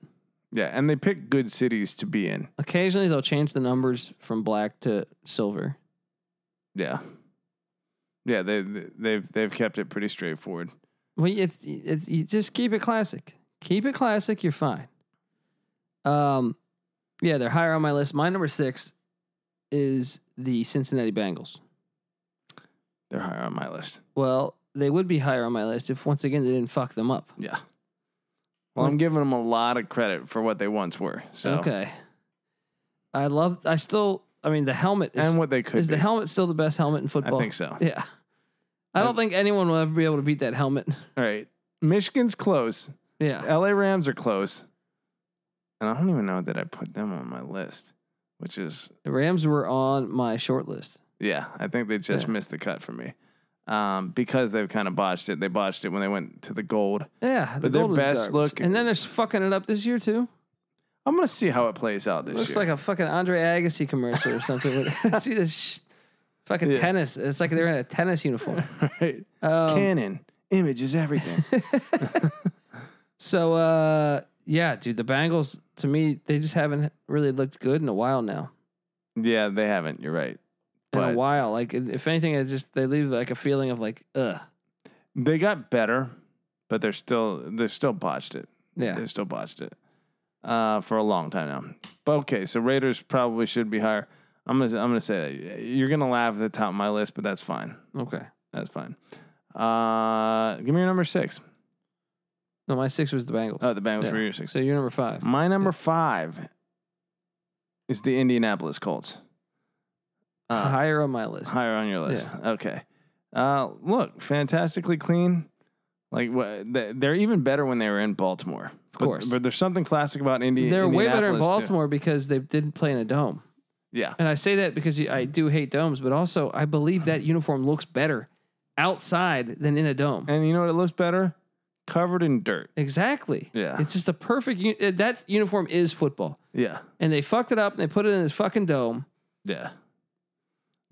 Speaker 2: yeah, and they pick good cities to be in.
Speaker 1: Occasionally, they'll change the numbers from black to silver.
Speaker 2: Yeah, yeah, they they- they've they've kept it pretty straightforward.
Speaker 1: Well, it's, it's you just keep it classic. Keep it classic. You're fine. Um, yeah, they're higher on my list. My number six is the Cincinnati Bengals.
Speaker 2: They're higher on my list.
Speaker 1: Well, they would be higher on my list if once again they didn't fuck them up.
Speaker 2: Yeah. Well, I'm giving them a lot of credit for what they once were. So
Speaker 1: Okay. I love. I still. I mean, the helmet is.
Speaker 2: and what they could
Speaker 1: is
Speaker 2: be.
Speaker 1: the helmet still the best helmet in
Speaker 2: I
Speaker 1: football?
Speaker 2: think so.
Speaker 1: Yeah. I don't think anyone will ever be able to beat that helmet.
Speaker 2: All right, Michigan's close.
Speaker 1: Yeah.
Speaker 2: L.A. Rams are close, and I don't even know that I put them on my list, which is
Speaker 1: The Rams were on my short list.
Speaker 2: Yeah, I think they just
Speaker 1: Yeah.
Speaker 2: missed the cut for me. Um, because they've kind of botched it. They botched it when they went to the gold.
Speaker 1: Yeah. The
Speaker 2: But their
Speaker 1: gold was
Speaker 2: best
Speaker 1: garbage.
Speaker 2: look-
Speaker 1: And then they're fucking it up this year too.
Speaker 2: I'm gonna see how it plays out this
Speaker 1: Looks
Speaker 2: year.
Speaker 1: like a fucking Andre Agassi commercial or something. See this sh- fucking
Speaker 2: Yeah.
Speaker 1: tennis. It's like they're in a tennis uniform.
Speaker 2: right.
Speaker 1: Um,
Speaker 2: Canon image is everything.
Speaker 1: so uh, yeah, dude, the Bengals to me they just haven't really looked good in a while now.
Speaker 2: yeah, they haven't. You're right.
Speaker 1: In a
Speaker 2: But-
Speaker 1: while, like if if anything, it just they leave like a feeling of like ugh.
Speaker 2: They got better, but they're still they still botched it.
Speaker 1: Yeah.
Speaker 2: They still botched it uh, for a long time now. But okay, so Raiders probably should be higher. I'm gonna I'm gonna say that you're gonna laugh at the top of my list, but that's fine.
Speaker 1: Okay.
Speaker 2: That's fine. Uh, give me your number six.
Speaker 1: No, my six was the Bengals.
Speaker 2: Oh, the Bengals
Speaker 1: Yeah.
Speaker 2: were your six.
Speaker 1: so you're number five.
Speaker 2: My number five is the Indianapolis Colts. Uh,
Speaker 1: higher on my list.
Speaker 2: higher on your list. Okay. Uh, look, fantastically clean. Like wha- they- they're even better when they were in Baltimore. Of
Speaker 1: course.
Speaker 2: but, there's something classic about Indiana.
Speaker 1: They're way better in Baltimore because they didn't play in a dome.
Speaker 2: Yeah,
Speaker 1: And I say that because you- I do hate domes, but also I believe that uniform looks better outside than in a dome.
Speaker 2: and you know what? It looks better covered in dirt.
Speaker 1: Exactly.
Speaker 2: Yeah,
Speaker 1: It's just a perfect. u- uh, That uniform is football,
Speaker 2: yeah,
Speaker 1: and they fucked it up and they put it in this fucking dome.
Speaker 2: yeah,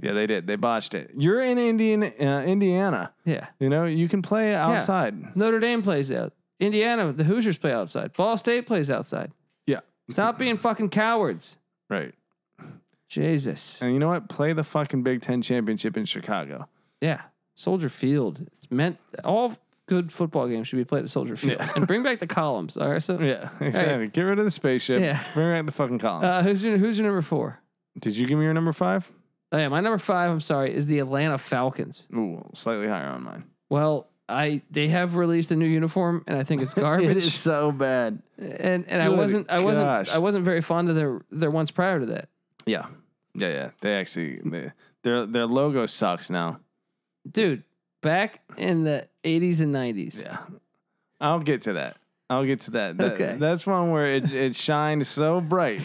Speaker 2: yeah. They did. They botched it. You're in Indian, uh, Indiana.
Speaker 1: Yeah.
Speaker 2: You know you can play outside.
Speaker 1: Notre Dame plays out. Indiana, the Hoosiers play outside. Ball State plays outside.
Speaker 2: Yeah.
Speaker 1: Stop being fucking cowards.
Speaker 2: Right.
Speaker 1: Jesus.
Speaker 2: And you know what? Play the fucking Big Ten championship in Chicago.
Speaker 1: Yeah. Soldier Field. It's meant all good football games should be played at Soldier Field.
Speaker 2: Yeah.
Speaker 1: And bring back the columns. All right. So
Speaker 2: Yeah, exactly. Get rid of the spaceship.
Speaker 1: Yeah.
Speaker 2: Bring back the fucking columns.
Speaker 1: uh, who's your who's your number four?
Speaker 2: Did you give me your number five?
Speaker 1: Oh yeah, my number five, I'm sorry, is the Atlanta Falcons.
Speaker 2: Ooh, slightly higher on mine.
Speaker 1: Well, I they have released a new uniform and I think it's garbage.
Speaker 2: so bad.
Speaker 1: and and I
Speaker 2: Good
Speaker 1: wasn't I wasn't
Speaker 2: gosh.
Speaker 1: I wasn't very fond of their their ones prior to that.
Speaker 2: Yeah, yeah, yeah. They actually they, their their logo sucks now.
Speaker 1: Dude, back in the eighties and nineties.
Speaker 2: Yeah, I'll get to that. I'll get to that. That-
Speaker 1: Okay.
Speaker 2: That's one where it it shined so bright,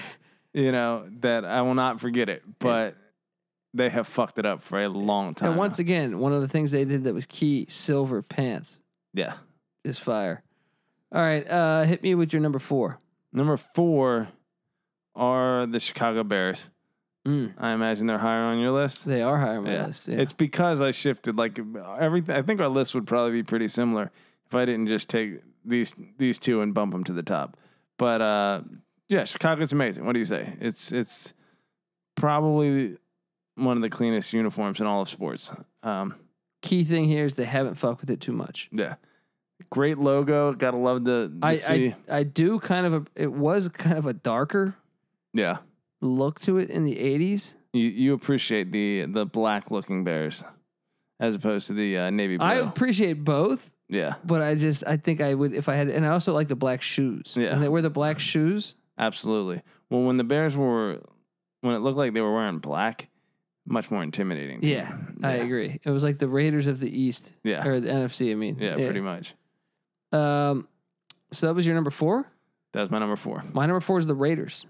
Speaker 2: you know, that I will not forget it. But they have fucked it up for a long time.
Speaker 1: And once again, one of the things they did that was key, silver pants.
Speaker 2: yeah.
Speaker 1: Just fire. All right, uh, hit me with your number four.
Speaker 2: Number four are the Chicago Bears.
Speaker 1: Mm,
Speaker 2: I imagine they're higher on your list.
Speaker 1: they are higher on my
Speaker 2: Yeah.
Speaker 1: list. Yeah.
Speaker 2: It's because I shifted like everything. I think our list would probably be pretty similar if I didn't just take these these two and bump them to the top. But uh, yeah, Chicago's amazing. What do you say? It's it's probably one of the cleanest uniforms in all of sports. Um,
Speaker 1: Key thing here is they haven't fucked with it too much.
Speaker 2: yeah, great logo. Gotta love the, the
Speaker 1: I,
Speaker 2: C.
Speaker 1: I I do kind of a it was kind of a darker
Speaker 2: yeah.
Speaker 1: look to it in the eighties.
Speaker 2: You you appreciate the the black looking bears as opposed to the uh, navy blue.
Speaker 1: I appreciate both,
Speaker 2: yeah,
Speaker 1: but I just I think I would if I had, and I also like the black shoes.
Speaker 2: Yeah.
Speaker 1: and they wear the black shoes.
Speaker 2: absolutely. Well, when the Bears were, when it looked like they were wearing black, much more intimidating. to
Speaker 1: Yeah,
Speaker 2: me.
Speaker 1: I agree. It was like the Raiders of the East
Speaker 2: Yeah,
Speaker 1: or the NFC. I mean,
Speaker 2: yeah, pretty much.
Speaker 1: Um, so that was your number four.
Speaker 2: That was my number four.
Speaker 1: My number four is the Raiders.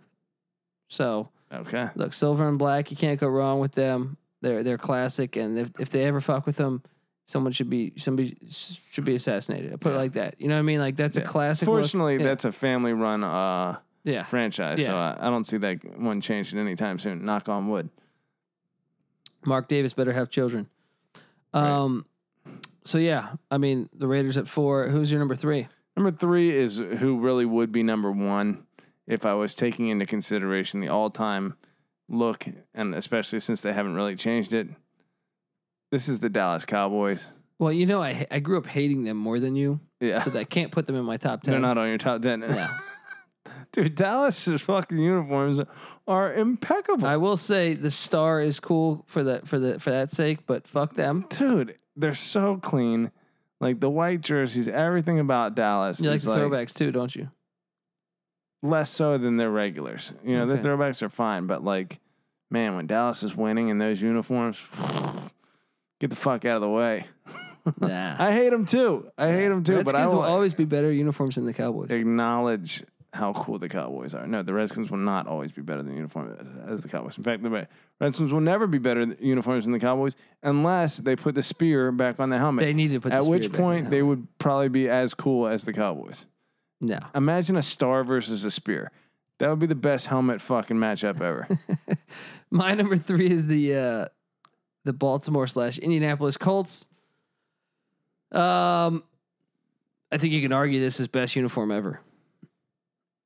Speaker 1: So
Speaker 2: Okay,
Speaker 1: look, silver and black, you can't go wrong with them. They're they're classic, and if if they ever fuck with them, someone should be somebody should be assassinated. I put
Speaker 2: Yeah.
Speaker 1: it like that. You know what I mean? Like that's
Speaker 2: Yeah.
Speaker 1: a classic. look.
Speaker 2: fortunately,
Speaker 1: yeah.
Speaker 2: that's a family-run uh,
Speaker 1: yeah.
Speaker 2: franchise, so I, I don't see that one changing anytime soon. Knock on wood.
Speaker 1: Mark Davis better have children.
Speaker 2: Right.
Speaker 1: Um, so yeah, I mean the Raiders at four. Who's your number three?
Speaker 2: Number three is who really would be number one if I was taking into consideration the all time look, and especially since they haven't really changed it. This is the Dallas Cowboys.
Speaker 1: Well, you know I ha- I grew up hating them more than you,
Speaker 2: Yeah.
Speaker 1: so that I can't put them in my top
Speaker 2: They're
Speaker 1: ten.
Speaker 2: not on your top 10.
Speaker 1: No.
Speaker 2: Dude, Dallas's fucking uniforms are impeccable.
Speaker 1: I will say the star is cool for the for the for that sake, but fuck them.
Speaker 2: Dude, they're so clean. Like the white jerseys, everything about Dallas
Speaker 1: You like
Speaker 2: is
Speaker 1: the throwbacks too, don't you?
Speaker 2: less so than their regulars. You know,
Speaker 1: Okay.
Speaker 2: their throwbacks are fine, but like, man, when Dallas is winning in those uniforms, get the fuck out of the way.
Speaker 1: Nah.
Speaker 2: I hate them too. I hate them too, but I
Speaker 1: Redskins
Speaker 2: will
Speaker 1: will always be better uniforms than the Cowboys.
Speaker 2: acknowledge how cool the Cowboys are. No, the Redskins will not always be better than uniform uh, as the Cowboys. In fact, the Red- Redskins will never be better than uniforms than the Cowboys unless they put the spear back on the helmet.
Speaker 1: They needed to put. the
Speaker 2: At
Speaker 1: spear
Speaker 2: which
Speaker 1: back in
Speaker 2: point
Speaker 1: that
Speaker 2: they
Speaker 1: one.
Speaker 2: would probably be as cool as the Cowboys.
Speaker 1: no.
Speaker 2: Imagine a star versus a spear. That would be the best helmet fucking matchup ever.
Speaker 1: My number three is the uh, the Baltimore slash Indianapolis Colts. Um, I think you can argue this is best uniform ever.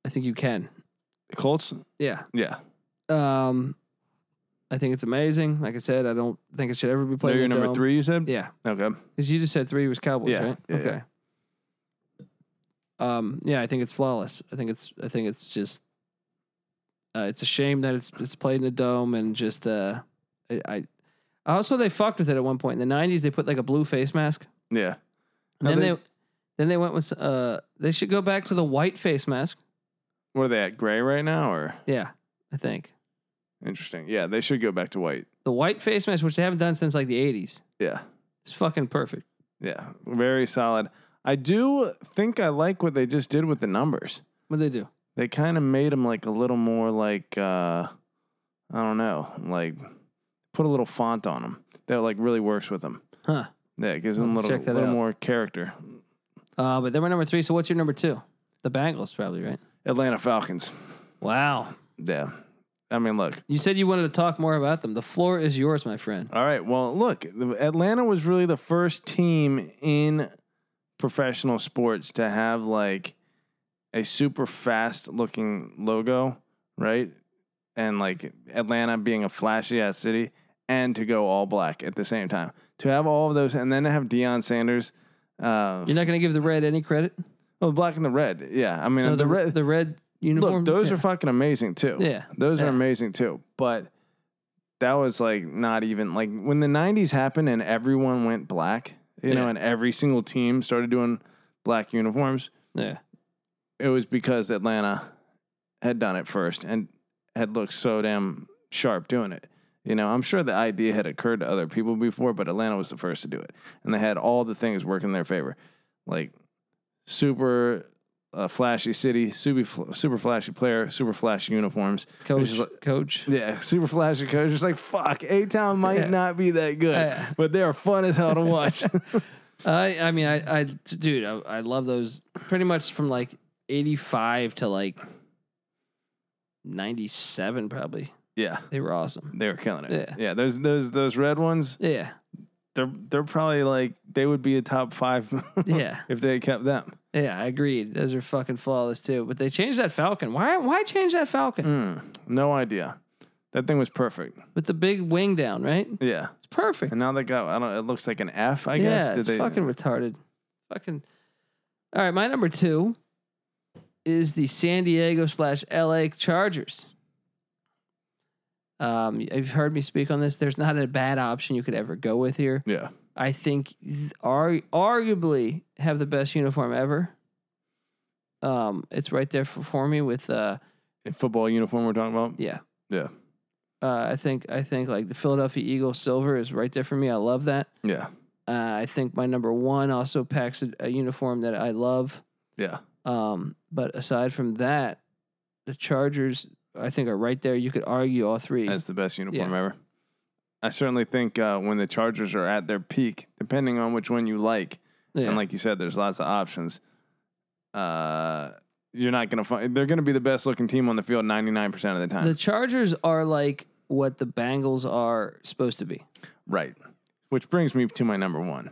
Speaker 1: I think you can.
Speaker 2: Colts?
Speaker 1: Yeah.
Speaker 2: Yeah.
Speaker 1: Um, I think it's amazing. Like I said, I don't think it should ever be played.
Speaker 2: They're your
Speaker 1: in a
Speaker 2: number
Speaker 1: dome.
Speaker 2: three, you said?
Speaker 1: Yeah,
Speaker 2: Okay.
Speaker 1: because you just said three was Cowboys,
Speaker 2: Yeah,
Speaker 1: right?
Speaker 2: yeah,
Speaker 1: okay. Um. Yeah, I think it's flawless. I think it's. I think it's just. Uh, it's a shame that it's it's played in a dome and just. Uh, I, I also they fucked with it at one point in the '90s. They put like a blue face mask.
Speaker 2: Yeah.
Speaker 1: And
Speaker 2: Now
Speaker 1: then
Speaker 2: they-
Speaker 1: they, then they went with uh. They should go back to the white face mask.
Speaker 2: What are they at? Gray right now or
Speaker 1: Yeah, I think
Speaker 2: interesting. Yeah, they should go back to white.
Speaker 1: the white face mask, which they haven't done since like the '80s,
Speaker 2: Yeah.
Speaker 1: is fucking perfect.
Speaker 2: Yeah. Very solid. I do think I like what they just did with the numbers.
Speaker 1: What they do?
Speaker 2: They kind of made them like a little more like uh I don't know, like put a little font on them that like really works with them.
Speaker 1: Huh.
Speaker 2: Yeah, it gives them a
Speaker 1: Let's
Speaker 2: little,
Speaker 1: check that
Speaker 2: little
Speaker 1: out.
Speaker 2: more character.
Speaker 1: Uh, but they were number three. So what's your number two? The Bengals, probably right.
Speaker 2: Atlanta Falcons.
Speaker 1: Wow.
Speaker 2: Yeah. I mean, look,
Speaker 1: You said you wanted to talk more about them. The floor is yours, my friend.
Speaker 2: All right. Well, look, the- Atlanta was really the first team in professional sports to have like a super fast looking logo, right? And like Atlanta being a flashy ass city and to go all black at the same time. To have all of those and then to have Deion Sanders. Uh,
Speaker 1: You're not going to give the red any credit.
Speaker 2: well, black and the red. Yeah. I mean,
Speaker 1: No,
Speaker 2: the, red.
Speaker 1: the red uniform.
Speaker 2: Look, those
Speaker 1: yeah.
Speaker 2: are fucking amazing too.
Speaker 1: Yeah.
Speaker 2: Those are
Speaker 1: Yeah.
Speaker 2: amazing too. But that was like not even like when the 90s happened and everyone went black, you know,
Speaker 1: Yeah.
Speaker 2: and every single team started doing black uniforms,
Speaker 1: yeah.
Speaker 2: it was because Atlanta had done it first and had looked so damn sharp doing it. You know, I'm sure the idea had occurred to other people before, but Atlanta was the first to do it. And they had all the things work in their favor. Like super uh, flashy city, super fl- super flashy player, super flashy uniforms.
Speaker 1: Coach,
Speaker 2: is
Speaker 1: coach.
Speaker 2: Yeah, super flashy coach. It's like fuck, A Town might
Speaker 1: Yeah.
Speaker 2: not be that good,
Speaker 1: Yeah.
Speaker 2: but they're fun as hell to watch.
Speaker 1: I, I mean, I, I, dude, I, I love those pretty much from like 85 to like 97, probably.
Speaker 2: yeah,
Speaker 1: They were awesome.
Speaker 2: they were killing it.
Speaker 1: Yeah.
Speaker 2: yeah, those those those red ones,
Speaker 1: Yeah.
Speaker 2: they're they're probably like they would be a top five
Speaker 1: Yeah.
Speaker 2: if they kept them.
Speaker 1: Yeah. I agreed. Those are fucking flawless too. But they changed that Falcon. Why, why change that Falcon?
Speaker 2: Mm, no idea. That thing was perfect.
Speaker 1: With the big wing down, right?
Speaker 2: Yeah,
Speaker 1: It's perfect.
Speaker 2: and now they got I don't. It looks like an F. I guess.
Speaker 1: yeah, it's
Speaker 2: they,
Speaker 1: fucking retarded. Fucking. All right, my number two is the San Diego slash LA Chargers. Um, you've heard me speak on this. There's not a bad option you could ever go with here.
Speaker 2: Yeah,
Speaker 1: I think th- ar- arguably have the best uniform ever. Um, it's right there for, for me with uh,
Speaker 2: In football uniform we're talking about.
Speaker 1: yeah,
Speaker 2: Yeah.
Speaker 1: Uh, I think I think like the Philadelphia Eagle silver is right there for me. I love that.
Speaker 2: Yeah.
Speaker 1: Uh, I think my number one also packs a, a uniform that I love.
Speaker 2: Yeah.
Speaker 1: Um, but aside from that, the Chargers I think are right there. You could argue all three.
Speaker 2: That's the best uniform ever. I certainly think uh, when the Chargers are at their peak, depending on which one you like,
Speaker 1: Yeah.
Speaker 2: and like you said, there's lots of options. Uh, you're not gonna find they're gonna be the best looking team on the field 99 percent of the time.
Speaker 1: the Chargers are like what the Bengals are supposed to be.
Speaker 2: right. Which brings me to my number one.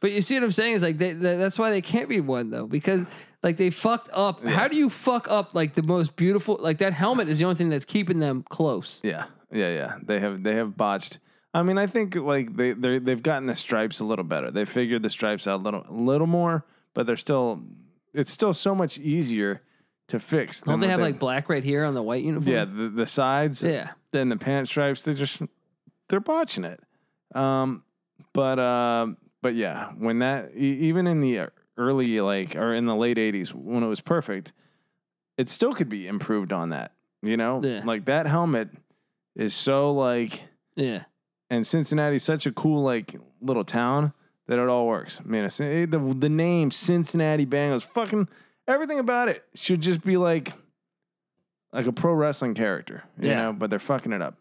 Speaker 1: But you see what I'm saying is like they, they, that's why they can't be one though because like they fucked up. How do you fuck up like the most beautiful like that helmet is the only thing that's keeping them close.
Speaker 2: Yeah, yeah, yeah. They have they have botched. I mean, I think like they they they've gotten the stripes a little better. They figured the stripes out a little a little more, but they're still it's still so much easier to fix.
Speaker 1: Don't
Speaker 2: than
Speaker 1: they
Speaker 2: what
Speaker 1: have like black right here on the white uniform?
Speaker 2: yeah the, the sides
Speaker 1: Yeah.
Speaker 2: then the pant stripes they just they're botching it. Um, but uh, but yeah, when that e- even in the early like or in the late '80s when it was perfect, it still could be improved on that. You know,
Speaker 1: Yeah.
Speaker 2: like that helmet is so like
Speaker 1: Yeah.
Speaker 2: and Cincinnati's such a cool like little town that it all works. Man, it's- eh, the the name Cincinnati Bengals, fucking everything about it should just be like like a pro wrestling character, you
Speaker 1: Yeah.
Speaker 2: know. But they're fucking it up.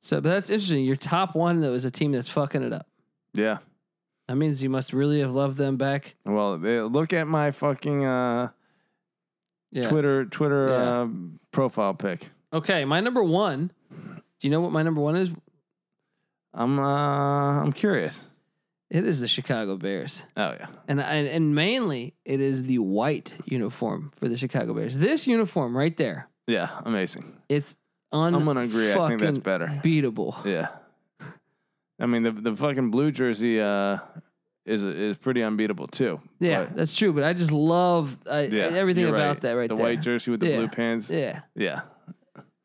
Speaker 1: So but that's interesting. Your top one though is a team that's fucking it up.
Speaker 2: Yeah.
Speaker 1: That means you must really have loved them back.
Speaker 2: Well, they, look at my fucking uh,
Speaker 1: Yeah.
Speaker 2: Twitter Twitter
Speaker 1: Yeah.
Speaker 2: uh, profile pic.
Speaker 1: Okay, my number one. Do you know what my number one is?
Speaker 2: I'm uh, I'm curious.
Speaker 1: It is the Chicago Bears.
Speaker 2: Oh yeah,
Speaker 1: and and, and mainly it is the white uniform for the Chicago Bears. This uniform right there,
Speaker 2: yeah, amazing.
Speaker 1: it's un-
Speaker 2: I'm gonna agree. I think that's
Speaker 1: fucking
Speaker 2: better.
Speaker 1: beatable.
Speaker 2: Yeah. I mean the the fucking blue jersey uh is is pretty unbeatable too.
Speaker 1: Yeah,
Speaker 2: but-
Speaker 1: that's true. But I just love I,
Speaker 2: yeah,
Speaker 1: everything
Speaker 2: you're
Speaker 1: about
Speaker 2: right.
Speaker 1: that right
Speaker 2: the
Speaker 1: there.
Speaker 2: white jersey with the
Speaker 1: Yeah.
Speaker 2: blue pants. Yeah.
Speaker 1: yeah,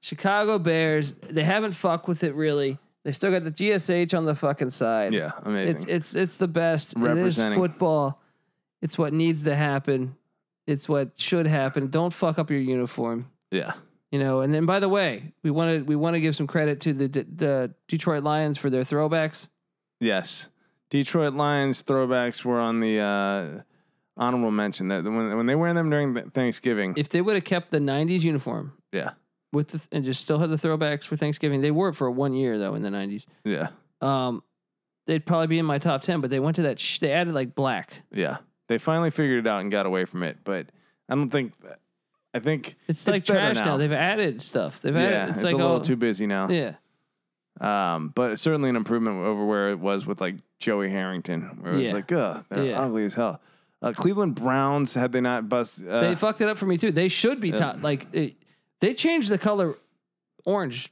Speaker 1: Chicago Bears. They haven't fucked with it really. They still got the GSH on the fucking side.
Speaker 2: Yeah, amazing.
Speaker 1: it's it's it's the best. It is
Speaker 2: Representing.
Speaker 1: football. It's what needs to happen. It's what should happen. Don't fuck up your uniform.
Speaker 2: yeah.
Speaker 1: You know, and then by the way, we want to we want to give some credit to the D- the Detroit Lions for their throwbacks.
Speaker 2: Yes. Detroit Lions throwbacks were on the uh honorable mention that when when they wear them during th- Thanksgiving.
Speaker 1: If they would have kept the '90s uniform
Speaker 2: yeah.
Speaker 1: with the, and just still had the throwbacks for Thanksgiving, they wore it for one year though in the '90s.
Speaker 2: Yeah.
Speaker 1: Um, they'd probably be in my top ten, but they went to that. Sh- they added like black.
Speaker 2: Yeah. They finally figured it out and got away from it, but I don't think I think
Speaker 1: It's,
Speaker 2: It's
Speaker 1: like
Speaker 2: better
Speaker 1: trash now.
Speaker 2: now.
Speaker 1: They've added stuff. They've added.
Speaker 2: yeah,
Speaker 1: it's,
Speaker 2: it's,
Speaker 1: like
Speaker 2: a little
Speaker 1: all-
Speaker 2: too busy now.
Speaker 1: Yeah,
Speaker 2: Um, but it's certainly an improvement over where it was with like Joey Harrington, where it's
Speaker 1: Yeah.
Speaker 2: like, ugh, they're
Speaker 1: Yeah.
Speaker 2: ugly as hell. Uh, Cleveland Browns, had they not bust, uh,
Speaker 1: they fucked it up for me too. They should be
Speaker 2: Yeah.
Speaker 1: top. Like it, they changed the color orange.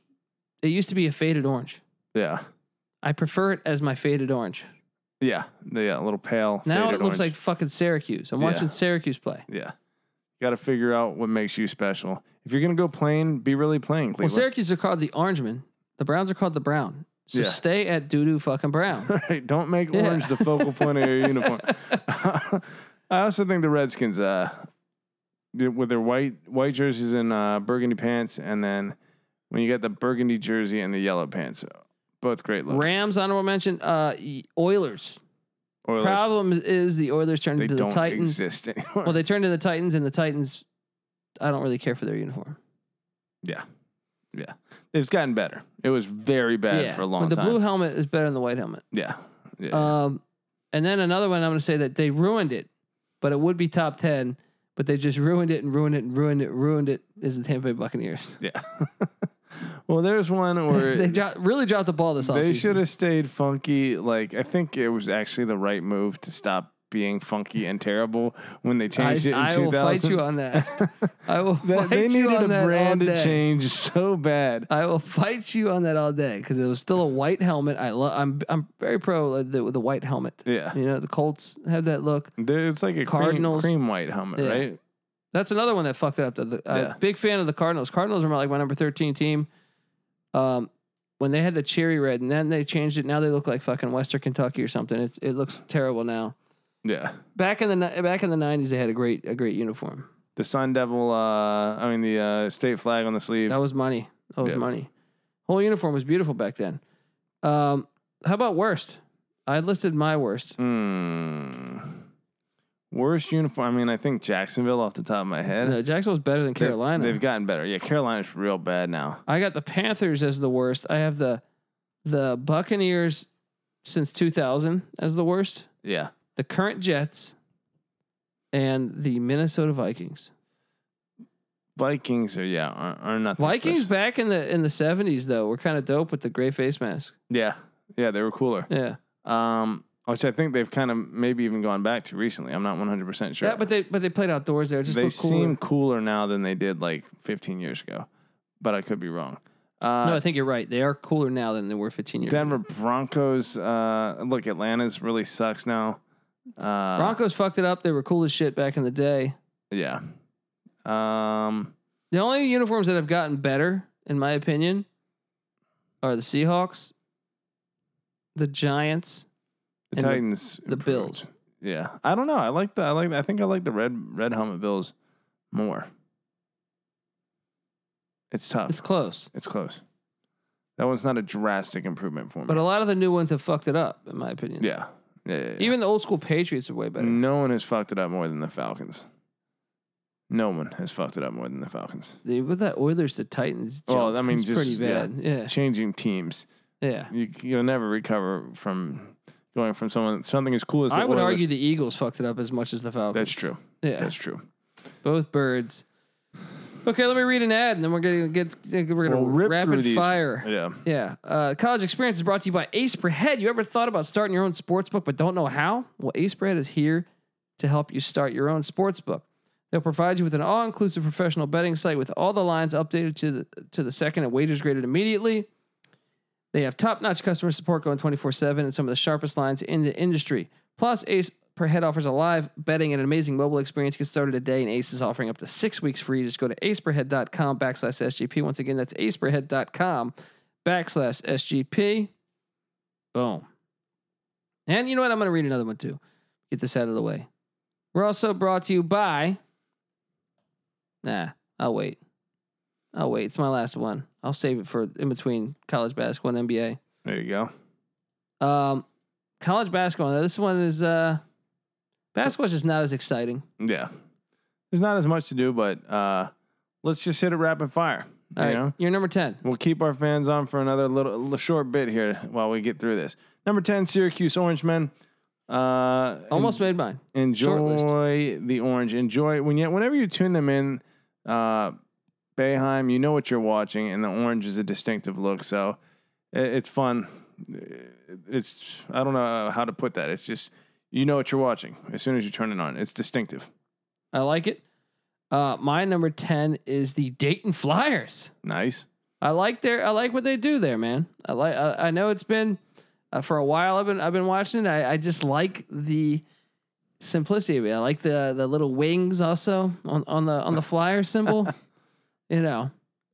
Speaker 1: It used to be a faded orange.
Speaker 2: yeah,
Speaker 1: I prefer it as my faded orange.
Speaker 2: yeah, yeah, a little pale.
Speaker 1: Now
Speaker 2: faded
Speaker 1: it looks like
Speaker 2: orange.
Speaker 1: fucking Syracuse. I'm
Speaker 2: Yeah.
Speaker 1: watching Syracuse play.
Speaker 2: yeah, got to figure out what makes you special. If you're gonna go plain, be really plain.
Speaker 1: Well,
Speaker 2: Cleveland.
Speaker 1: Syracuse are called the Orangemen. The Browns are called the Brown. So
Speaker 2: Yeah.
Speaker 1: stay at doo doo fucking Brown.
Speaker 2: Right, Don't make
Speaker 1: Yeah.
Speaker 2: orange the focal point of your uniform. I also think the Redskins, uh, with their white white jerseys and uh, burgundy pants, and then when you get the burgundy jersey and the yellow pants, uh, both great looks.
Speaker 1: Rams honorable mention. Uh, y- Oilers.
Speaker 2: Oilers,
Speaker 1: Problem is the Oilers turned
Speaker 2: they
Speaker 1: into the
Speaker 2: don't
Speaker 1: Titans.
Speaker 2: exist anymore.
Speaker 1: Well, they turned into the Titans, and the Titans. I don't really care for their uniform.
Speaker 2: yeah, it's gotten better. It was very bad
Speaker 1: yeah,
Speaker 2: for a
Speaker 1: but
Speaker 2: long
Speaker 1: the
Speaker 2: time.
Speaker 1: blue helmet is better than the white helmet.
Speaker 2: yeah, yeah,
Speaker 1: Um, and then another one I'm going to say that they ruined it, but it would be top ten. But they just ruined it and ruined it and ruined it and ruined it. Is the Tampa Bay Buccaneers?
Speaker 2: yeah. well, there's one where
Speaker 1: they dro- really dropped the ball this offseason.
Speaker 2: They should have stayed funky. Like I think it was actually the right move to stop being funky and terrible when they
Speaker 1: I,
Speaker 2: changed it in
Speaker 1: I
Speaker 2: 2000.
Speaker 1: will fight you on that. I will
Speaker 2: That-
Speaker 1: fight
Speaker 2: they
Speaker 1: you
Speaker 2: needed
Speaker 1: on
Speaker 2: a
Speaker 1: that all
Speaker 2: brand
Speaker 1: day.
Speaker 2: change so bad.
Speaker 1: I will fight you on that all day because it was still a white helmet. I love. I'm I'm very pro uh, the the white helmet.
Speaker 2: Yeah,
Speaker 1: You know the Colts have that look.
Speaker 2: There- it's like a cream,
Speaker 1: Cardinals.
Speaker 2: cream white helmet,
Speaker 1: Yeah.
Speaker 2: right?
Speaker 1: That's another one that fucked it up. though. The, uh,
Speaker 2: Yeah.
Speaker 1: Big fan of the Cardinals. Cardinals are my, like my number thirteen team. Um, when they had the cherry red, and then they changed it. Now they look like fucking Western Kentucky or something. It it looks terrible now.
Speaker 2: Yeah.
Speaker 1: Back in the ni- back in the nineties, they had a great a great uniform.
Speaker 2: The Sun Devil, uh, I mean, the uh, state flag on the sleeve.
Speaker 1: That was money. That was
Speaker 2: Yeah.
Speaker 1: money. Whole uniform was beautiful back then. Um, how about worst? I listed my worst.
Speaker 2: Hmm. Worst uniform. I mean, I think Jacksonville off the top of my head.
Speaker 1: No, Jacksonville's better than
Speaker 2: They've-
Speaker 1: Carolina.
Speaker 2: They've gotten better. Yeah, Carolina's real bad now.
Speaker 1: I got the Panthers as the worst. I have the the Buccaneers since 2000 as the worst.
Speaker 2: Yeah.
Speaker 1: The current Jets and the Minnesota Vikings.
Speaker 2: Vikings are yeah are, are nothing.
Speaker 1: Vikings
Speaker 2: special.
Speaker 1: back in the in the 70s though were kind of dope with the gray face mask.
Speaker 2: yeah, yeah, they were cooler.
Speaker 1: Yeah.
Speaker 2: Um, which I think they've kind of maybe even gone back to recently. I'm not 100 percent sure.
Speaker 1: Yeah, but they but they played outdoors there. It Just
Speaker 2: they
Speaker 1: looked cool.
Speaker 2: seem cooler now than they did like 15 years ago. But I could be wrong. Uh,
Speaker 1: no, I think you're right. They are cooler now than they were 15 years ago.
Speaker 2: Denver Broncos. Uh, look, Atlanta's really sucks now. Uh,
Speaker 1: Broncos fucked it up. They were cool as shit back in the day.
Speaker 2: Yeah. Um.
Speaker 1: The only uniforms that have gotten better, in my opinion, are the Seahawks, the Giants,
Speaker 2: The
Speaker 1: And the-
Speaker 2: Titans.
Speaker 1: the
Speaker 2: improved.
Speaker 1: Bills.
Speaker 2: Yeah. I don't know. I like the. I like. I think I like the red red helmet Bills more. It's tough.
Speaker 1: It's
Speaker 2: It's,
Speaker 1: close.
Speaker 2: close. That one's not a drastic improvement for me.
Speaker 1: But a lot of the new ones have fucked it up, in my opinion.
Speaker 2: yeah. Yeah. yeah, yeah.
Speaker 1: Even the old school Patriots are way better.
Speaker 2: no one has fucked it up more than the Falcons. No one has fucked it up more than the Falcons.
Speaker 1: Dude, with that Oilers to Titans,
Speaker 2: Well,
Speaker 1: jump,
Speaker 2: I mean,
Speaker 1: it's
Speaker 2: Oh, just-
Speaker 1: pretty bad. Yeah.
Speaker 2: Changing teams,
Speaker 1: Yeah.
Speaker 2: you, you'll never recover from going from someone something as cool as the
Speaker 1: I would
Speaker 2: Oilers-
Speaker 1: argue the Eagles fucked it up as much as the Falcons.
Speaker 2: That's true.
Speaker 1: Yeah.
Speaker 2: That's true.
Speaker 1: Both birds. Okay, let me read an ad and then we're gonna get we're gonna
Speaker 2: We'll rip through
Speaker 1: rapid
Speaker 2: these.
Speaker 1: fire.
Speaker 2: Yeah.
Speaker 1: Yeah. Uh, college Experience is brought to you by Ace Per Head. You ever thought about starting your own sports book but don't know how? Well, Ace Per Head is here to help you start your own sports book. They'll provide you with an all-inclusive professional betting site with all the lines updated to the to the second and wagers graded immediately. They have top-notch customer support going 24/7 and some of the sharpest lines in the industry. Plus, Ace Per Head offers a live betting and an amazing mobile experience. Get started today, and Ace is offering up to six weeks free. Just go to aceperhead.com backslash SGP. Once again, that's aceperhead.com backslash SGP. Boom. And you know what? I'm going to read another one too. Get this out of the way. We're also brought to you by. Nah, I'll wait. I'll wait. It's my last one. I'll save it for in between college basketball and NBA.
Speaker 2: There you go.
Speaker 1: Um, college basketball. Now this one is uh, basketball's just not as exciting.
Speaker 2: Yeah. There's not as much to do, but uh, let's just hit it rapid fire.
Speaker 1: All
Speaker 2: you
Speaker 1: right,
Speaker 2: know?
Speaker 1: you're number ten.
Speaker 2: We'll keep our fans on for another little, little short bit here while we get through this. Number 10, Syracuse Orange Men. Uh,
Speaker 1: Almost made mine.
Speaker 2: en-
Speaker 1: short list.
Speaker 2: enjoy the orange. Enjoy when you, whenever you tune them in, uh, Bayheim, you know what you're watching, and the orange is a distinctive look. So it, it's fun. It's I don't know how to put that. It's just you know what you're watching as soon as you turn it on. It's distinctive.
Speaker 1: I like it. Uh, my number ten is the Dayton Flyers.
Speaker 2: Nice.
Speaker 1: I like their I like what they do there, man. I like I, I know it's been uh, for a while. I've been I've been watching. it. I I just like the simplicity of it. I like the the little wings also on on the on the flyer symbol. you know,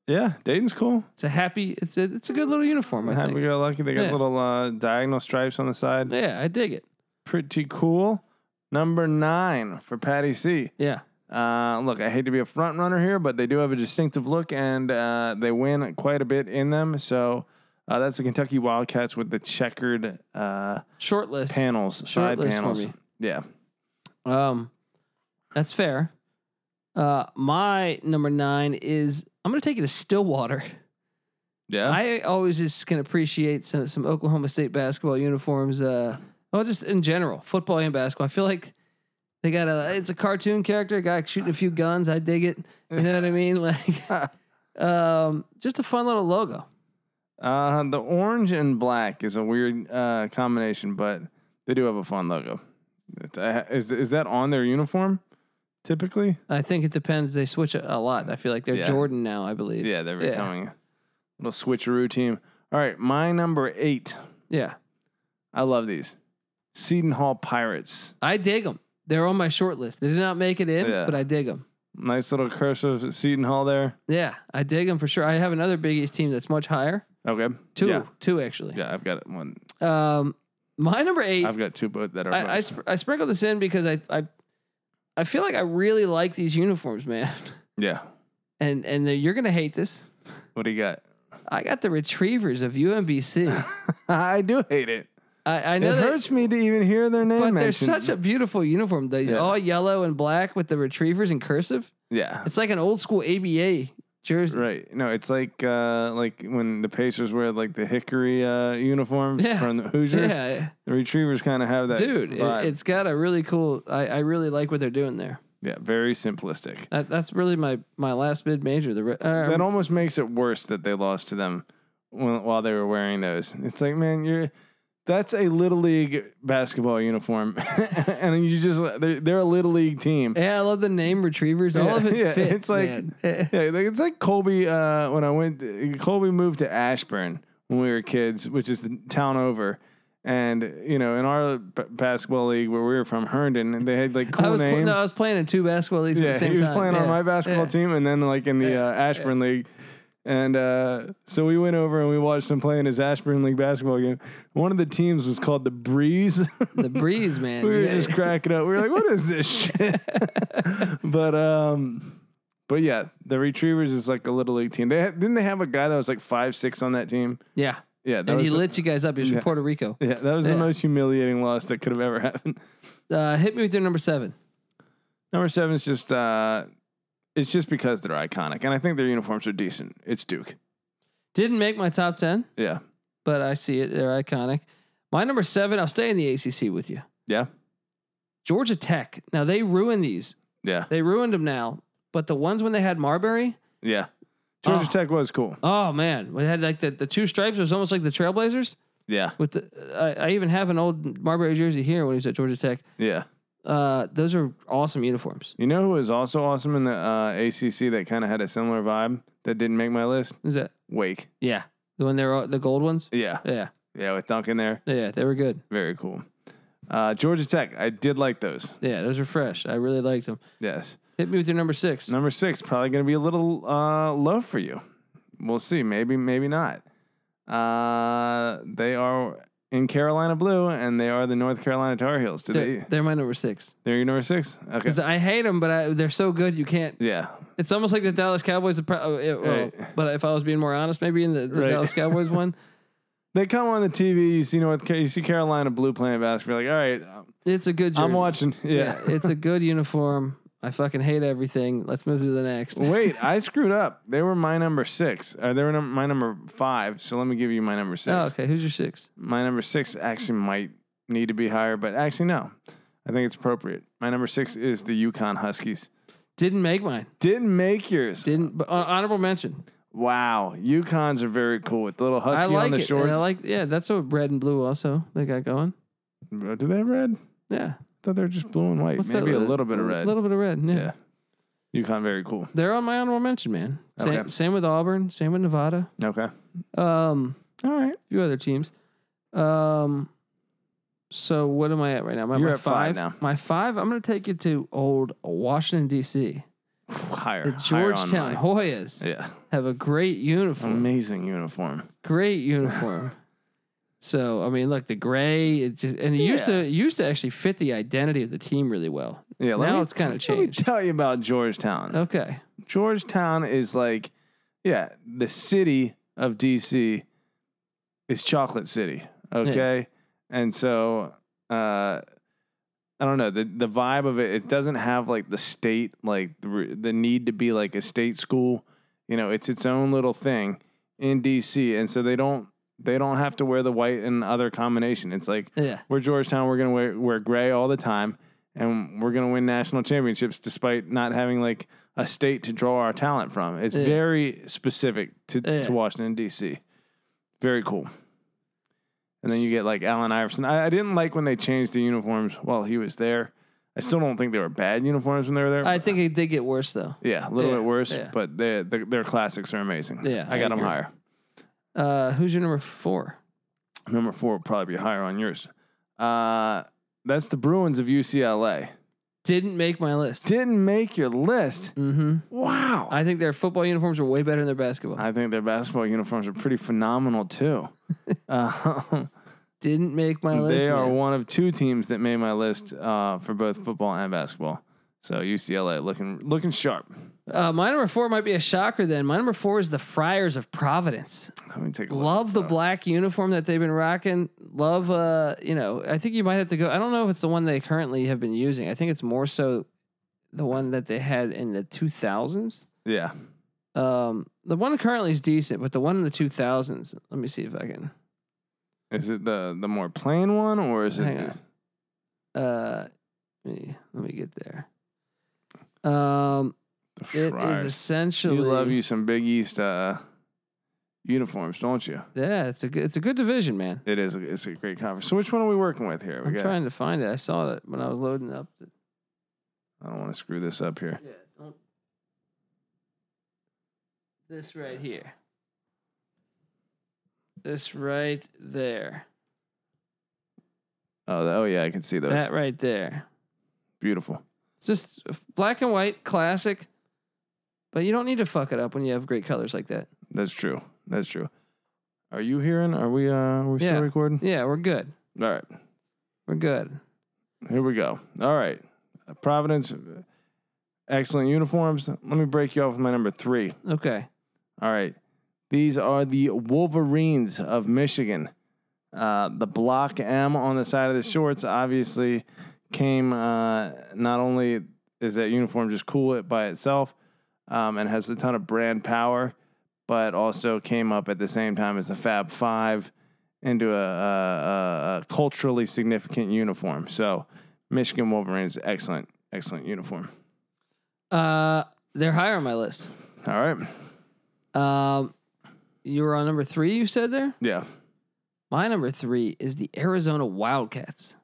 Speaker 2: Yeah, Dayton's cool.
Speaker 1: it's a happy. It's a it's a good little uniform. I
Speaker 2: We
Speaker 1: think.
Speaker 2: got lucky. They got
Speaker 1: Yeah.
Speaker 2: little uh, diagonal stripes on the side.
Speaker 1: Yeah, I dig it.
Speaker 2: Pretty cool. Number nine for Patty C.
Speaker 1: Yeah,
Speaker 2: Uh, look, I hate to be a front runner here, but they do have a distinctive look, and uh, they win quite a bit in them. So uh, that's the Kentucky Wildcats with the checkered uh,
Speaker 1: short list.
Speaker 2: panels, side
Speaker 1: list for
Speaker 2: panels.
Speaker 1: me.
Speaker 2: Yeah,
Speaker 1: Um, that's fair. Uh, my number nine is I'm gonna take it to Stillwater.
Speaker 2: yeah.
Speaker 1: I always just can appreciate some some Oklahoma State basketball uniforms. Uh, well, just in general, football and basketball. I feel like they got a. It's a cartoon character, a guy shooting a few guns. I dig it. You know what I mean? Like, um, just a fun little logo.
Speaker 2: uh, the orange and black is a weird uh, combination, but they do have a fun logo. It's, uh, is is that on their uniform? Typically,
Speaker 1: I think it depends. They switch a, a lot. I feel like they're
Speaker 2: Yeah.
Speaker 1: Jordan now. I believe.
Speaker 2: Yeah, they're
Speaker 1: Yeah.
Speaker 2: becoming a little switcheroo team. All right, my number eight.
Speaker 1: Yeah.
Speaker 2: I love these. Seton Hall Pirates.
Speaker 1: I dig them. They're on my short list. They did not make it in,
Speaker 2: Yeah.
Speaker 1: but I dig them.
Speaker 2: Nice little cursives at Seton Hall there.
Speaker 1: Yeah, I dig them for sure. I have another Big East team that's much higher.
Speaker 2: Okay.
Speaker 1: Two,
Speaker 2: Yeah,
Speaker 1: two actually.
Speaker 2: yeah I've got one.
Speaker 1: Um, my number 8
Speaker 2: I've got two but that are.
Speaker 1: I, I,
Speaker 2: mine.
Speaker 1: sp- I sprinkled this in because I, I I feel like I really like these uniforms, man.
Speaker 2: yeah.
Speaker 1: And and the- you're gonna hate this.
Speaker 2: What do you got?
Speaker 1: I got the Retrievers of UMBC.
Speaker 2: I do hate it.
Speaker 1: I, I
Speaker 2: It
Speaker 1: know that,
Speaker 2: hurts me to even hear their name
Speaker 1: but they're
Speaker 2: mentioned.
Speaker 1: such a beautiful uniform. They
Speaker 2: Yeah.
Speaker 1: all yellow and black with the Retrievers in cursive.
Speaker 2: yeah.
Speaker 1: It's like an old school ABA jersey.
Speaker 2: Right. No, it's like uh like when the Pacers wear like the hickory uh uniform
Speaker 1: Yeah.
Speaker 2: from the Hoosiers.
Speaker 1: Yeah,
Speaker 2: The Retrievers kind of have that.
Speaker 1: dude, it,
Speaker 2: vibe.
Speaker 1: it's got a really cool. I, I really like what they're doing there.
Speaker 2: yeah, very simplistic.
Speaker 1: That, that's really my my last mid major. The re- uh,
Speaker 2: that almost makes it worse that they lost to them when, while they were wearing those. It's like, man, you're that's a little league basketball uniform, and you just they're, they're a little league team.
Speaker 1: yeah, I love the name Retrievers. All
Speaker 2: Yeah,
Speaker 1: of it
Speaker 2: yeah,
Speaker 1: fits.
Speaker 2: it's like-
Speaker 1: man.
Speaker 2: Yeah, like, it's like Colby. Uh, when I went, Colby moved to Ashburn when we were kids, which is the town over. And you know, in our b- basketball league where we were from, Herndon, and they had like cool
Speaker 1: I was pl-
Speaker 2: names.
Speaker 1: no, I was playing in two basketball leagues at
Speaker 2: yeah,
Speaker 1: the same
Speaker 2: he was
Speaker 1: time.
Speaker 2: playing on
Speaker 1: Yeah,
Speaker 2: my basketball
Speaker 1: yeah.
Speaker 2: team, and then like in the
Speaker 1: Yeah,
Speaker 2: uh, Ashburn league. And uh, so we went over and we watched him play in his Ashburn league basketball game. One of the teams was called the Breeze.
Speaker 1: The breeze, man.
Speaker 2: we were
Speaker 1: yeah.
Speaker 2: just cracking up. We were like, "What is this shit?" but um, but yeah, the Retrievers is like a little league team. They had, didn't they have a guy that was like five six on that team?
Speaker 1: yeah,
Speaker 2: Yeah, that
Speaker 1: and
Speaker 2: was
Speaker 1: he
Speaker 2: the,
Speaker 1: lit you guys up. He was
Speaker 2: Yeah.
Speaker 1: from Puerto Rico.
Speaker 2: yeah, that was
Speaker 1: Yeah.
Speaker 2: the most humiliating loss that could have ever happened.
Speaker 1: Uh, hit me with your number seven.
Speaker 2: Number seven is just uh, it's just because they're iconic, and I think their uniforms are decent. It's Duke.
Speaker 1: Didn't make my top ten,
Speaker 2: Yeah.
Speaker 1: but I see it. They're iconic. My number seven. I'll stay in the ACC with you.
Speaker 2: Yeah.
Speaker 1: Georgia Tech. Now they ruined these.
Speaker 2: Yeah.
Speaker 1: They ruined them now. But the ones when they had Marbury,
Speaker 2: Yeah. Georgia
Speaker 1: Oh.
Speaker 2: Tech was cool.
Speaker 1: oh man, we had like the, the two stripes. It was almost like the Trailblazers.
Speaker 2: Yeah.
Speaker 1: With the, I, I even have an old Marbury jersey here when he was at Georgia Tech.
Speaker 2: Yeah.
Speaker 1: Uh, those are awesome uniforms.
Speaker 2: You know who was also awesome in the uh, ACC that kind of had a similar vibe that didn't make my list?
Speaker 1: Who's that?
Speaker 2: Wake.
Speaker 1: Yeah, the one they're all- the gold ones.
Speaker 2: Yeah.
Speaker 1: Yeah,
Speaker 2: Yeah. With Duncan there.
Speaker 1: yeah, they were good.
Speaker 2: Very cool. Uh, Georgia Tech. I did like those.
Speaker 1: Yeah, those are fresh. I really liked them.
Speaker 2: Yes.
Speaker 1: Hit me with your number six.
Speaker 2: Number six, probably going to be a little uh, low for you. We'll see. Maybe, maybe not. Uh, they are in Carolina Blue and they are the North Carolina Tar Heels. Did
Speaker 1: They're,
Speaker 2: they?
Speaker 1: they're my number six.
Speaker 2: They're your number six? Okay.
Speaker 1: 'Cause I hate them, but I, they're so good you can't.
Speaker 2: yeah.
Speaker 1: It's almost like the Dallas Cowboys. the pro- oh, it- well,
Speaker 2: Right.
Speaker 1: But if I was being more honest, maybe in the, the
Speaker 2: Right.
Speaker 1: Dallas Cowboys one,
Speaker 2: They come on the TV. You see North, Ca- you see Carolina blue playing basketball. You're like, all right,
Speaker 1: it's a good. Jersey.
Speaker 2: I'm watching. Yeah.
Speaker 1: it's a good uniform. I fucking hate everything. Let's move to the next.
Speaker 2: Wait, I screwed up. They were my number six. Uh, they were num- my number five. So let me give you my number six.
Speaker 1: Oh, okay. Who's your six?
Speaker 2: My number six actually might need to be higher, but actually no, I think it's appropriate. My number six is the Yukon Huskies.
Speaker 1: Didn't make mine.
Speaker 2: Didn't make yours.
Speaker 1: Didn't. But hon- honorable mention.
Speaker 2: wow, Yukons are very cool with the little husky
Speaker 1: I like
Speaker 2: on the
Speaker 1: it. and
Speaker 2: shorts.
Speaker 1: I like. Yeah, that's a red and blue. Also, they got going.
Speaker 2: Uh, Do they have red? I
Speaker 1: Yeah.
Speaker 2: thought they were just blue and white.
Speaker 1: What's that
Speaker 2: Maybe a
Speaker 1: with-
Speaker 2: little bit of red.
Speaker 1: A uh, little bit of red. yeah.
Speaker 2: yeah. Yukon, very cool.
Speaker 1: They're on my honorable mention, man. Same,
Speaker 2: Okay.
Speaker 1: same with Auburn, same with Nevada,
Speaker 2: Okay.
Speaker 1: um,
Speaker 2: All right.
Speaker 1: a few other teams. Um, so what am I at right now? Am I
Speaker 2: You're
Speaker 1: my
Speaker 2: at five now.
Speaker 1: My five. I'm going to take you to old Washington D.C.
Speaker 2: Higher.
Speaker 1: The
Speaker 2: higher on
Speaker 1: Georgetown
Speaker 2: mine.
Speaker 1: Hoyas
Speaker 2: Yeah. Mm-hmm.
Speaker 1: have a great uniform.
Speaker 2: Amazing uniform.
Speaker 1: Great uniform. so I mean, look, the gray. It just and it used to
Speaker 2: Yeah.
Speaker 1: it used to actually fit the identity of the team really well.
Speaker 2: Yeah, let
Speaker 1: Now
Speaker 2: me-
Speaker 1: it's kinda
Speaker 2: Let me
Speaker 1: changed. Oh.
Speaker 2: tell you about Georgetown.
Speaker 1: Okay,
Speaker 2: Georgetown is like, yeah, the city of DC is Chocolate City. Okay, and so uh, I don't know the the vibe of it. It doesn't have like the state like the, re- the need to be like a state school. You know, it's its own little thing in DC, and so they don't they don't have to wear the white and other combination. It's like
Speaker 1: yeah,
Speaker 2: we're Georgetown. We're gonna wear, wear gray all the time, and we're gonna win national championships despite not having like a state to draw our talent from. It's
Speaker 1: Yeah.
Speaker 2: very specific to,
Speaker 1: Yeah.
Speaker 2: to Washington D.C. Very cool. And then you get like Allen Iverson. I, I didn't like when they changed the uniforms while he was there. I still don't think they were bad uniforms when they were there.
Speaker 1: I think it did get worse though.
Speaker 2: yeah, a little
Speaker 1: yeah,
Speaker 2: bit worse,
Speaker 1: yeah.
Speaker 2: but they, the, their classics are amazing.
Speaker 1: Yeah,
Speaker 2: I
Speaker 1: I
Speaker 2: got them
Speaker 1: agree.
Speaker 2: higher.
Speaker 1: Uh, who's your number four?
Speaker 2: Number four would probably be higher on yours. Uh, that's the Bruins of UCLA.
Speaker 1: Didn't make my list.
Speaker 2: Didn't make your list.
Speaker 1: Mm-hmm.
Speaker 2: Wow.
Speaker 1: I think their football uniforms are way better than their basketball.
Speaker 2: I think their basketball uniforms are pretty phenomenal too. uh,
Speaker 1: Didn't make my list.
Speaker 2: they are
Speaker 1: man.
Speaker 2: one of two teams that made my list uh, for both football and basketball. So UCLA looking looking sharp.
Speaker 1: Uh, my number four might be a shocker then. My number four is the Friars of Providence.
Speaker 2: Let me take a look.
Speaker 1: Love the
Speaker 2: Oh.
Speaker 1: black uniform that they've been rocking. Love, uh, you know, I think you might have to go. I don't know if it's the one they currently have been using. I think it's more so the one that they had in the 2000s.
Speaker 2: Yeah,
Speaker 1: Um, the one currently is decent, but the one in the 2000s, let me see if I can.
Speaker 2: is it the the more plain one or is it?
Speaker 1: Hang on. Uh, let me, let me get there. Um, it
Speaker 2: The
Speaker 1: is
Speaker 2: Friars?
Speaker 1: essentially.
Speaker 2: You love you some Big East uh, uniforms, don't you?
Speaker 1: Yeah, it's a good, it's a good division, man.
Speaker 2: It is. It's a great conference. So which one are we working with here? We
Speaker 1: I'm trying to find it. I saw it when I was loading up. The,
Speaker 2: I don't want to screw this up here.
Speaker 1: yeah, don't. This right here. This right there.
Speaker 2: Oh, the, oh yeah, I can see those.
Speaker 1: That right there.
Speaker 2: Beautiful.
Speaker 1: It's just black and white, classic. But you don't need to fuck it up when you have great colors like that.
Speaker 2: That's true. That's true. Are you hearing? Are we? Uh, are we still
Speaker 1: Yeah.
Speaker 2: recording?
Speaker 1: Yeah, we're good.
Speaker 2: All right.
Speaker 1: We're good.
Speaker 2: Here we go. All right. Providence, excellent uniforms. Let me break you off with my number three.
Speaker 1: Okay.
Speaker 2: All right. These are the Wolverines of Michigan. Uh, the block M on the side of the shorts obviously came. Uh, not only is that uniform just cool it by itself um, and has a ton of brand power, but also came up at the same time as the Fab Five into a, a, a- a culturally significant uniform. So, Michigan Wolverines, excellent, excellent uniform.
Speaker 1: Uh, they're higher on my list.
Speaker 2: All right.
Speaker 1: Um, you were on number three. You said there.
Speaker 2: Yeah.
Speaker 1: My number three is the Arizona Wildcats.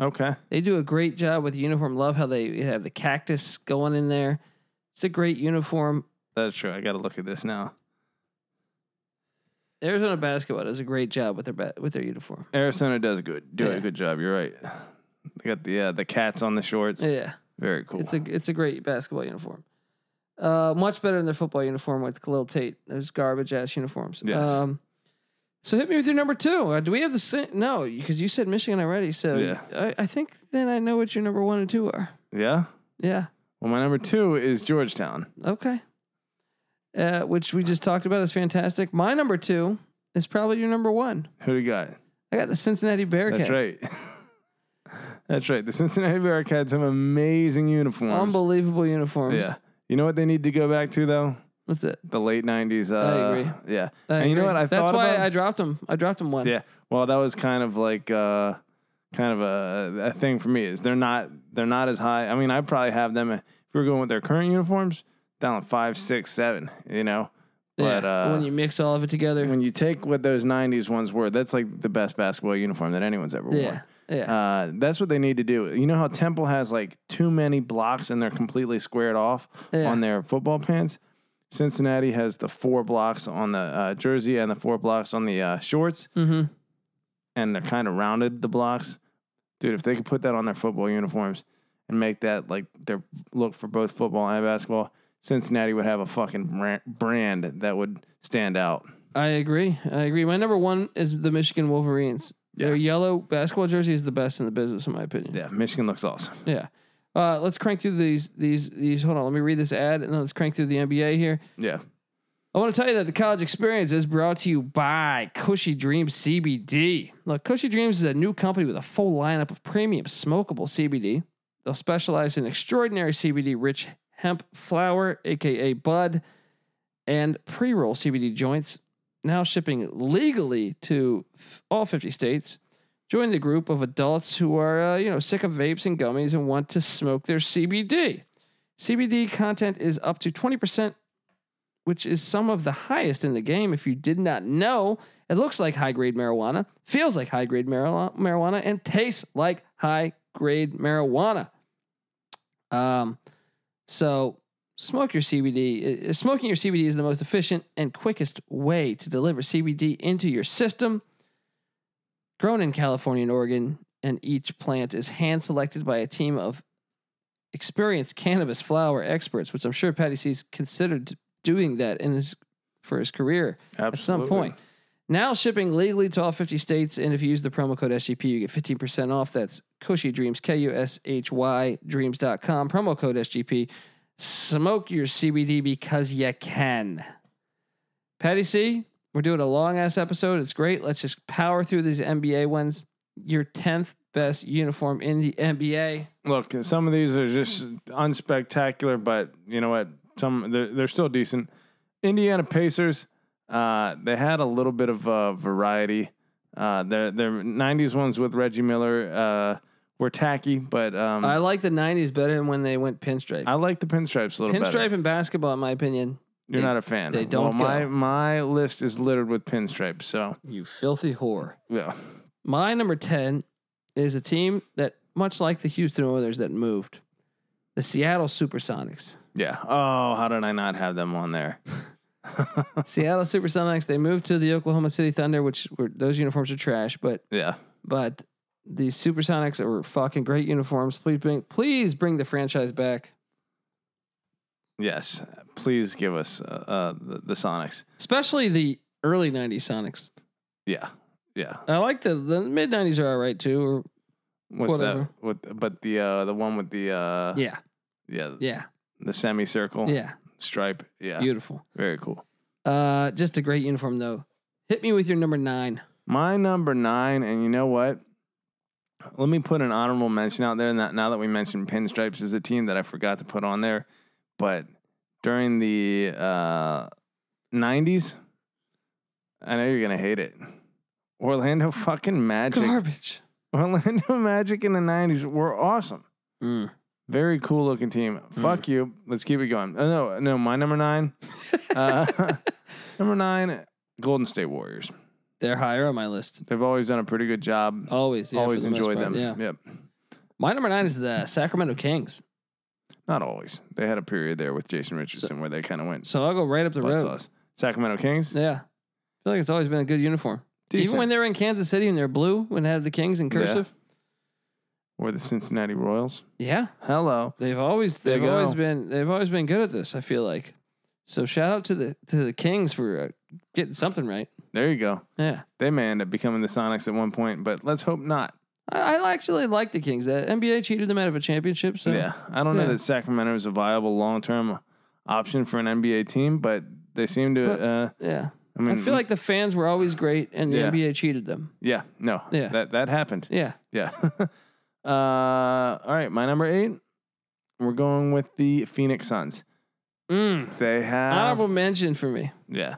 Speaker 2: Okay.
Speaker 1: They do a great job with the uniform. Love how they have the cactus going in there. It's a great uniform.
Speaker 2: That's true. I got to look at this now.
Speaker 1: Arizona basketball does a great job with their ba- with their uniform.
Speaker 2: Arizona does good. Do
Speaker 1: Yeah.
Speaker 2: a good job. You're right. They got the uh, the cats on the shorts.
Speaker 1: Yeah,
Speaker 2: Very cool.
Speaker 1: it's a it's a great basketball uniform. Uh, much better than their football uniform with Khalil Tate. Those garbage ass uniforms. Um,
Speaker 2: Yes.
Speaker 1: so hit me with your number two. Uh, do we have the same? No, because you said Michigan already. So
Speaker 2: Yeah.
Speaker 1: I, I think then I know what your number one and two are.
Speaker 2: yeah.
Speaker 1: Yeah.
Speaker 2: Well, my number two is Georgetown.
Speaker 1: Okay. Uh, which we just talked about is fantastic. My number two is probably your number one.
Speaker 2: Who do you got?
Speaker 1: I got the Cincinnati Bearcats.
Speaker 2: That's right. That's right. The Cincinnati Bearcats have amazing uniforms.
Speaker 1: Unbelievable uniforms.
Speaker 2: Yeah. You know what they need to go back to though?
Speaker 1: That's it.
Speaker 2: The late '90s. Uh,
Speaker 1: agree.
Speaker 2: Yeah.
Speaker 1: I
Speaker 2: and you know
Speaker 1: agree.
Speaker 2: what? I
Speaker 1: That's
Speaker 2: thought
Speaker 1: why
Speaker 2: about-
Speaker 1: I dropped them. I dropped them one.
Speaker 2: Yeah. Well, that was kind of like uh, kind of a, a thing for me is they're not they're not as high. I mean, I probably have them if we were going with their current uniforms down to five, six, seven. You know,
Speaker 1: Yeah.
Speaker 2: but uh,
Speaker 1: when you mix all of it together.
Speaker 2: when you take what those '90s ones were, that's like the best basketball uniform that anyone's ever
Speaker 1: yeah.
Speaker 2: worn.
Speaker 1: Yeah.
Speaker 2: Uh, that's what they need to do. You know how Temple has like too many blocks and they're completely squared off
Speaker 1: Yeah.
Speaker 2: on their football pants. Cincinnati has the four blocks on the uh, jersey and the four blocks on the uh, shorts
Speaker 1: mm-hmm.
Speaker 2: and they're kind of rounded the blocks. Dude, if they could put that on their football uniforms and make that like their look for both football and basketball, Cincinnati would have a fucking bran- brand that would stand out.
Speaker 1: I agree. I agree. My number one is the Michigan Wolverines. Their yellow basketball jersey is the best in the business, in my opinion.
Speaker 2: Yeah, Michigan looks awesome.
Speaker 1: Yeah. Uh, let's crank through these these these. Hold on, let me read this ad, and then let's crank through the NBA here.
Speaker 2: Yeah.
Speaker 1: I want to tell you that the college experience is brought to you by Cushy Dreams CBD. Look, Cushy Dreams is a new company with a full lineup of premium smokable CBD. They'll specialize in extraordinary CBD rich hemp flower, aka bud, and pre roll CBD joints, now shipping legally to f- all 50 states. Join the group of adults who are, uh, you know, sick of vapes and gummies and want to smoke their CBD. CBD content is up to 20% which is some of the highest in the game. If you did not know, it looks like high grade marijuana, feels like high grade marila- marijuana, and tastes like high grade marijuana. Um, so smoke your CBD. uh, Smoking your CBD is the most efficient and quickest way to deliver CBD into your system. Grown in California and Oregon, and each plant is hand selected by a team of experienced cannabis flower experts, which I'm sure Patty C's considered doing that in his for his career
Speaker 2: Absolutely.
Speaker 1: at some point. Now shipping legally to all 50 states, and if you use the promo code SGP, you get 15% off. That's Cushy Dreams, K U S H Y Dreams.com. Promo code SGP. Smoke your CBD because you can. Patty C, we're doing a long ass episode. It's great. Let's just power through these NBA ones. Your 10th best uniform in the NBA.
Speaker 2: Look, some of these are just unspectacular, but you know what? Some they're, they're still decent. Indiana Pacers, uh, they had a little bit of uh, variety. Uh, their their '90s ones with Reggie Miller uh, were tacky, but um,
Speaker 1: I
Speaker 2: I,
Speaker 1: like the 90s better than when they went pinstripe.
Speaker 2: like the pinstripes a little
Speaker 1: pinstripe
Speaker 2: better.
Speaker 1: and basketball, in my opinion,
Speaker 2: You're
Speaker 1: they-
Speaker 2: not a fan.
Speaker 1: they don't
Speaker 2: Well, my
Speaker 1: go.
Speaker 2: my list is littered with pinstripes. So
Speaker 1: you filthy whore.
Speaker 2: yeah,
Speaker 1: My number 10 is a team that, much like the Houston Oilers that moved, the Seattle Supersonics.
Speaker 2: yeah. Oh, how did I not have them on there?
Speaker 1: Seattle Supersonics, they moved to the Oklahoma City Thunder, which were those uniforms are trash, but
Speaker 2: Yeah,
Speaker 1: but the Supersonics are fucking great uniforms. Please bring please bring the franchise back.
Speaker 2: yes. Please give us uh, uh, the, the Sonics.
Speaker 1: Especially the early 90s Sonics.
Speaker 2: Yeah, yeah.
Speaker 1: I like the the mid 90s are all right too. Or,
Speaker 2: What's
Speaker 1: Whatever.
Speaker 2: that? With but the uh the one with the uh yeah,
Speaker 1: yeah. Yeah.
Speaker 2: the semicircle
Speaker 1: Yeah.
Speaker 2: stripe. Yeah.
Speaker 1: Beautiful.
Speaker 2: Very cool.
Speaker 1: Uh just a great uniform though. Hit me with your number 9.
Speaker 2: My number nine, and you know what? Let me put an honorable mention out there. Now, now that we mentioned pinstripes is a team that I forgot to put on there, but during the uh, 90s, I know you're gonna hate it. Orlando fucking Magic.
Speaker 1: Garbage.
Speaker 2: Orlando Magic in the 90s were awesome.
Speaker 1: Mm.
Speaker 2: Very cool looking team. Fuck you. Let's keep it going. Uh, no, no, my number nine. Uh, number nine, Golden State Warriors.
Speaker 1: They're higher on my list.
Speaker 2: They've always done a pretty good job.
Speaker 1: Always, yeah,
Speaker 2: always
Speaker 1: for the most
Speaker 2: enjoyed
Speaker 1: part,
Speaker 2: them.
Speaker 1: Yeah.
Speaker 2: Yep.
Speaker 1: My number nine is the Sacramento Kings.
Speaker 2: Not always. They had a period there with Jason Richardson where they kind of went
Speaker 1: So I'll go right up the road.
Speaker 2: buttsauce. Sacramento Kings.
Speaker 1: Yeah. I feel like it's always been a good uniform. Even
Speaker 2: Decent.
Speaker 1: when they were in Kansas City and they're blue when they had the Kings in
Speaker 2: Yeah.
Speaker 1: cursive.
Speaker 2: or the Cincinnati Royals.
Speaker 1: Yeah.
Speaker 2: Hello.
Speaker 1: They've always
Speaker 2: There
Speaker 1: they've
Speaker 2: you
Speaker 1: always
Speaker 2: go.
Speaker 1: been they've always been good at this, I feel like. So shout out to the to the Kings for uh, getting something right.
Speaker 2: There you go.
Speaker 1: Yeah.
Speaker 2: They may end up becoming the Sonics at one point, but let's hope not.
Speaker 1: I, I actually like the Kings. The NBA cheated them out of a championship, so
Speaker 2: yeah. I don't
Speaker 1: yeah.
Speaker 2: know that Sacramento is a viable long term option for an NBA team, but they seem to.
Speaker 1: But-
Speaker 2: uh,
Speaker 1: yeah.
Speaker 2: I mean,
Speaker 1: I feel like the fans were always great and the
Speaker 2: Yeah.
Speaker 1: NBA cheated them.
Speaker 2: Yeah, no.
Speaker 1: Yeah.
Speaker 2: That that happened.
Speaker 1: Yeah.
Speaker 2: Yeah. uh all right, my number 8. We're going with the Phoenix Suns.
Speaker 1: Mm.
Speaker 2: They have
Speaker 1: Honorable mention for me.
Speaker 2: Yeah.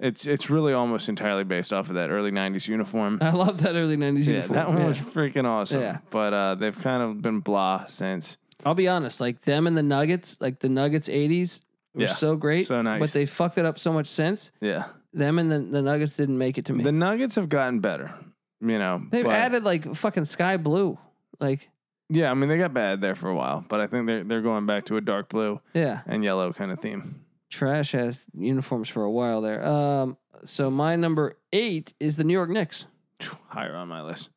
Speaker 2: It's it's really almost entirely based off of that early 90s uniform.
Speaker 1: I love that early 90s
Speaker 2: yeah,
Speaker 1: uniform.
Speaker 2: that one
Speaker 1: Yeah.
Speaker 2: was freaking awesome.
Speaker 1: Yeah.
Speaker 2: But uh they've kind of been blah since.
Speaker 1: I'll be honest, like them and the Nuggets, like the Nuggets 80s were
Speaker 2: Yeah,
Speaker 1: so great.
Speaker 2: so nice.
Speaker 1: But they fucked it up so much since.
Speaker 2: Yeah.
Speaker 1: Them and the, the Nuggets didn't make it to me.
Speaker 2: The Nuggets have gotten better, you know.
Speaker 1: They've
Speaker 2: but-
Speaker 1: added like fucking sky blue. Like,
Speaker 2: Yeah, I mean they got bad there for a while, but I think they're they're going back to a dark blue
Speaker 1: yeah,
Speaker 2: and yellow kind of theme.
Speaker 1: trash ass uniforms for a while there. Um, so my number eight is the New York Knicks.
Speaker 2: Higher on my list.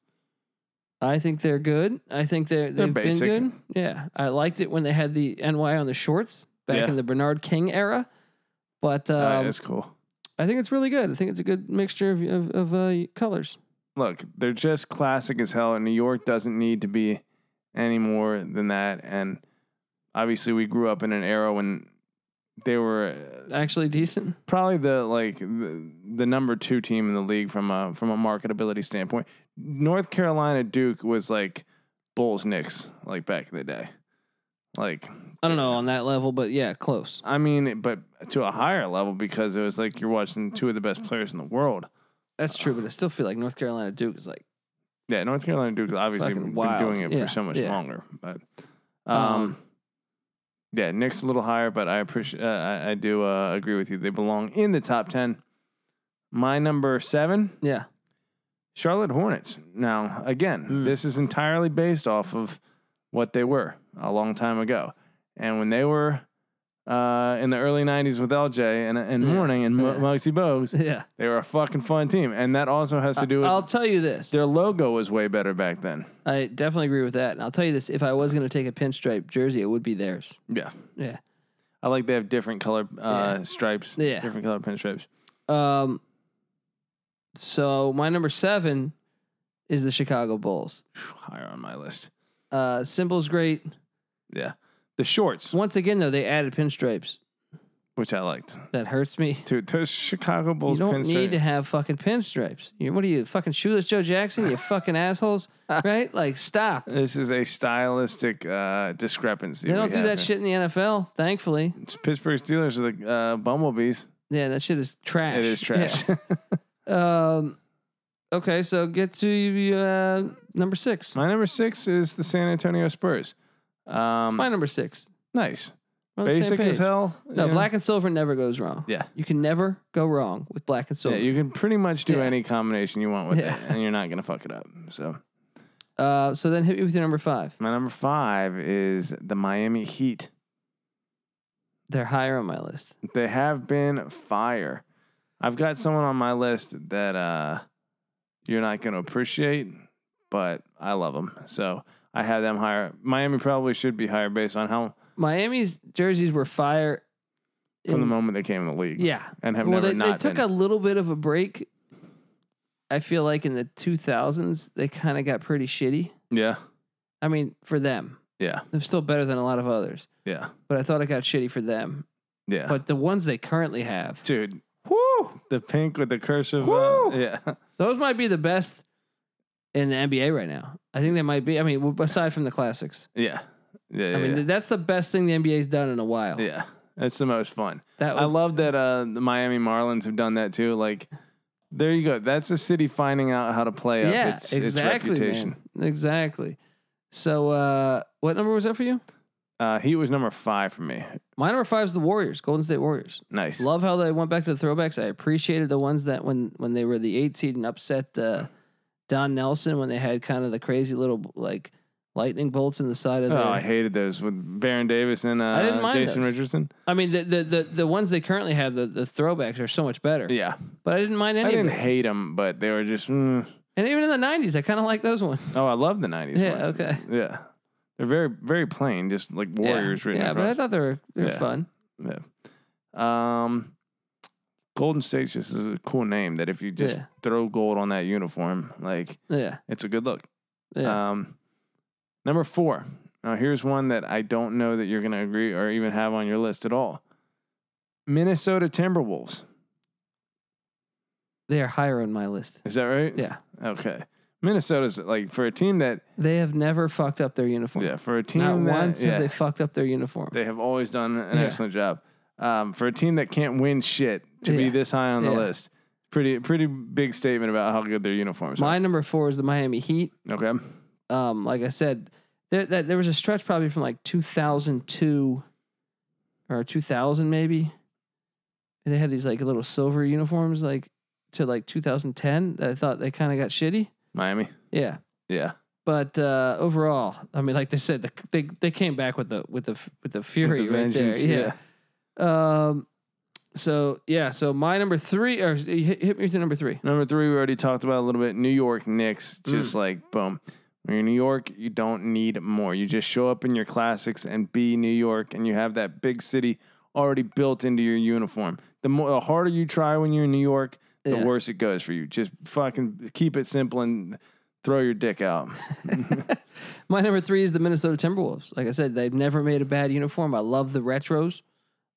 Speaker 1: I think they're good. I think they're,
Speaker 2: They're
Speaker 1: they've
Speaker 2: basic.
Speaker 1: been good. Yeah. I liked it when they had the NY on the shorts back
Speaker 2: Yeah. Oh,
Speaker 1: in the Bernard King era. But um,
Speaker 2: All right, that's cool.
Speaker 1: I think it's really good. I think it's a good mixture of, of, of uh, colors.
Speaker 2: look, they're just classic as hell, and New York doesn't need to be any more than that. And obviously, we grew up in an era when they were uh,
Speaker 1: Actually decent.
Speaker 2: probably the like the, the number two team in the league from a from a marketability standpoint. North Carolina Duke was like Bulls Knicks like back in the day. Like
Speaker 1: I don't know on that level, but yeah, close.
Speaker 2: I mean, but to a higher level because it was like you're watching two of the best players in the world.
Speaker 1: That's true, but I still feel like North Carolina Duke is like
Speaker 2: Yeah, North Carolina Duke's obviously
Speaker 1: Fucking
Speaker 2: been
Speaker 1: wild.
Speaker 2: doing it
Speaker 1: Yeah,
Speaker 2: for so much
Speaker 1: yeah.
Speaker 2: longer, but um,
Speaker 1: Um,
Speaker 2: yeah, Nick's a little higher, but I appreciate uh, I, I do uh, agree with you. They belong in the top ten. My number seven,
Speaker 1: yeah.
Speaker 2: Charlotte Hornets. Now, again,
Speaker 1: Mm.
Speaker 2: this is entirely based off of what they were a long time ago, and when they were uh, in the early '90s with LJ and and
Speaker 1: Yeah,
Speaker 2: Morning and Mo-
Speaker 1: yeah.
Speaker 2: Muggsy Bogues.
Speaker 1: Yeah.
Speaker 2: They were a fucking fun team, and that also has to do with
Speaker 1: Uh, I'll tell you this.
Speaker 2: their logo was way better back then.
Speaker 1: I definitely agree with that. And I'll tell you this. If I was going to take a pinstripe jersey, it would be theirs.
Speaker 2: Yeah,
Speaker 1: Yeah.
Speaker 2: I like they have different color uh,
Speaker 1: Yeah.
Speaker 2: stripes.
Speaker 1: Yeah.
Speaker 2: different color pinstripes.
Speaker 1: Um, so my number seven is the Chicago Bulls.
Speaker 2: Phew, higher on my list.
Speaker 1: Uh, symbol's great.
Speaker 2: Yeah, the shorts,
Speaker 1: Once again, though, they added pinstripes.
Speaker 2: which I liked.
Speaker 1: That hurts me.
Speaker 2: To, to Chicago Bulls.
Speaker 1: you don't
Speaker 2: pinstripe.
Speaker 1: need to have fucking pinstripes. You, what are you, fucking shoeless Joe Jackson? You fucking assholes, right? Like, stop.
Speaker 2: This is a stylistic uh, discrepancy.
Speaker 1: They
Speaker 2: we
Speaker 1: don't do
Speaker 2: have
Speaker 1: that
Speaker 2: here.
Speaker 1: shit in the NFL, thankfully.
Speaker 2: It's Pittsburgh Steelers are the uh, bumblebees.
Speaker 1: Yeah, that shit is trash.
Speaker 2: It is trash.
Speaker 1: Yeah. Um, okay, so get to uh, number six.
Speaker 2: my number six is the San Antonio Spurs. Um,
Speaker 1: My number six.
Speaker 2: nice,
Speaker 1: We're on the same
Speaker 2: basic as
Speaker 1: page.
Speaker 2: hell.
Speaker 1: No,
Speaker 2: you know?
Speaker 1: black and silver never goes wrong.
Speaker 2: Yeah.
Speaker 1: You can never go wrong with black and
Speaker 2: Yeah,
Speaker 1: silver.
Speaker 2: you can pretty much do
Speaker 1: Yeah.
Speaker 2: any combination you want with
Speaker 1: Yeah.
Speaker 2: it, and you're not gonna fuck it up. So
Speaker 1: uh, so then hit me with your number five.
Speaker 2: my number five is the Miami Heat.
Speaker 1: They're higher on my list.
Speaker 2: They have been fire. I've got someone on my list that uh, you're not going to appreciate, but I love them. So I have them higher. Miami probably should be higher based on how
Speaker 1: Miami's jerseys were fire.
Speaker 2: from the
Speaker 1: in-
Speaker 2: moment they came in the league.
Speaker 1: Yeah.
Speaker 2: and have
Speaker 1: well,
Speaker 2: never
Speaker 1: they, they
Speaker 2: not
Speaker 1: took
Speaker 2: been.
Speaker 1: a little bit of a break. I feel like in the 2000s, they kind of got pretty shitty.
Speaker 2: yeah,
Speaker 1: I mean, for them,
Speaker 2: yeah,
Speaker 1: they're still better than a lot of others,
Speaker 2: yeah,
Speaker 1: but I thought it got shitty for them.
Speaker 2: yeah.
Speaker 1: But the ones they currently have,
Speaker 2: dude,
Speaker 1: whoo,
Speaker 2: the pink with the cursive. Uh,
Speaker 1: Woo!
Speaker 2: yeah,
Speaker 1: those might be the best in the NBA right now. I think they might be. I mean, w- aside from the classics,
Speaker 2: yeah, yeah.
Speaker 1: I mean,
Speaker 2: yeah.
Speaker 1: th- that's the best thing the NBA's done in a while.
Speaker 2: yeah. That's the most fun.
Speaker 1: That
Speaker 2: I
Speaker 1: would-
Speaker 2: love that uh, the Miami Marlins have done that too. Like, there you go. That's a city finding out how to play up
Speaker 1: yeah,
Speaker 2: its,
Speaker 1: exactly,
Speaker 2: its
Speaker 1: man.
Speaker 2: reputation.
Speaker 1: exactly. So, uh, what number was that for you?
Speaker 2: Uh, he was number five for me.
Speaker 1: My number five is the Warriors, Golden State Warriors.
Speaker 2: Nice.
Speaker 1: Love how they went back to the throwbacks. I appreciated the ones that when when they were the eight seed and upset uh, Don Nelson when they had kind of the crazy little like lightning bolts in the side of
Speaker 2: oh,
Speaker 1: the.
Speaker 2: I hated those with Baron Davis and uh,
Speaker 1: I didn't mind
Speaker 2: Jason
Speaker 1: those.
Speaker 2: Richardson.
Speaker 1: I mean the, the the the ones they currently have the, the throwbacks are so much better.
Speaker 2: Yeah,
Speaker 1: But I didn't mind any.
Speaker 2: I
Speaker 1: of
Speaker 2: didn't
Speaker 1: the ones.
Speaker 2: hate them, but they were just. Mm.
Speaker 1: And even in the nineties, I kind of like those ones.
Speaker 2: Oh, I love the nineties.
Speaker 1: Yeah, okay.
Speaker 2: Yeah, they're very very plain, just like
Speaker 1: Yeah.
Speaker 2: Warriors written
Speaker 1: Yeah, but I
Speaker 2: across.
Speaker 1: thought they were they're
Speaker 2: Yeah.
Speaker 1: fun.
Speaker 2: yeah. Um, Golden State's just is a cool name that if you just
Speaker 1: Yeah.
Speaker 2: throw gold on that uniform, like
Speaker 1: Yeah,
Speaker 2: it's a good look.
Speaker 1: yeah.
Speaker 2: Um, number four. Now, here's one that I don't know that you're going to agree or even have on your list at all Minnesota Timberwolves.
Speaker 1: they are higher on my list.
Speaker 2: Is that right?
Speaker 1: Yeah,
Speaker 2: Okay. Minnesota's like for a team that,
Speaker 1: they have never fucked up their uniform.
Speaker 2: yeah, for a team
Speaker 1: Not
Speaker 2: that,
Speaker 1: once
Speaker 2: yeah,
Speaker 1: have they
Speaker 2: they,
Speaker 1: fucked up their uniform.
Speaker 2: have always done an
Speaker 1: Yeah.
Speaker 2: excellent job. Um, for a team that can't win shit to be
Speaker 1: Yeah.
Speaker 2: this high on the
Speaker 1: Yeah.
Speaker 2: list, pretty, pretty big statement about how good their uniforms
Speaker 1: My number four is the Miami Heat.
Speaker 2: are. Okay.
Speaker 1: um, like I said, there that, there was a stretch probably from like 2002 or 2000 maybe. And they had these like little silver uniforms like to like 2010 that I thought they kind of got shitty.
Speaker 2: Miami.
Speaker 1: Yeah.
Speaker 2: Yeah.
Speaker 1: But uh, overall, I mean, like they said, the, they they came back with the with the f- with the fury
Speaker 2: With the
Speaker 1: right there.
Speaker 2: vengeance,
Speaker 1: Yeah. Um. So yeah. So my number three, or you hit, hit me to number three.
Speaker 2: Number three, we already talked about a little bit. New York Knicks, just
Speaker 1: Hmm.
Speaker 2: like boom. When you're in New York, you don't need more. You just show up in your classics and be New York, and you have that big city already built into your uniform. The more the harder you try when you're in New York, the
Speaker 1: Yeah.
Speaker 2: worse it goes for you. Just fucking keep it simple and throw your dick out.
Speaker 1: My number three is the Minnesota Timberwolves. Like I said, they've never made a bad uniform. I love the retros.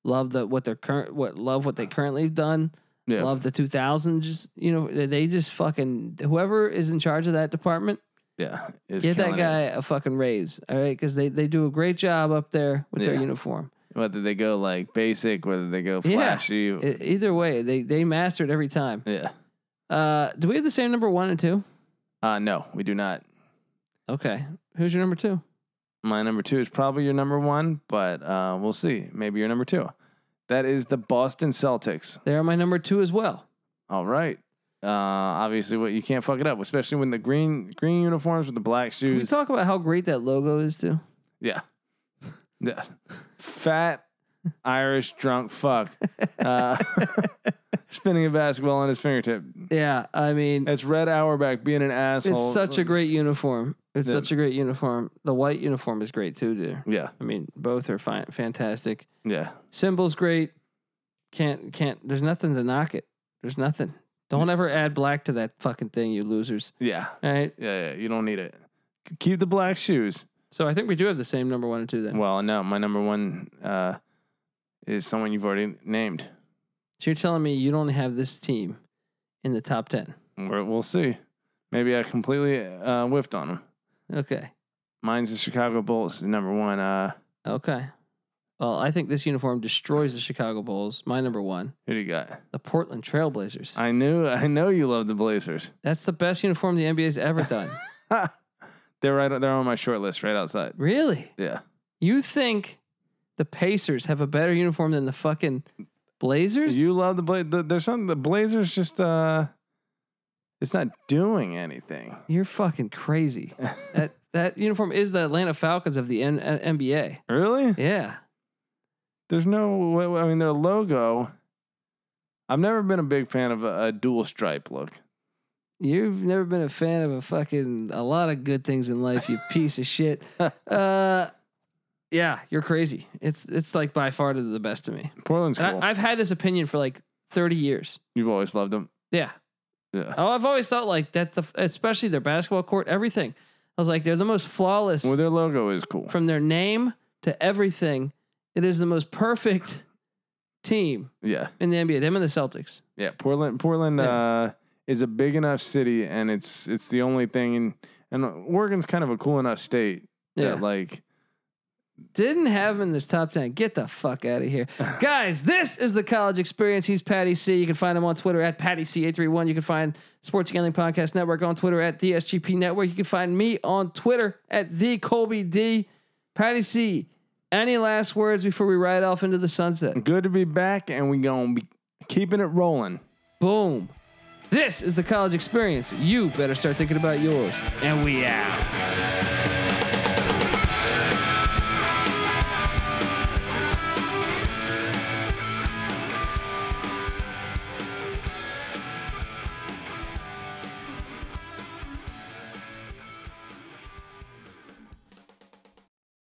Speaker 1: Love the what they're current what love what they currently have done.
Speaker 2: Yeah,
Speaker 1: Love the 2000s. Just you know they- they just fucking whoever is in charge of that department
Speaker 2: yeah. It's
Speaker 1: get that
Speaker 2: killing it.
Speaker 1: guy a fucking raise. All right, because they they do a great job up there with their
Speaker 2: Yeah.
Speaker 1: uniform.
Speaker 2: Whether they go like basic, whether they go
Speaker 1: Yeah.
Speaker 2: flashy.
Speaker 1: E- either way, they they master it every time.
Speaker 2: yeah.
Speaker 1: Uh, do we have the same number one and two?
Speaker 2: Uh, no, we do not.
Speaker 1: Okay, who's your number two?
Speaker 2: My number two is probably your number one, but uh, we'll see. Maybe your number two. That is the Boston Celtics.
Speaker 1: They are my number two as well.
Speaker 2: All right. Uh, obviously, what you can't fuck it up, especially when the green green uniforms with the black
Speaker 1: Can we
Speaker 2: shoes.
Speaker 1: talk about how great that logo is too?
Speaker 2: yeah, yeah. Fat Irish drunk fuck uh, spinning a basketball on his fingertip.
Speaker 1: Yeah, I mean,
Speaker 2: It's Red Auerbach being an asshole.
Speaker 1: it's such a great uniform. It's
Speaker 2: Yeah.
Speaker 1: such a great uniform. The white uniform is great too, dear.
Speaker 2: yeah,
Speaker 1: I mean, both are fine, fantastic.
Speaker 2: yeah.
Speaker 1: Symbol's great. Can't can't. There's nothing to knock it. There's nothing. Don't ever add black to that fucking thing, you losers.
Speaker 2: Yeah.
Speaker 1: All right.
Speaker 2: Yeah, yeah. You don't need it. K- Keep the black shoes.
Speaker 1: So I think we do have the same number one and two then.
Speaker 2: Well, no, my number one uh, is someone you've already named.
Speaker 1: So you're telling me you don't have this team in the top ten?
Speaker 2: We're, we'll see. Maybe I completely uh, whiffed on him.
Speaker 1: Okay.
Speaker 2: Mine's the Chicago Bulls, number one. Uh,
Speaker 1: Okay. Well, I think this uniform destroys the Chicago Bulls. My number one,
Speaker 2: who do you got?
Speaker 1: the Portland Trailblazers.
Speaker 2: I knew, I know you love the Blazers.
Speaker 1: That's the best uniform the NBA's ever done.
Speaker 2: They're right. They're on my short list, right outside.
Speaker 1: really?
Speaker 2: Yeah,
Speaker 1: You think the Pacers have a better uniform than the fucking Blazers?
Speaker 2: you love the Blazers. The, there's something. The Blazers just uh, it's not doing anything.
Speaker 1: You're fucking crazy. that that uniform is the Atlanta Falcons of the N- N- NBA.
Speaker 2: Really?
Speaker 1: Yeah.
Speaker 2: There's no. wa- I mean, their logo. I've never been a big fan of a, a dual stripe look.
Speaker 1: You've never been a fan of a fucking a lot of good things in life, you piece of shit. Uh yeah, you're crazy. It's it's like by far the best to me.
Speaker 2: Portland's cool.
Speaker 1: And I, I've had this opinion for like 30 years.
Speaker 2: You've always loved them.
Speaker 1: Yeah.
Speaker 2: Yeah.
Speaker 1: Oh, I've always thought like that the especially their basketball court, everything. I was like, they're the most flawless
Speaker 2: Well, their logo is cool.
Speaker 1: from their name to everything. It is the most perfect team
Speaker 2: Yeah.
Speaker 1: in the NBA. Them and the Celtics.
Speaker 2: Yeah, Portland. Portland
Speaker 1: Yeah.
Speaker 2: uh, is a big enough city, and it's it's the only thing. In, and Oregon's kind of a cool enough state
Speaker 1: Yeah.
Speaker 2: that like
Speaker 1: Didn't have him in this top 10. Get the fuck out of here. Guys, this is the college experience. He's Patty C. You can find him on Twitter at Patty C831. You can find Sports Gambling Podcast Network on Twitter at the SGP Network. You can find me on Twitter at the Colby D. Patty C. Any last words before we ride off into the sunset?
Speaker 2: good to be back, and we gonna be keeping it rolling.
Speaker 1: Boom. This is the college experience. You better start thinking about yours. And we out.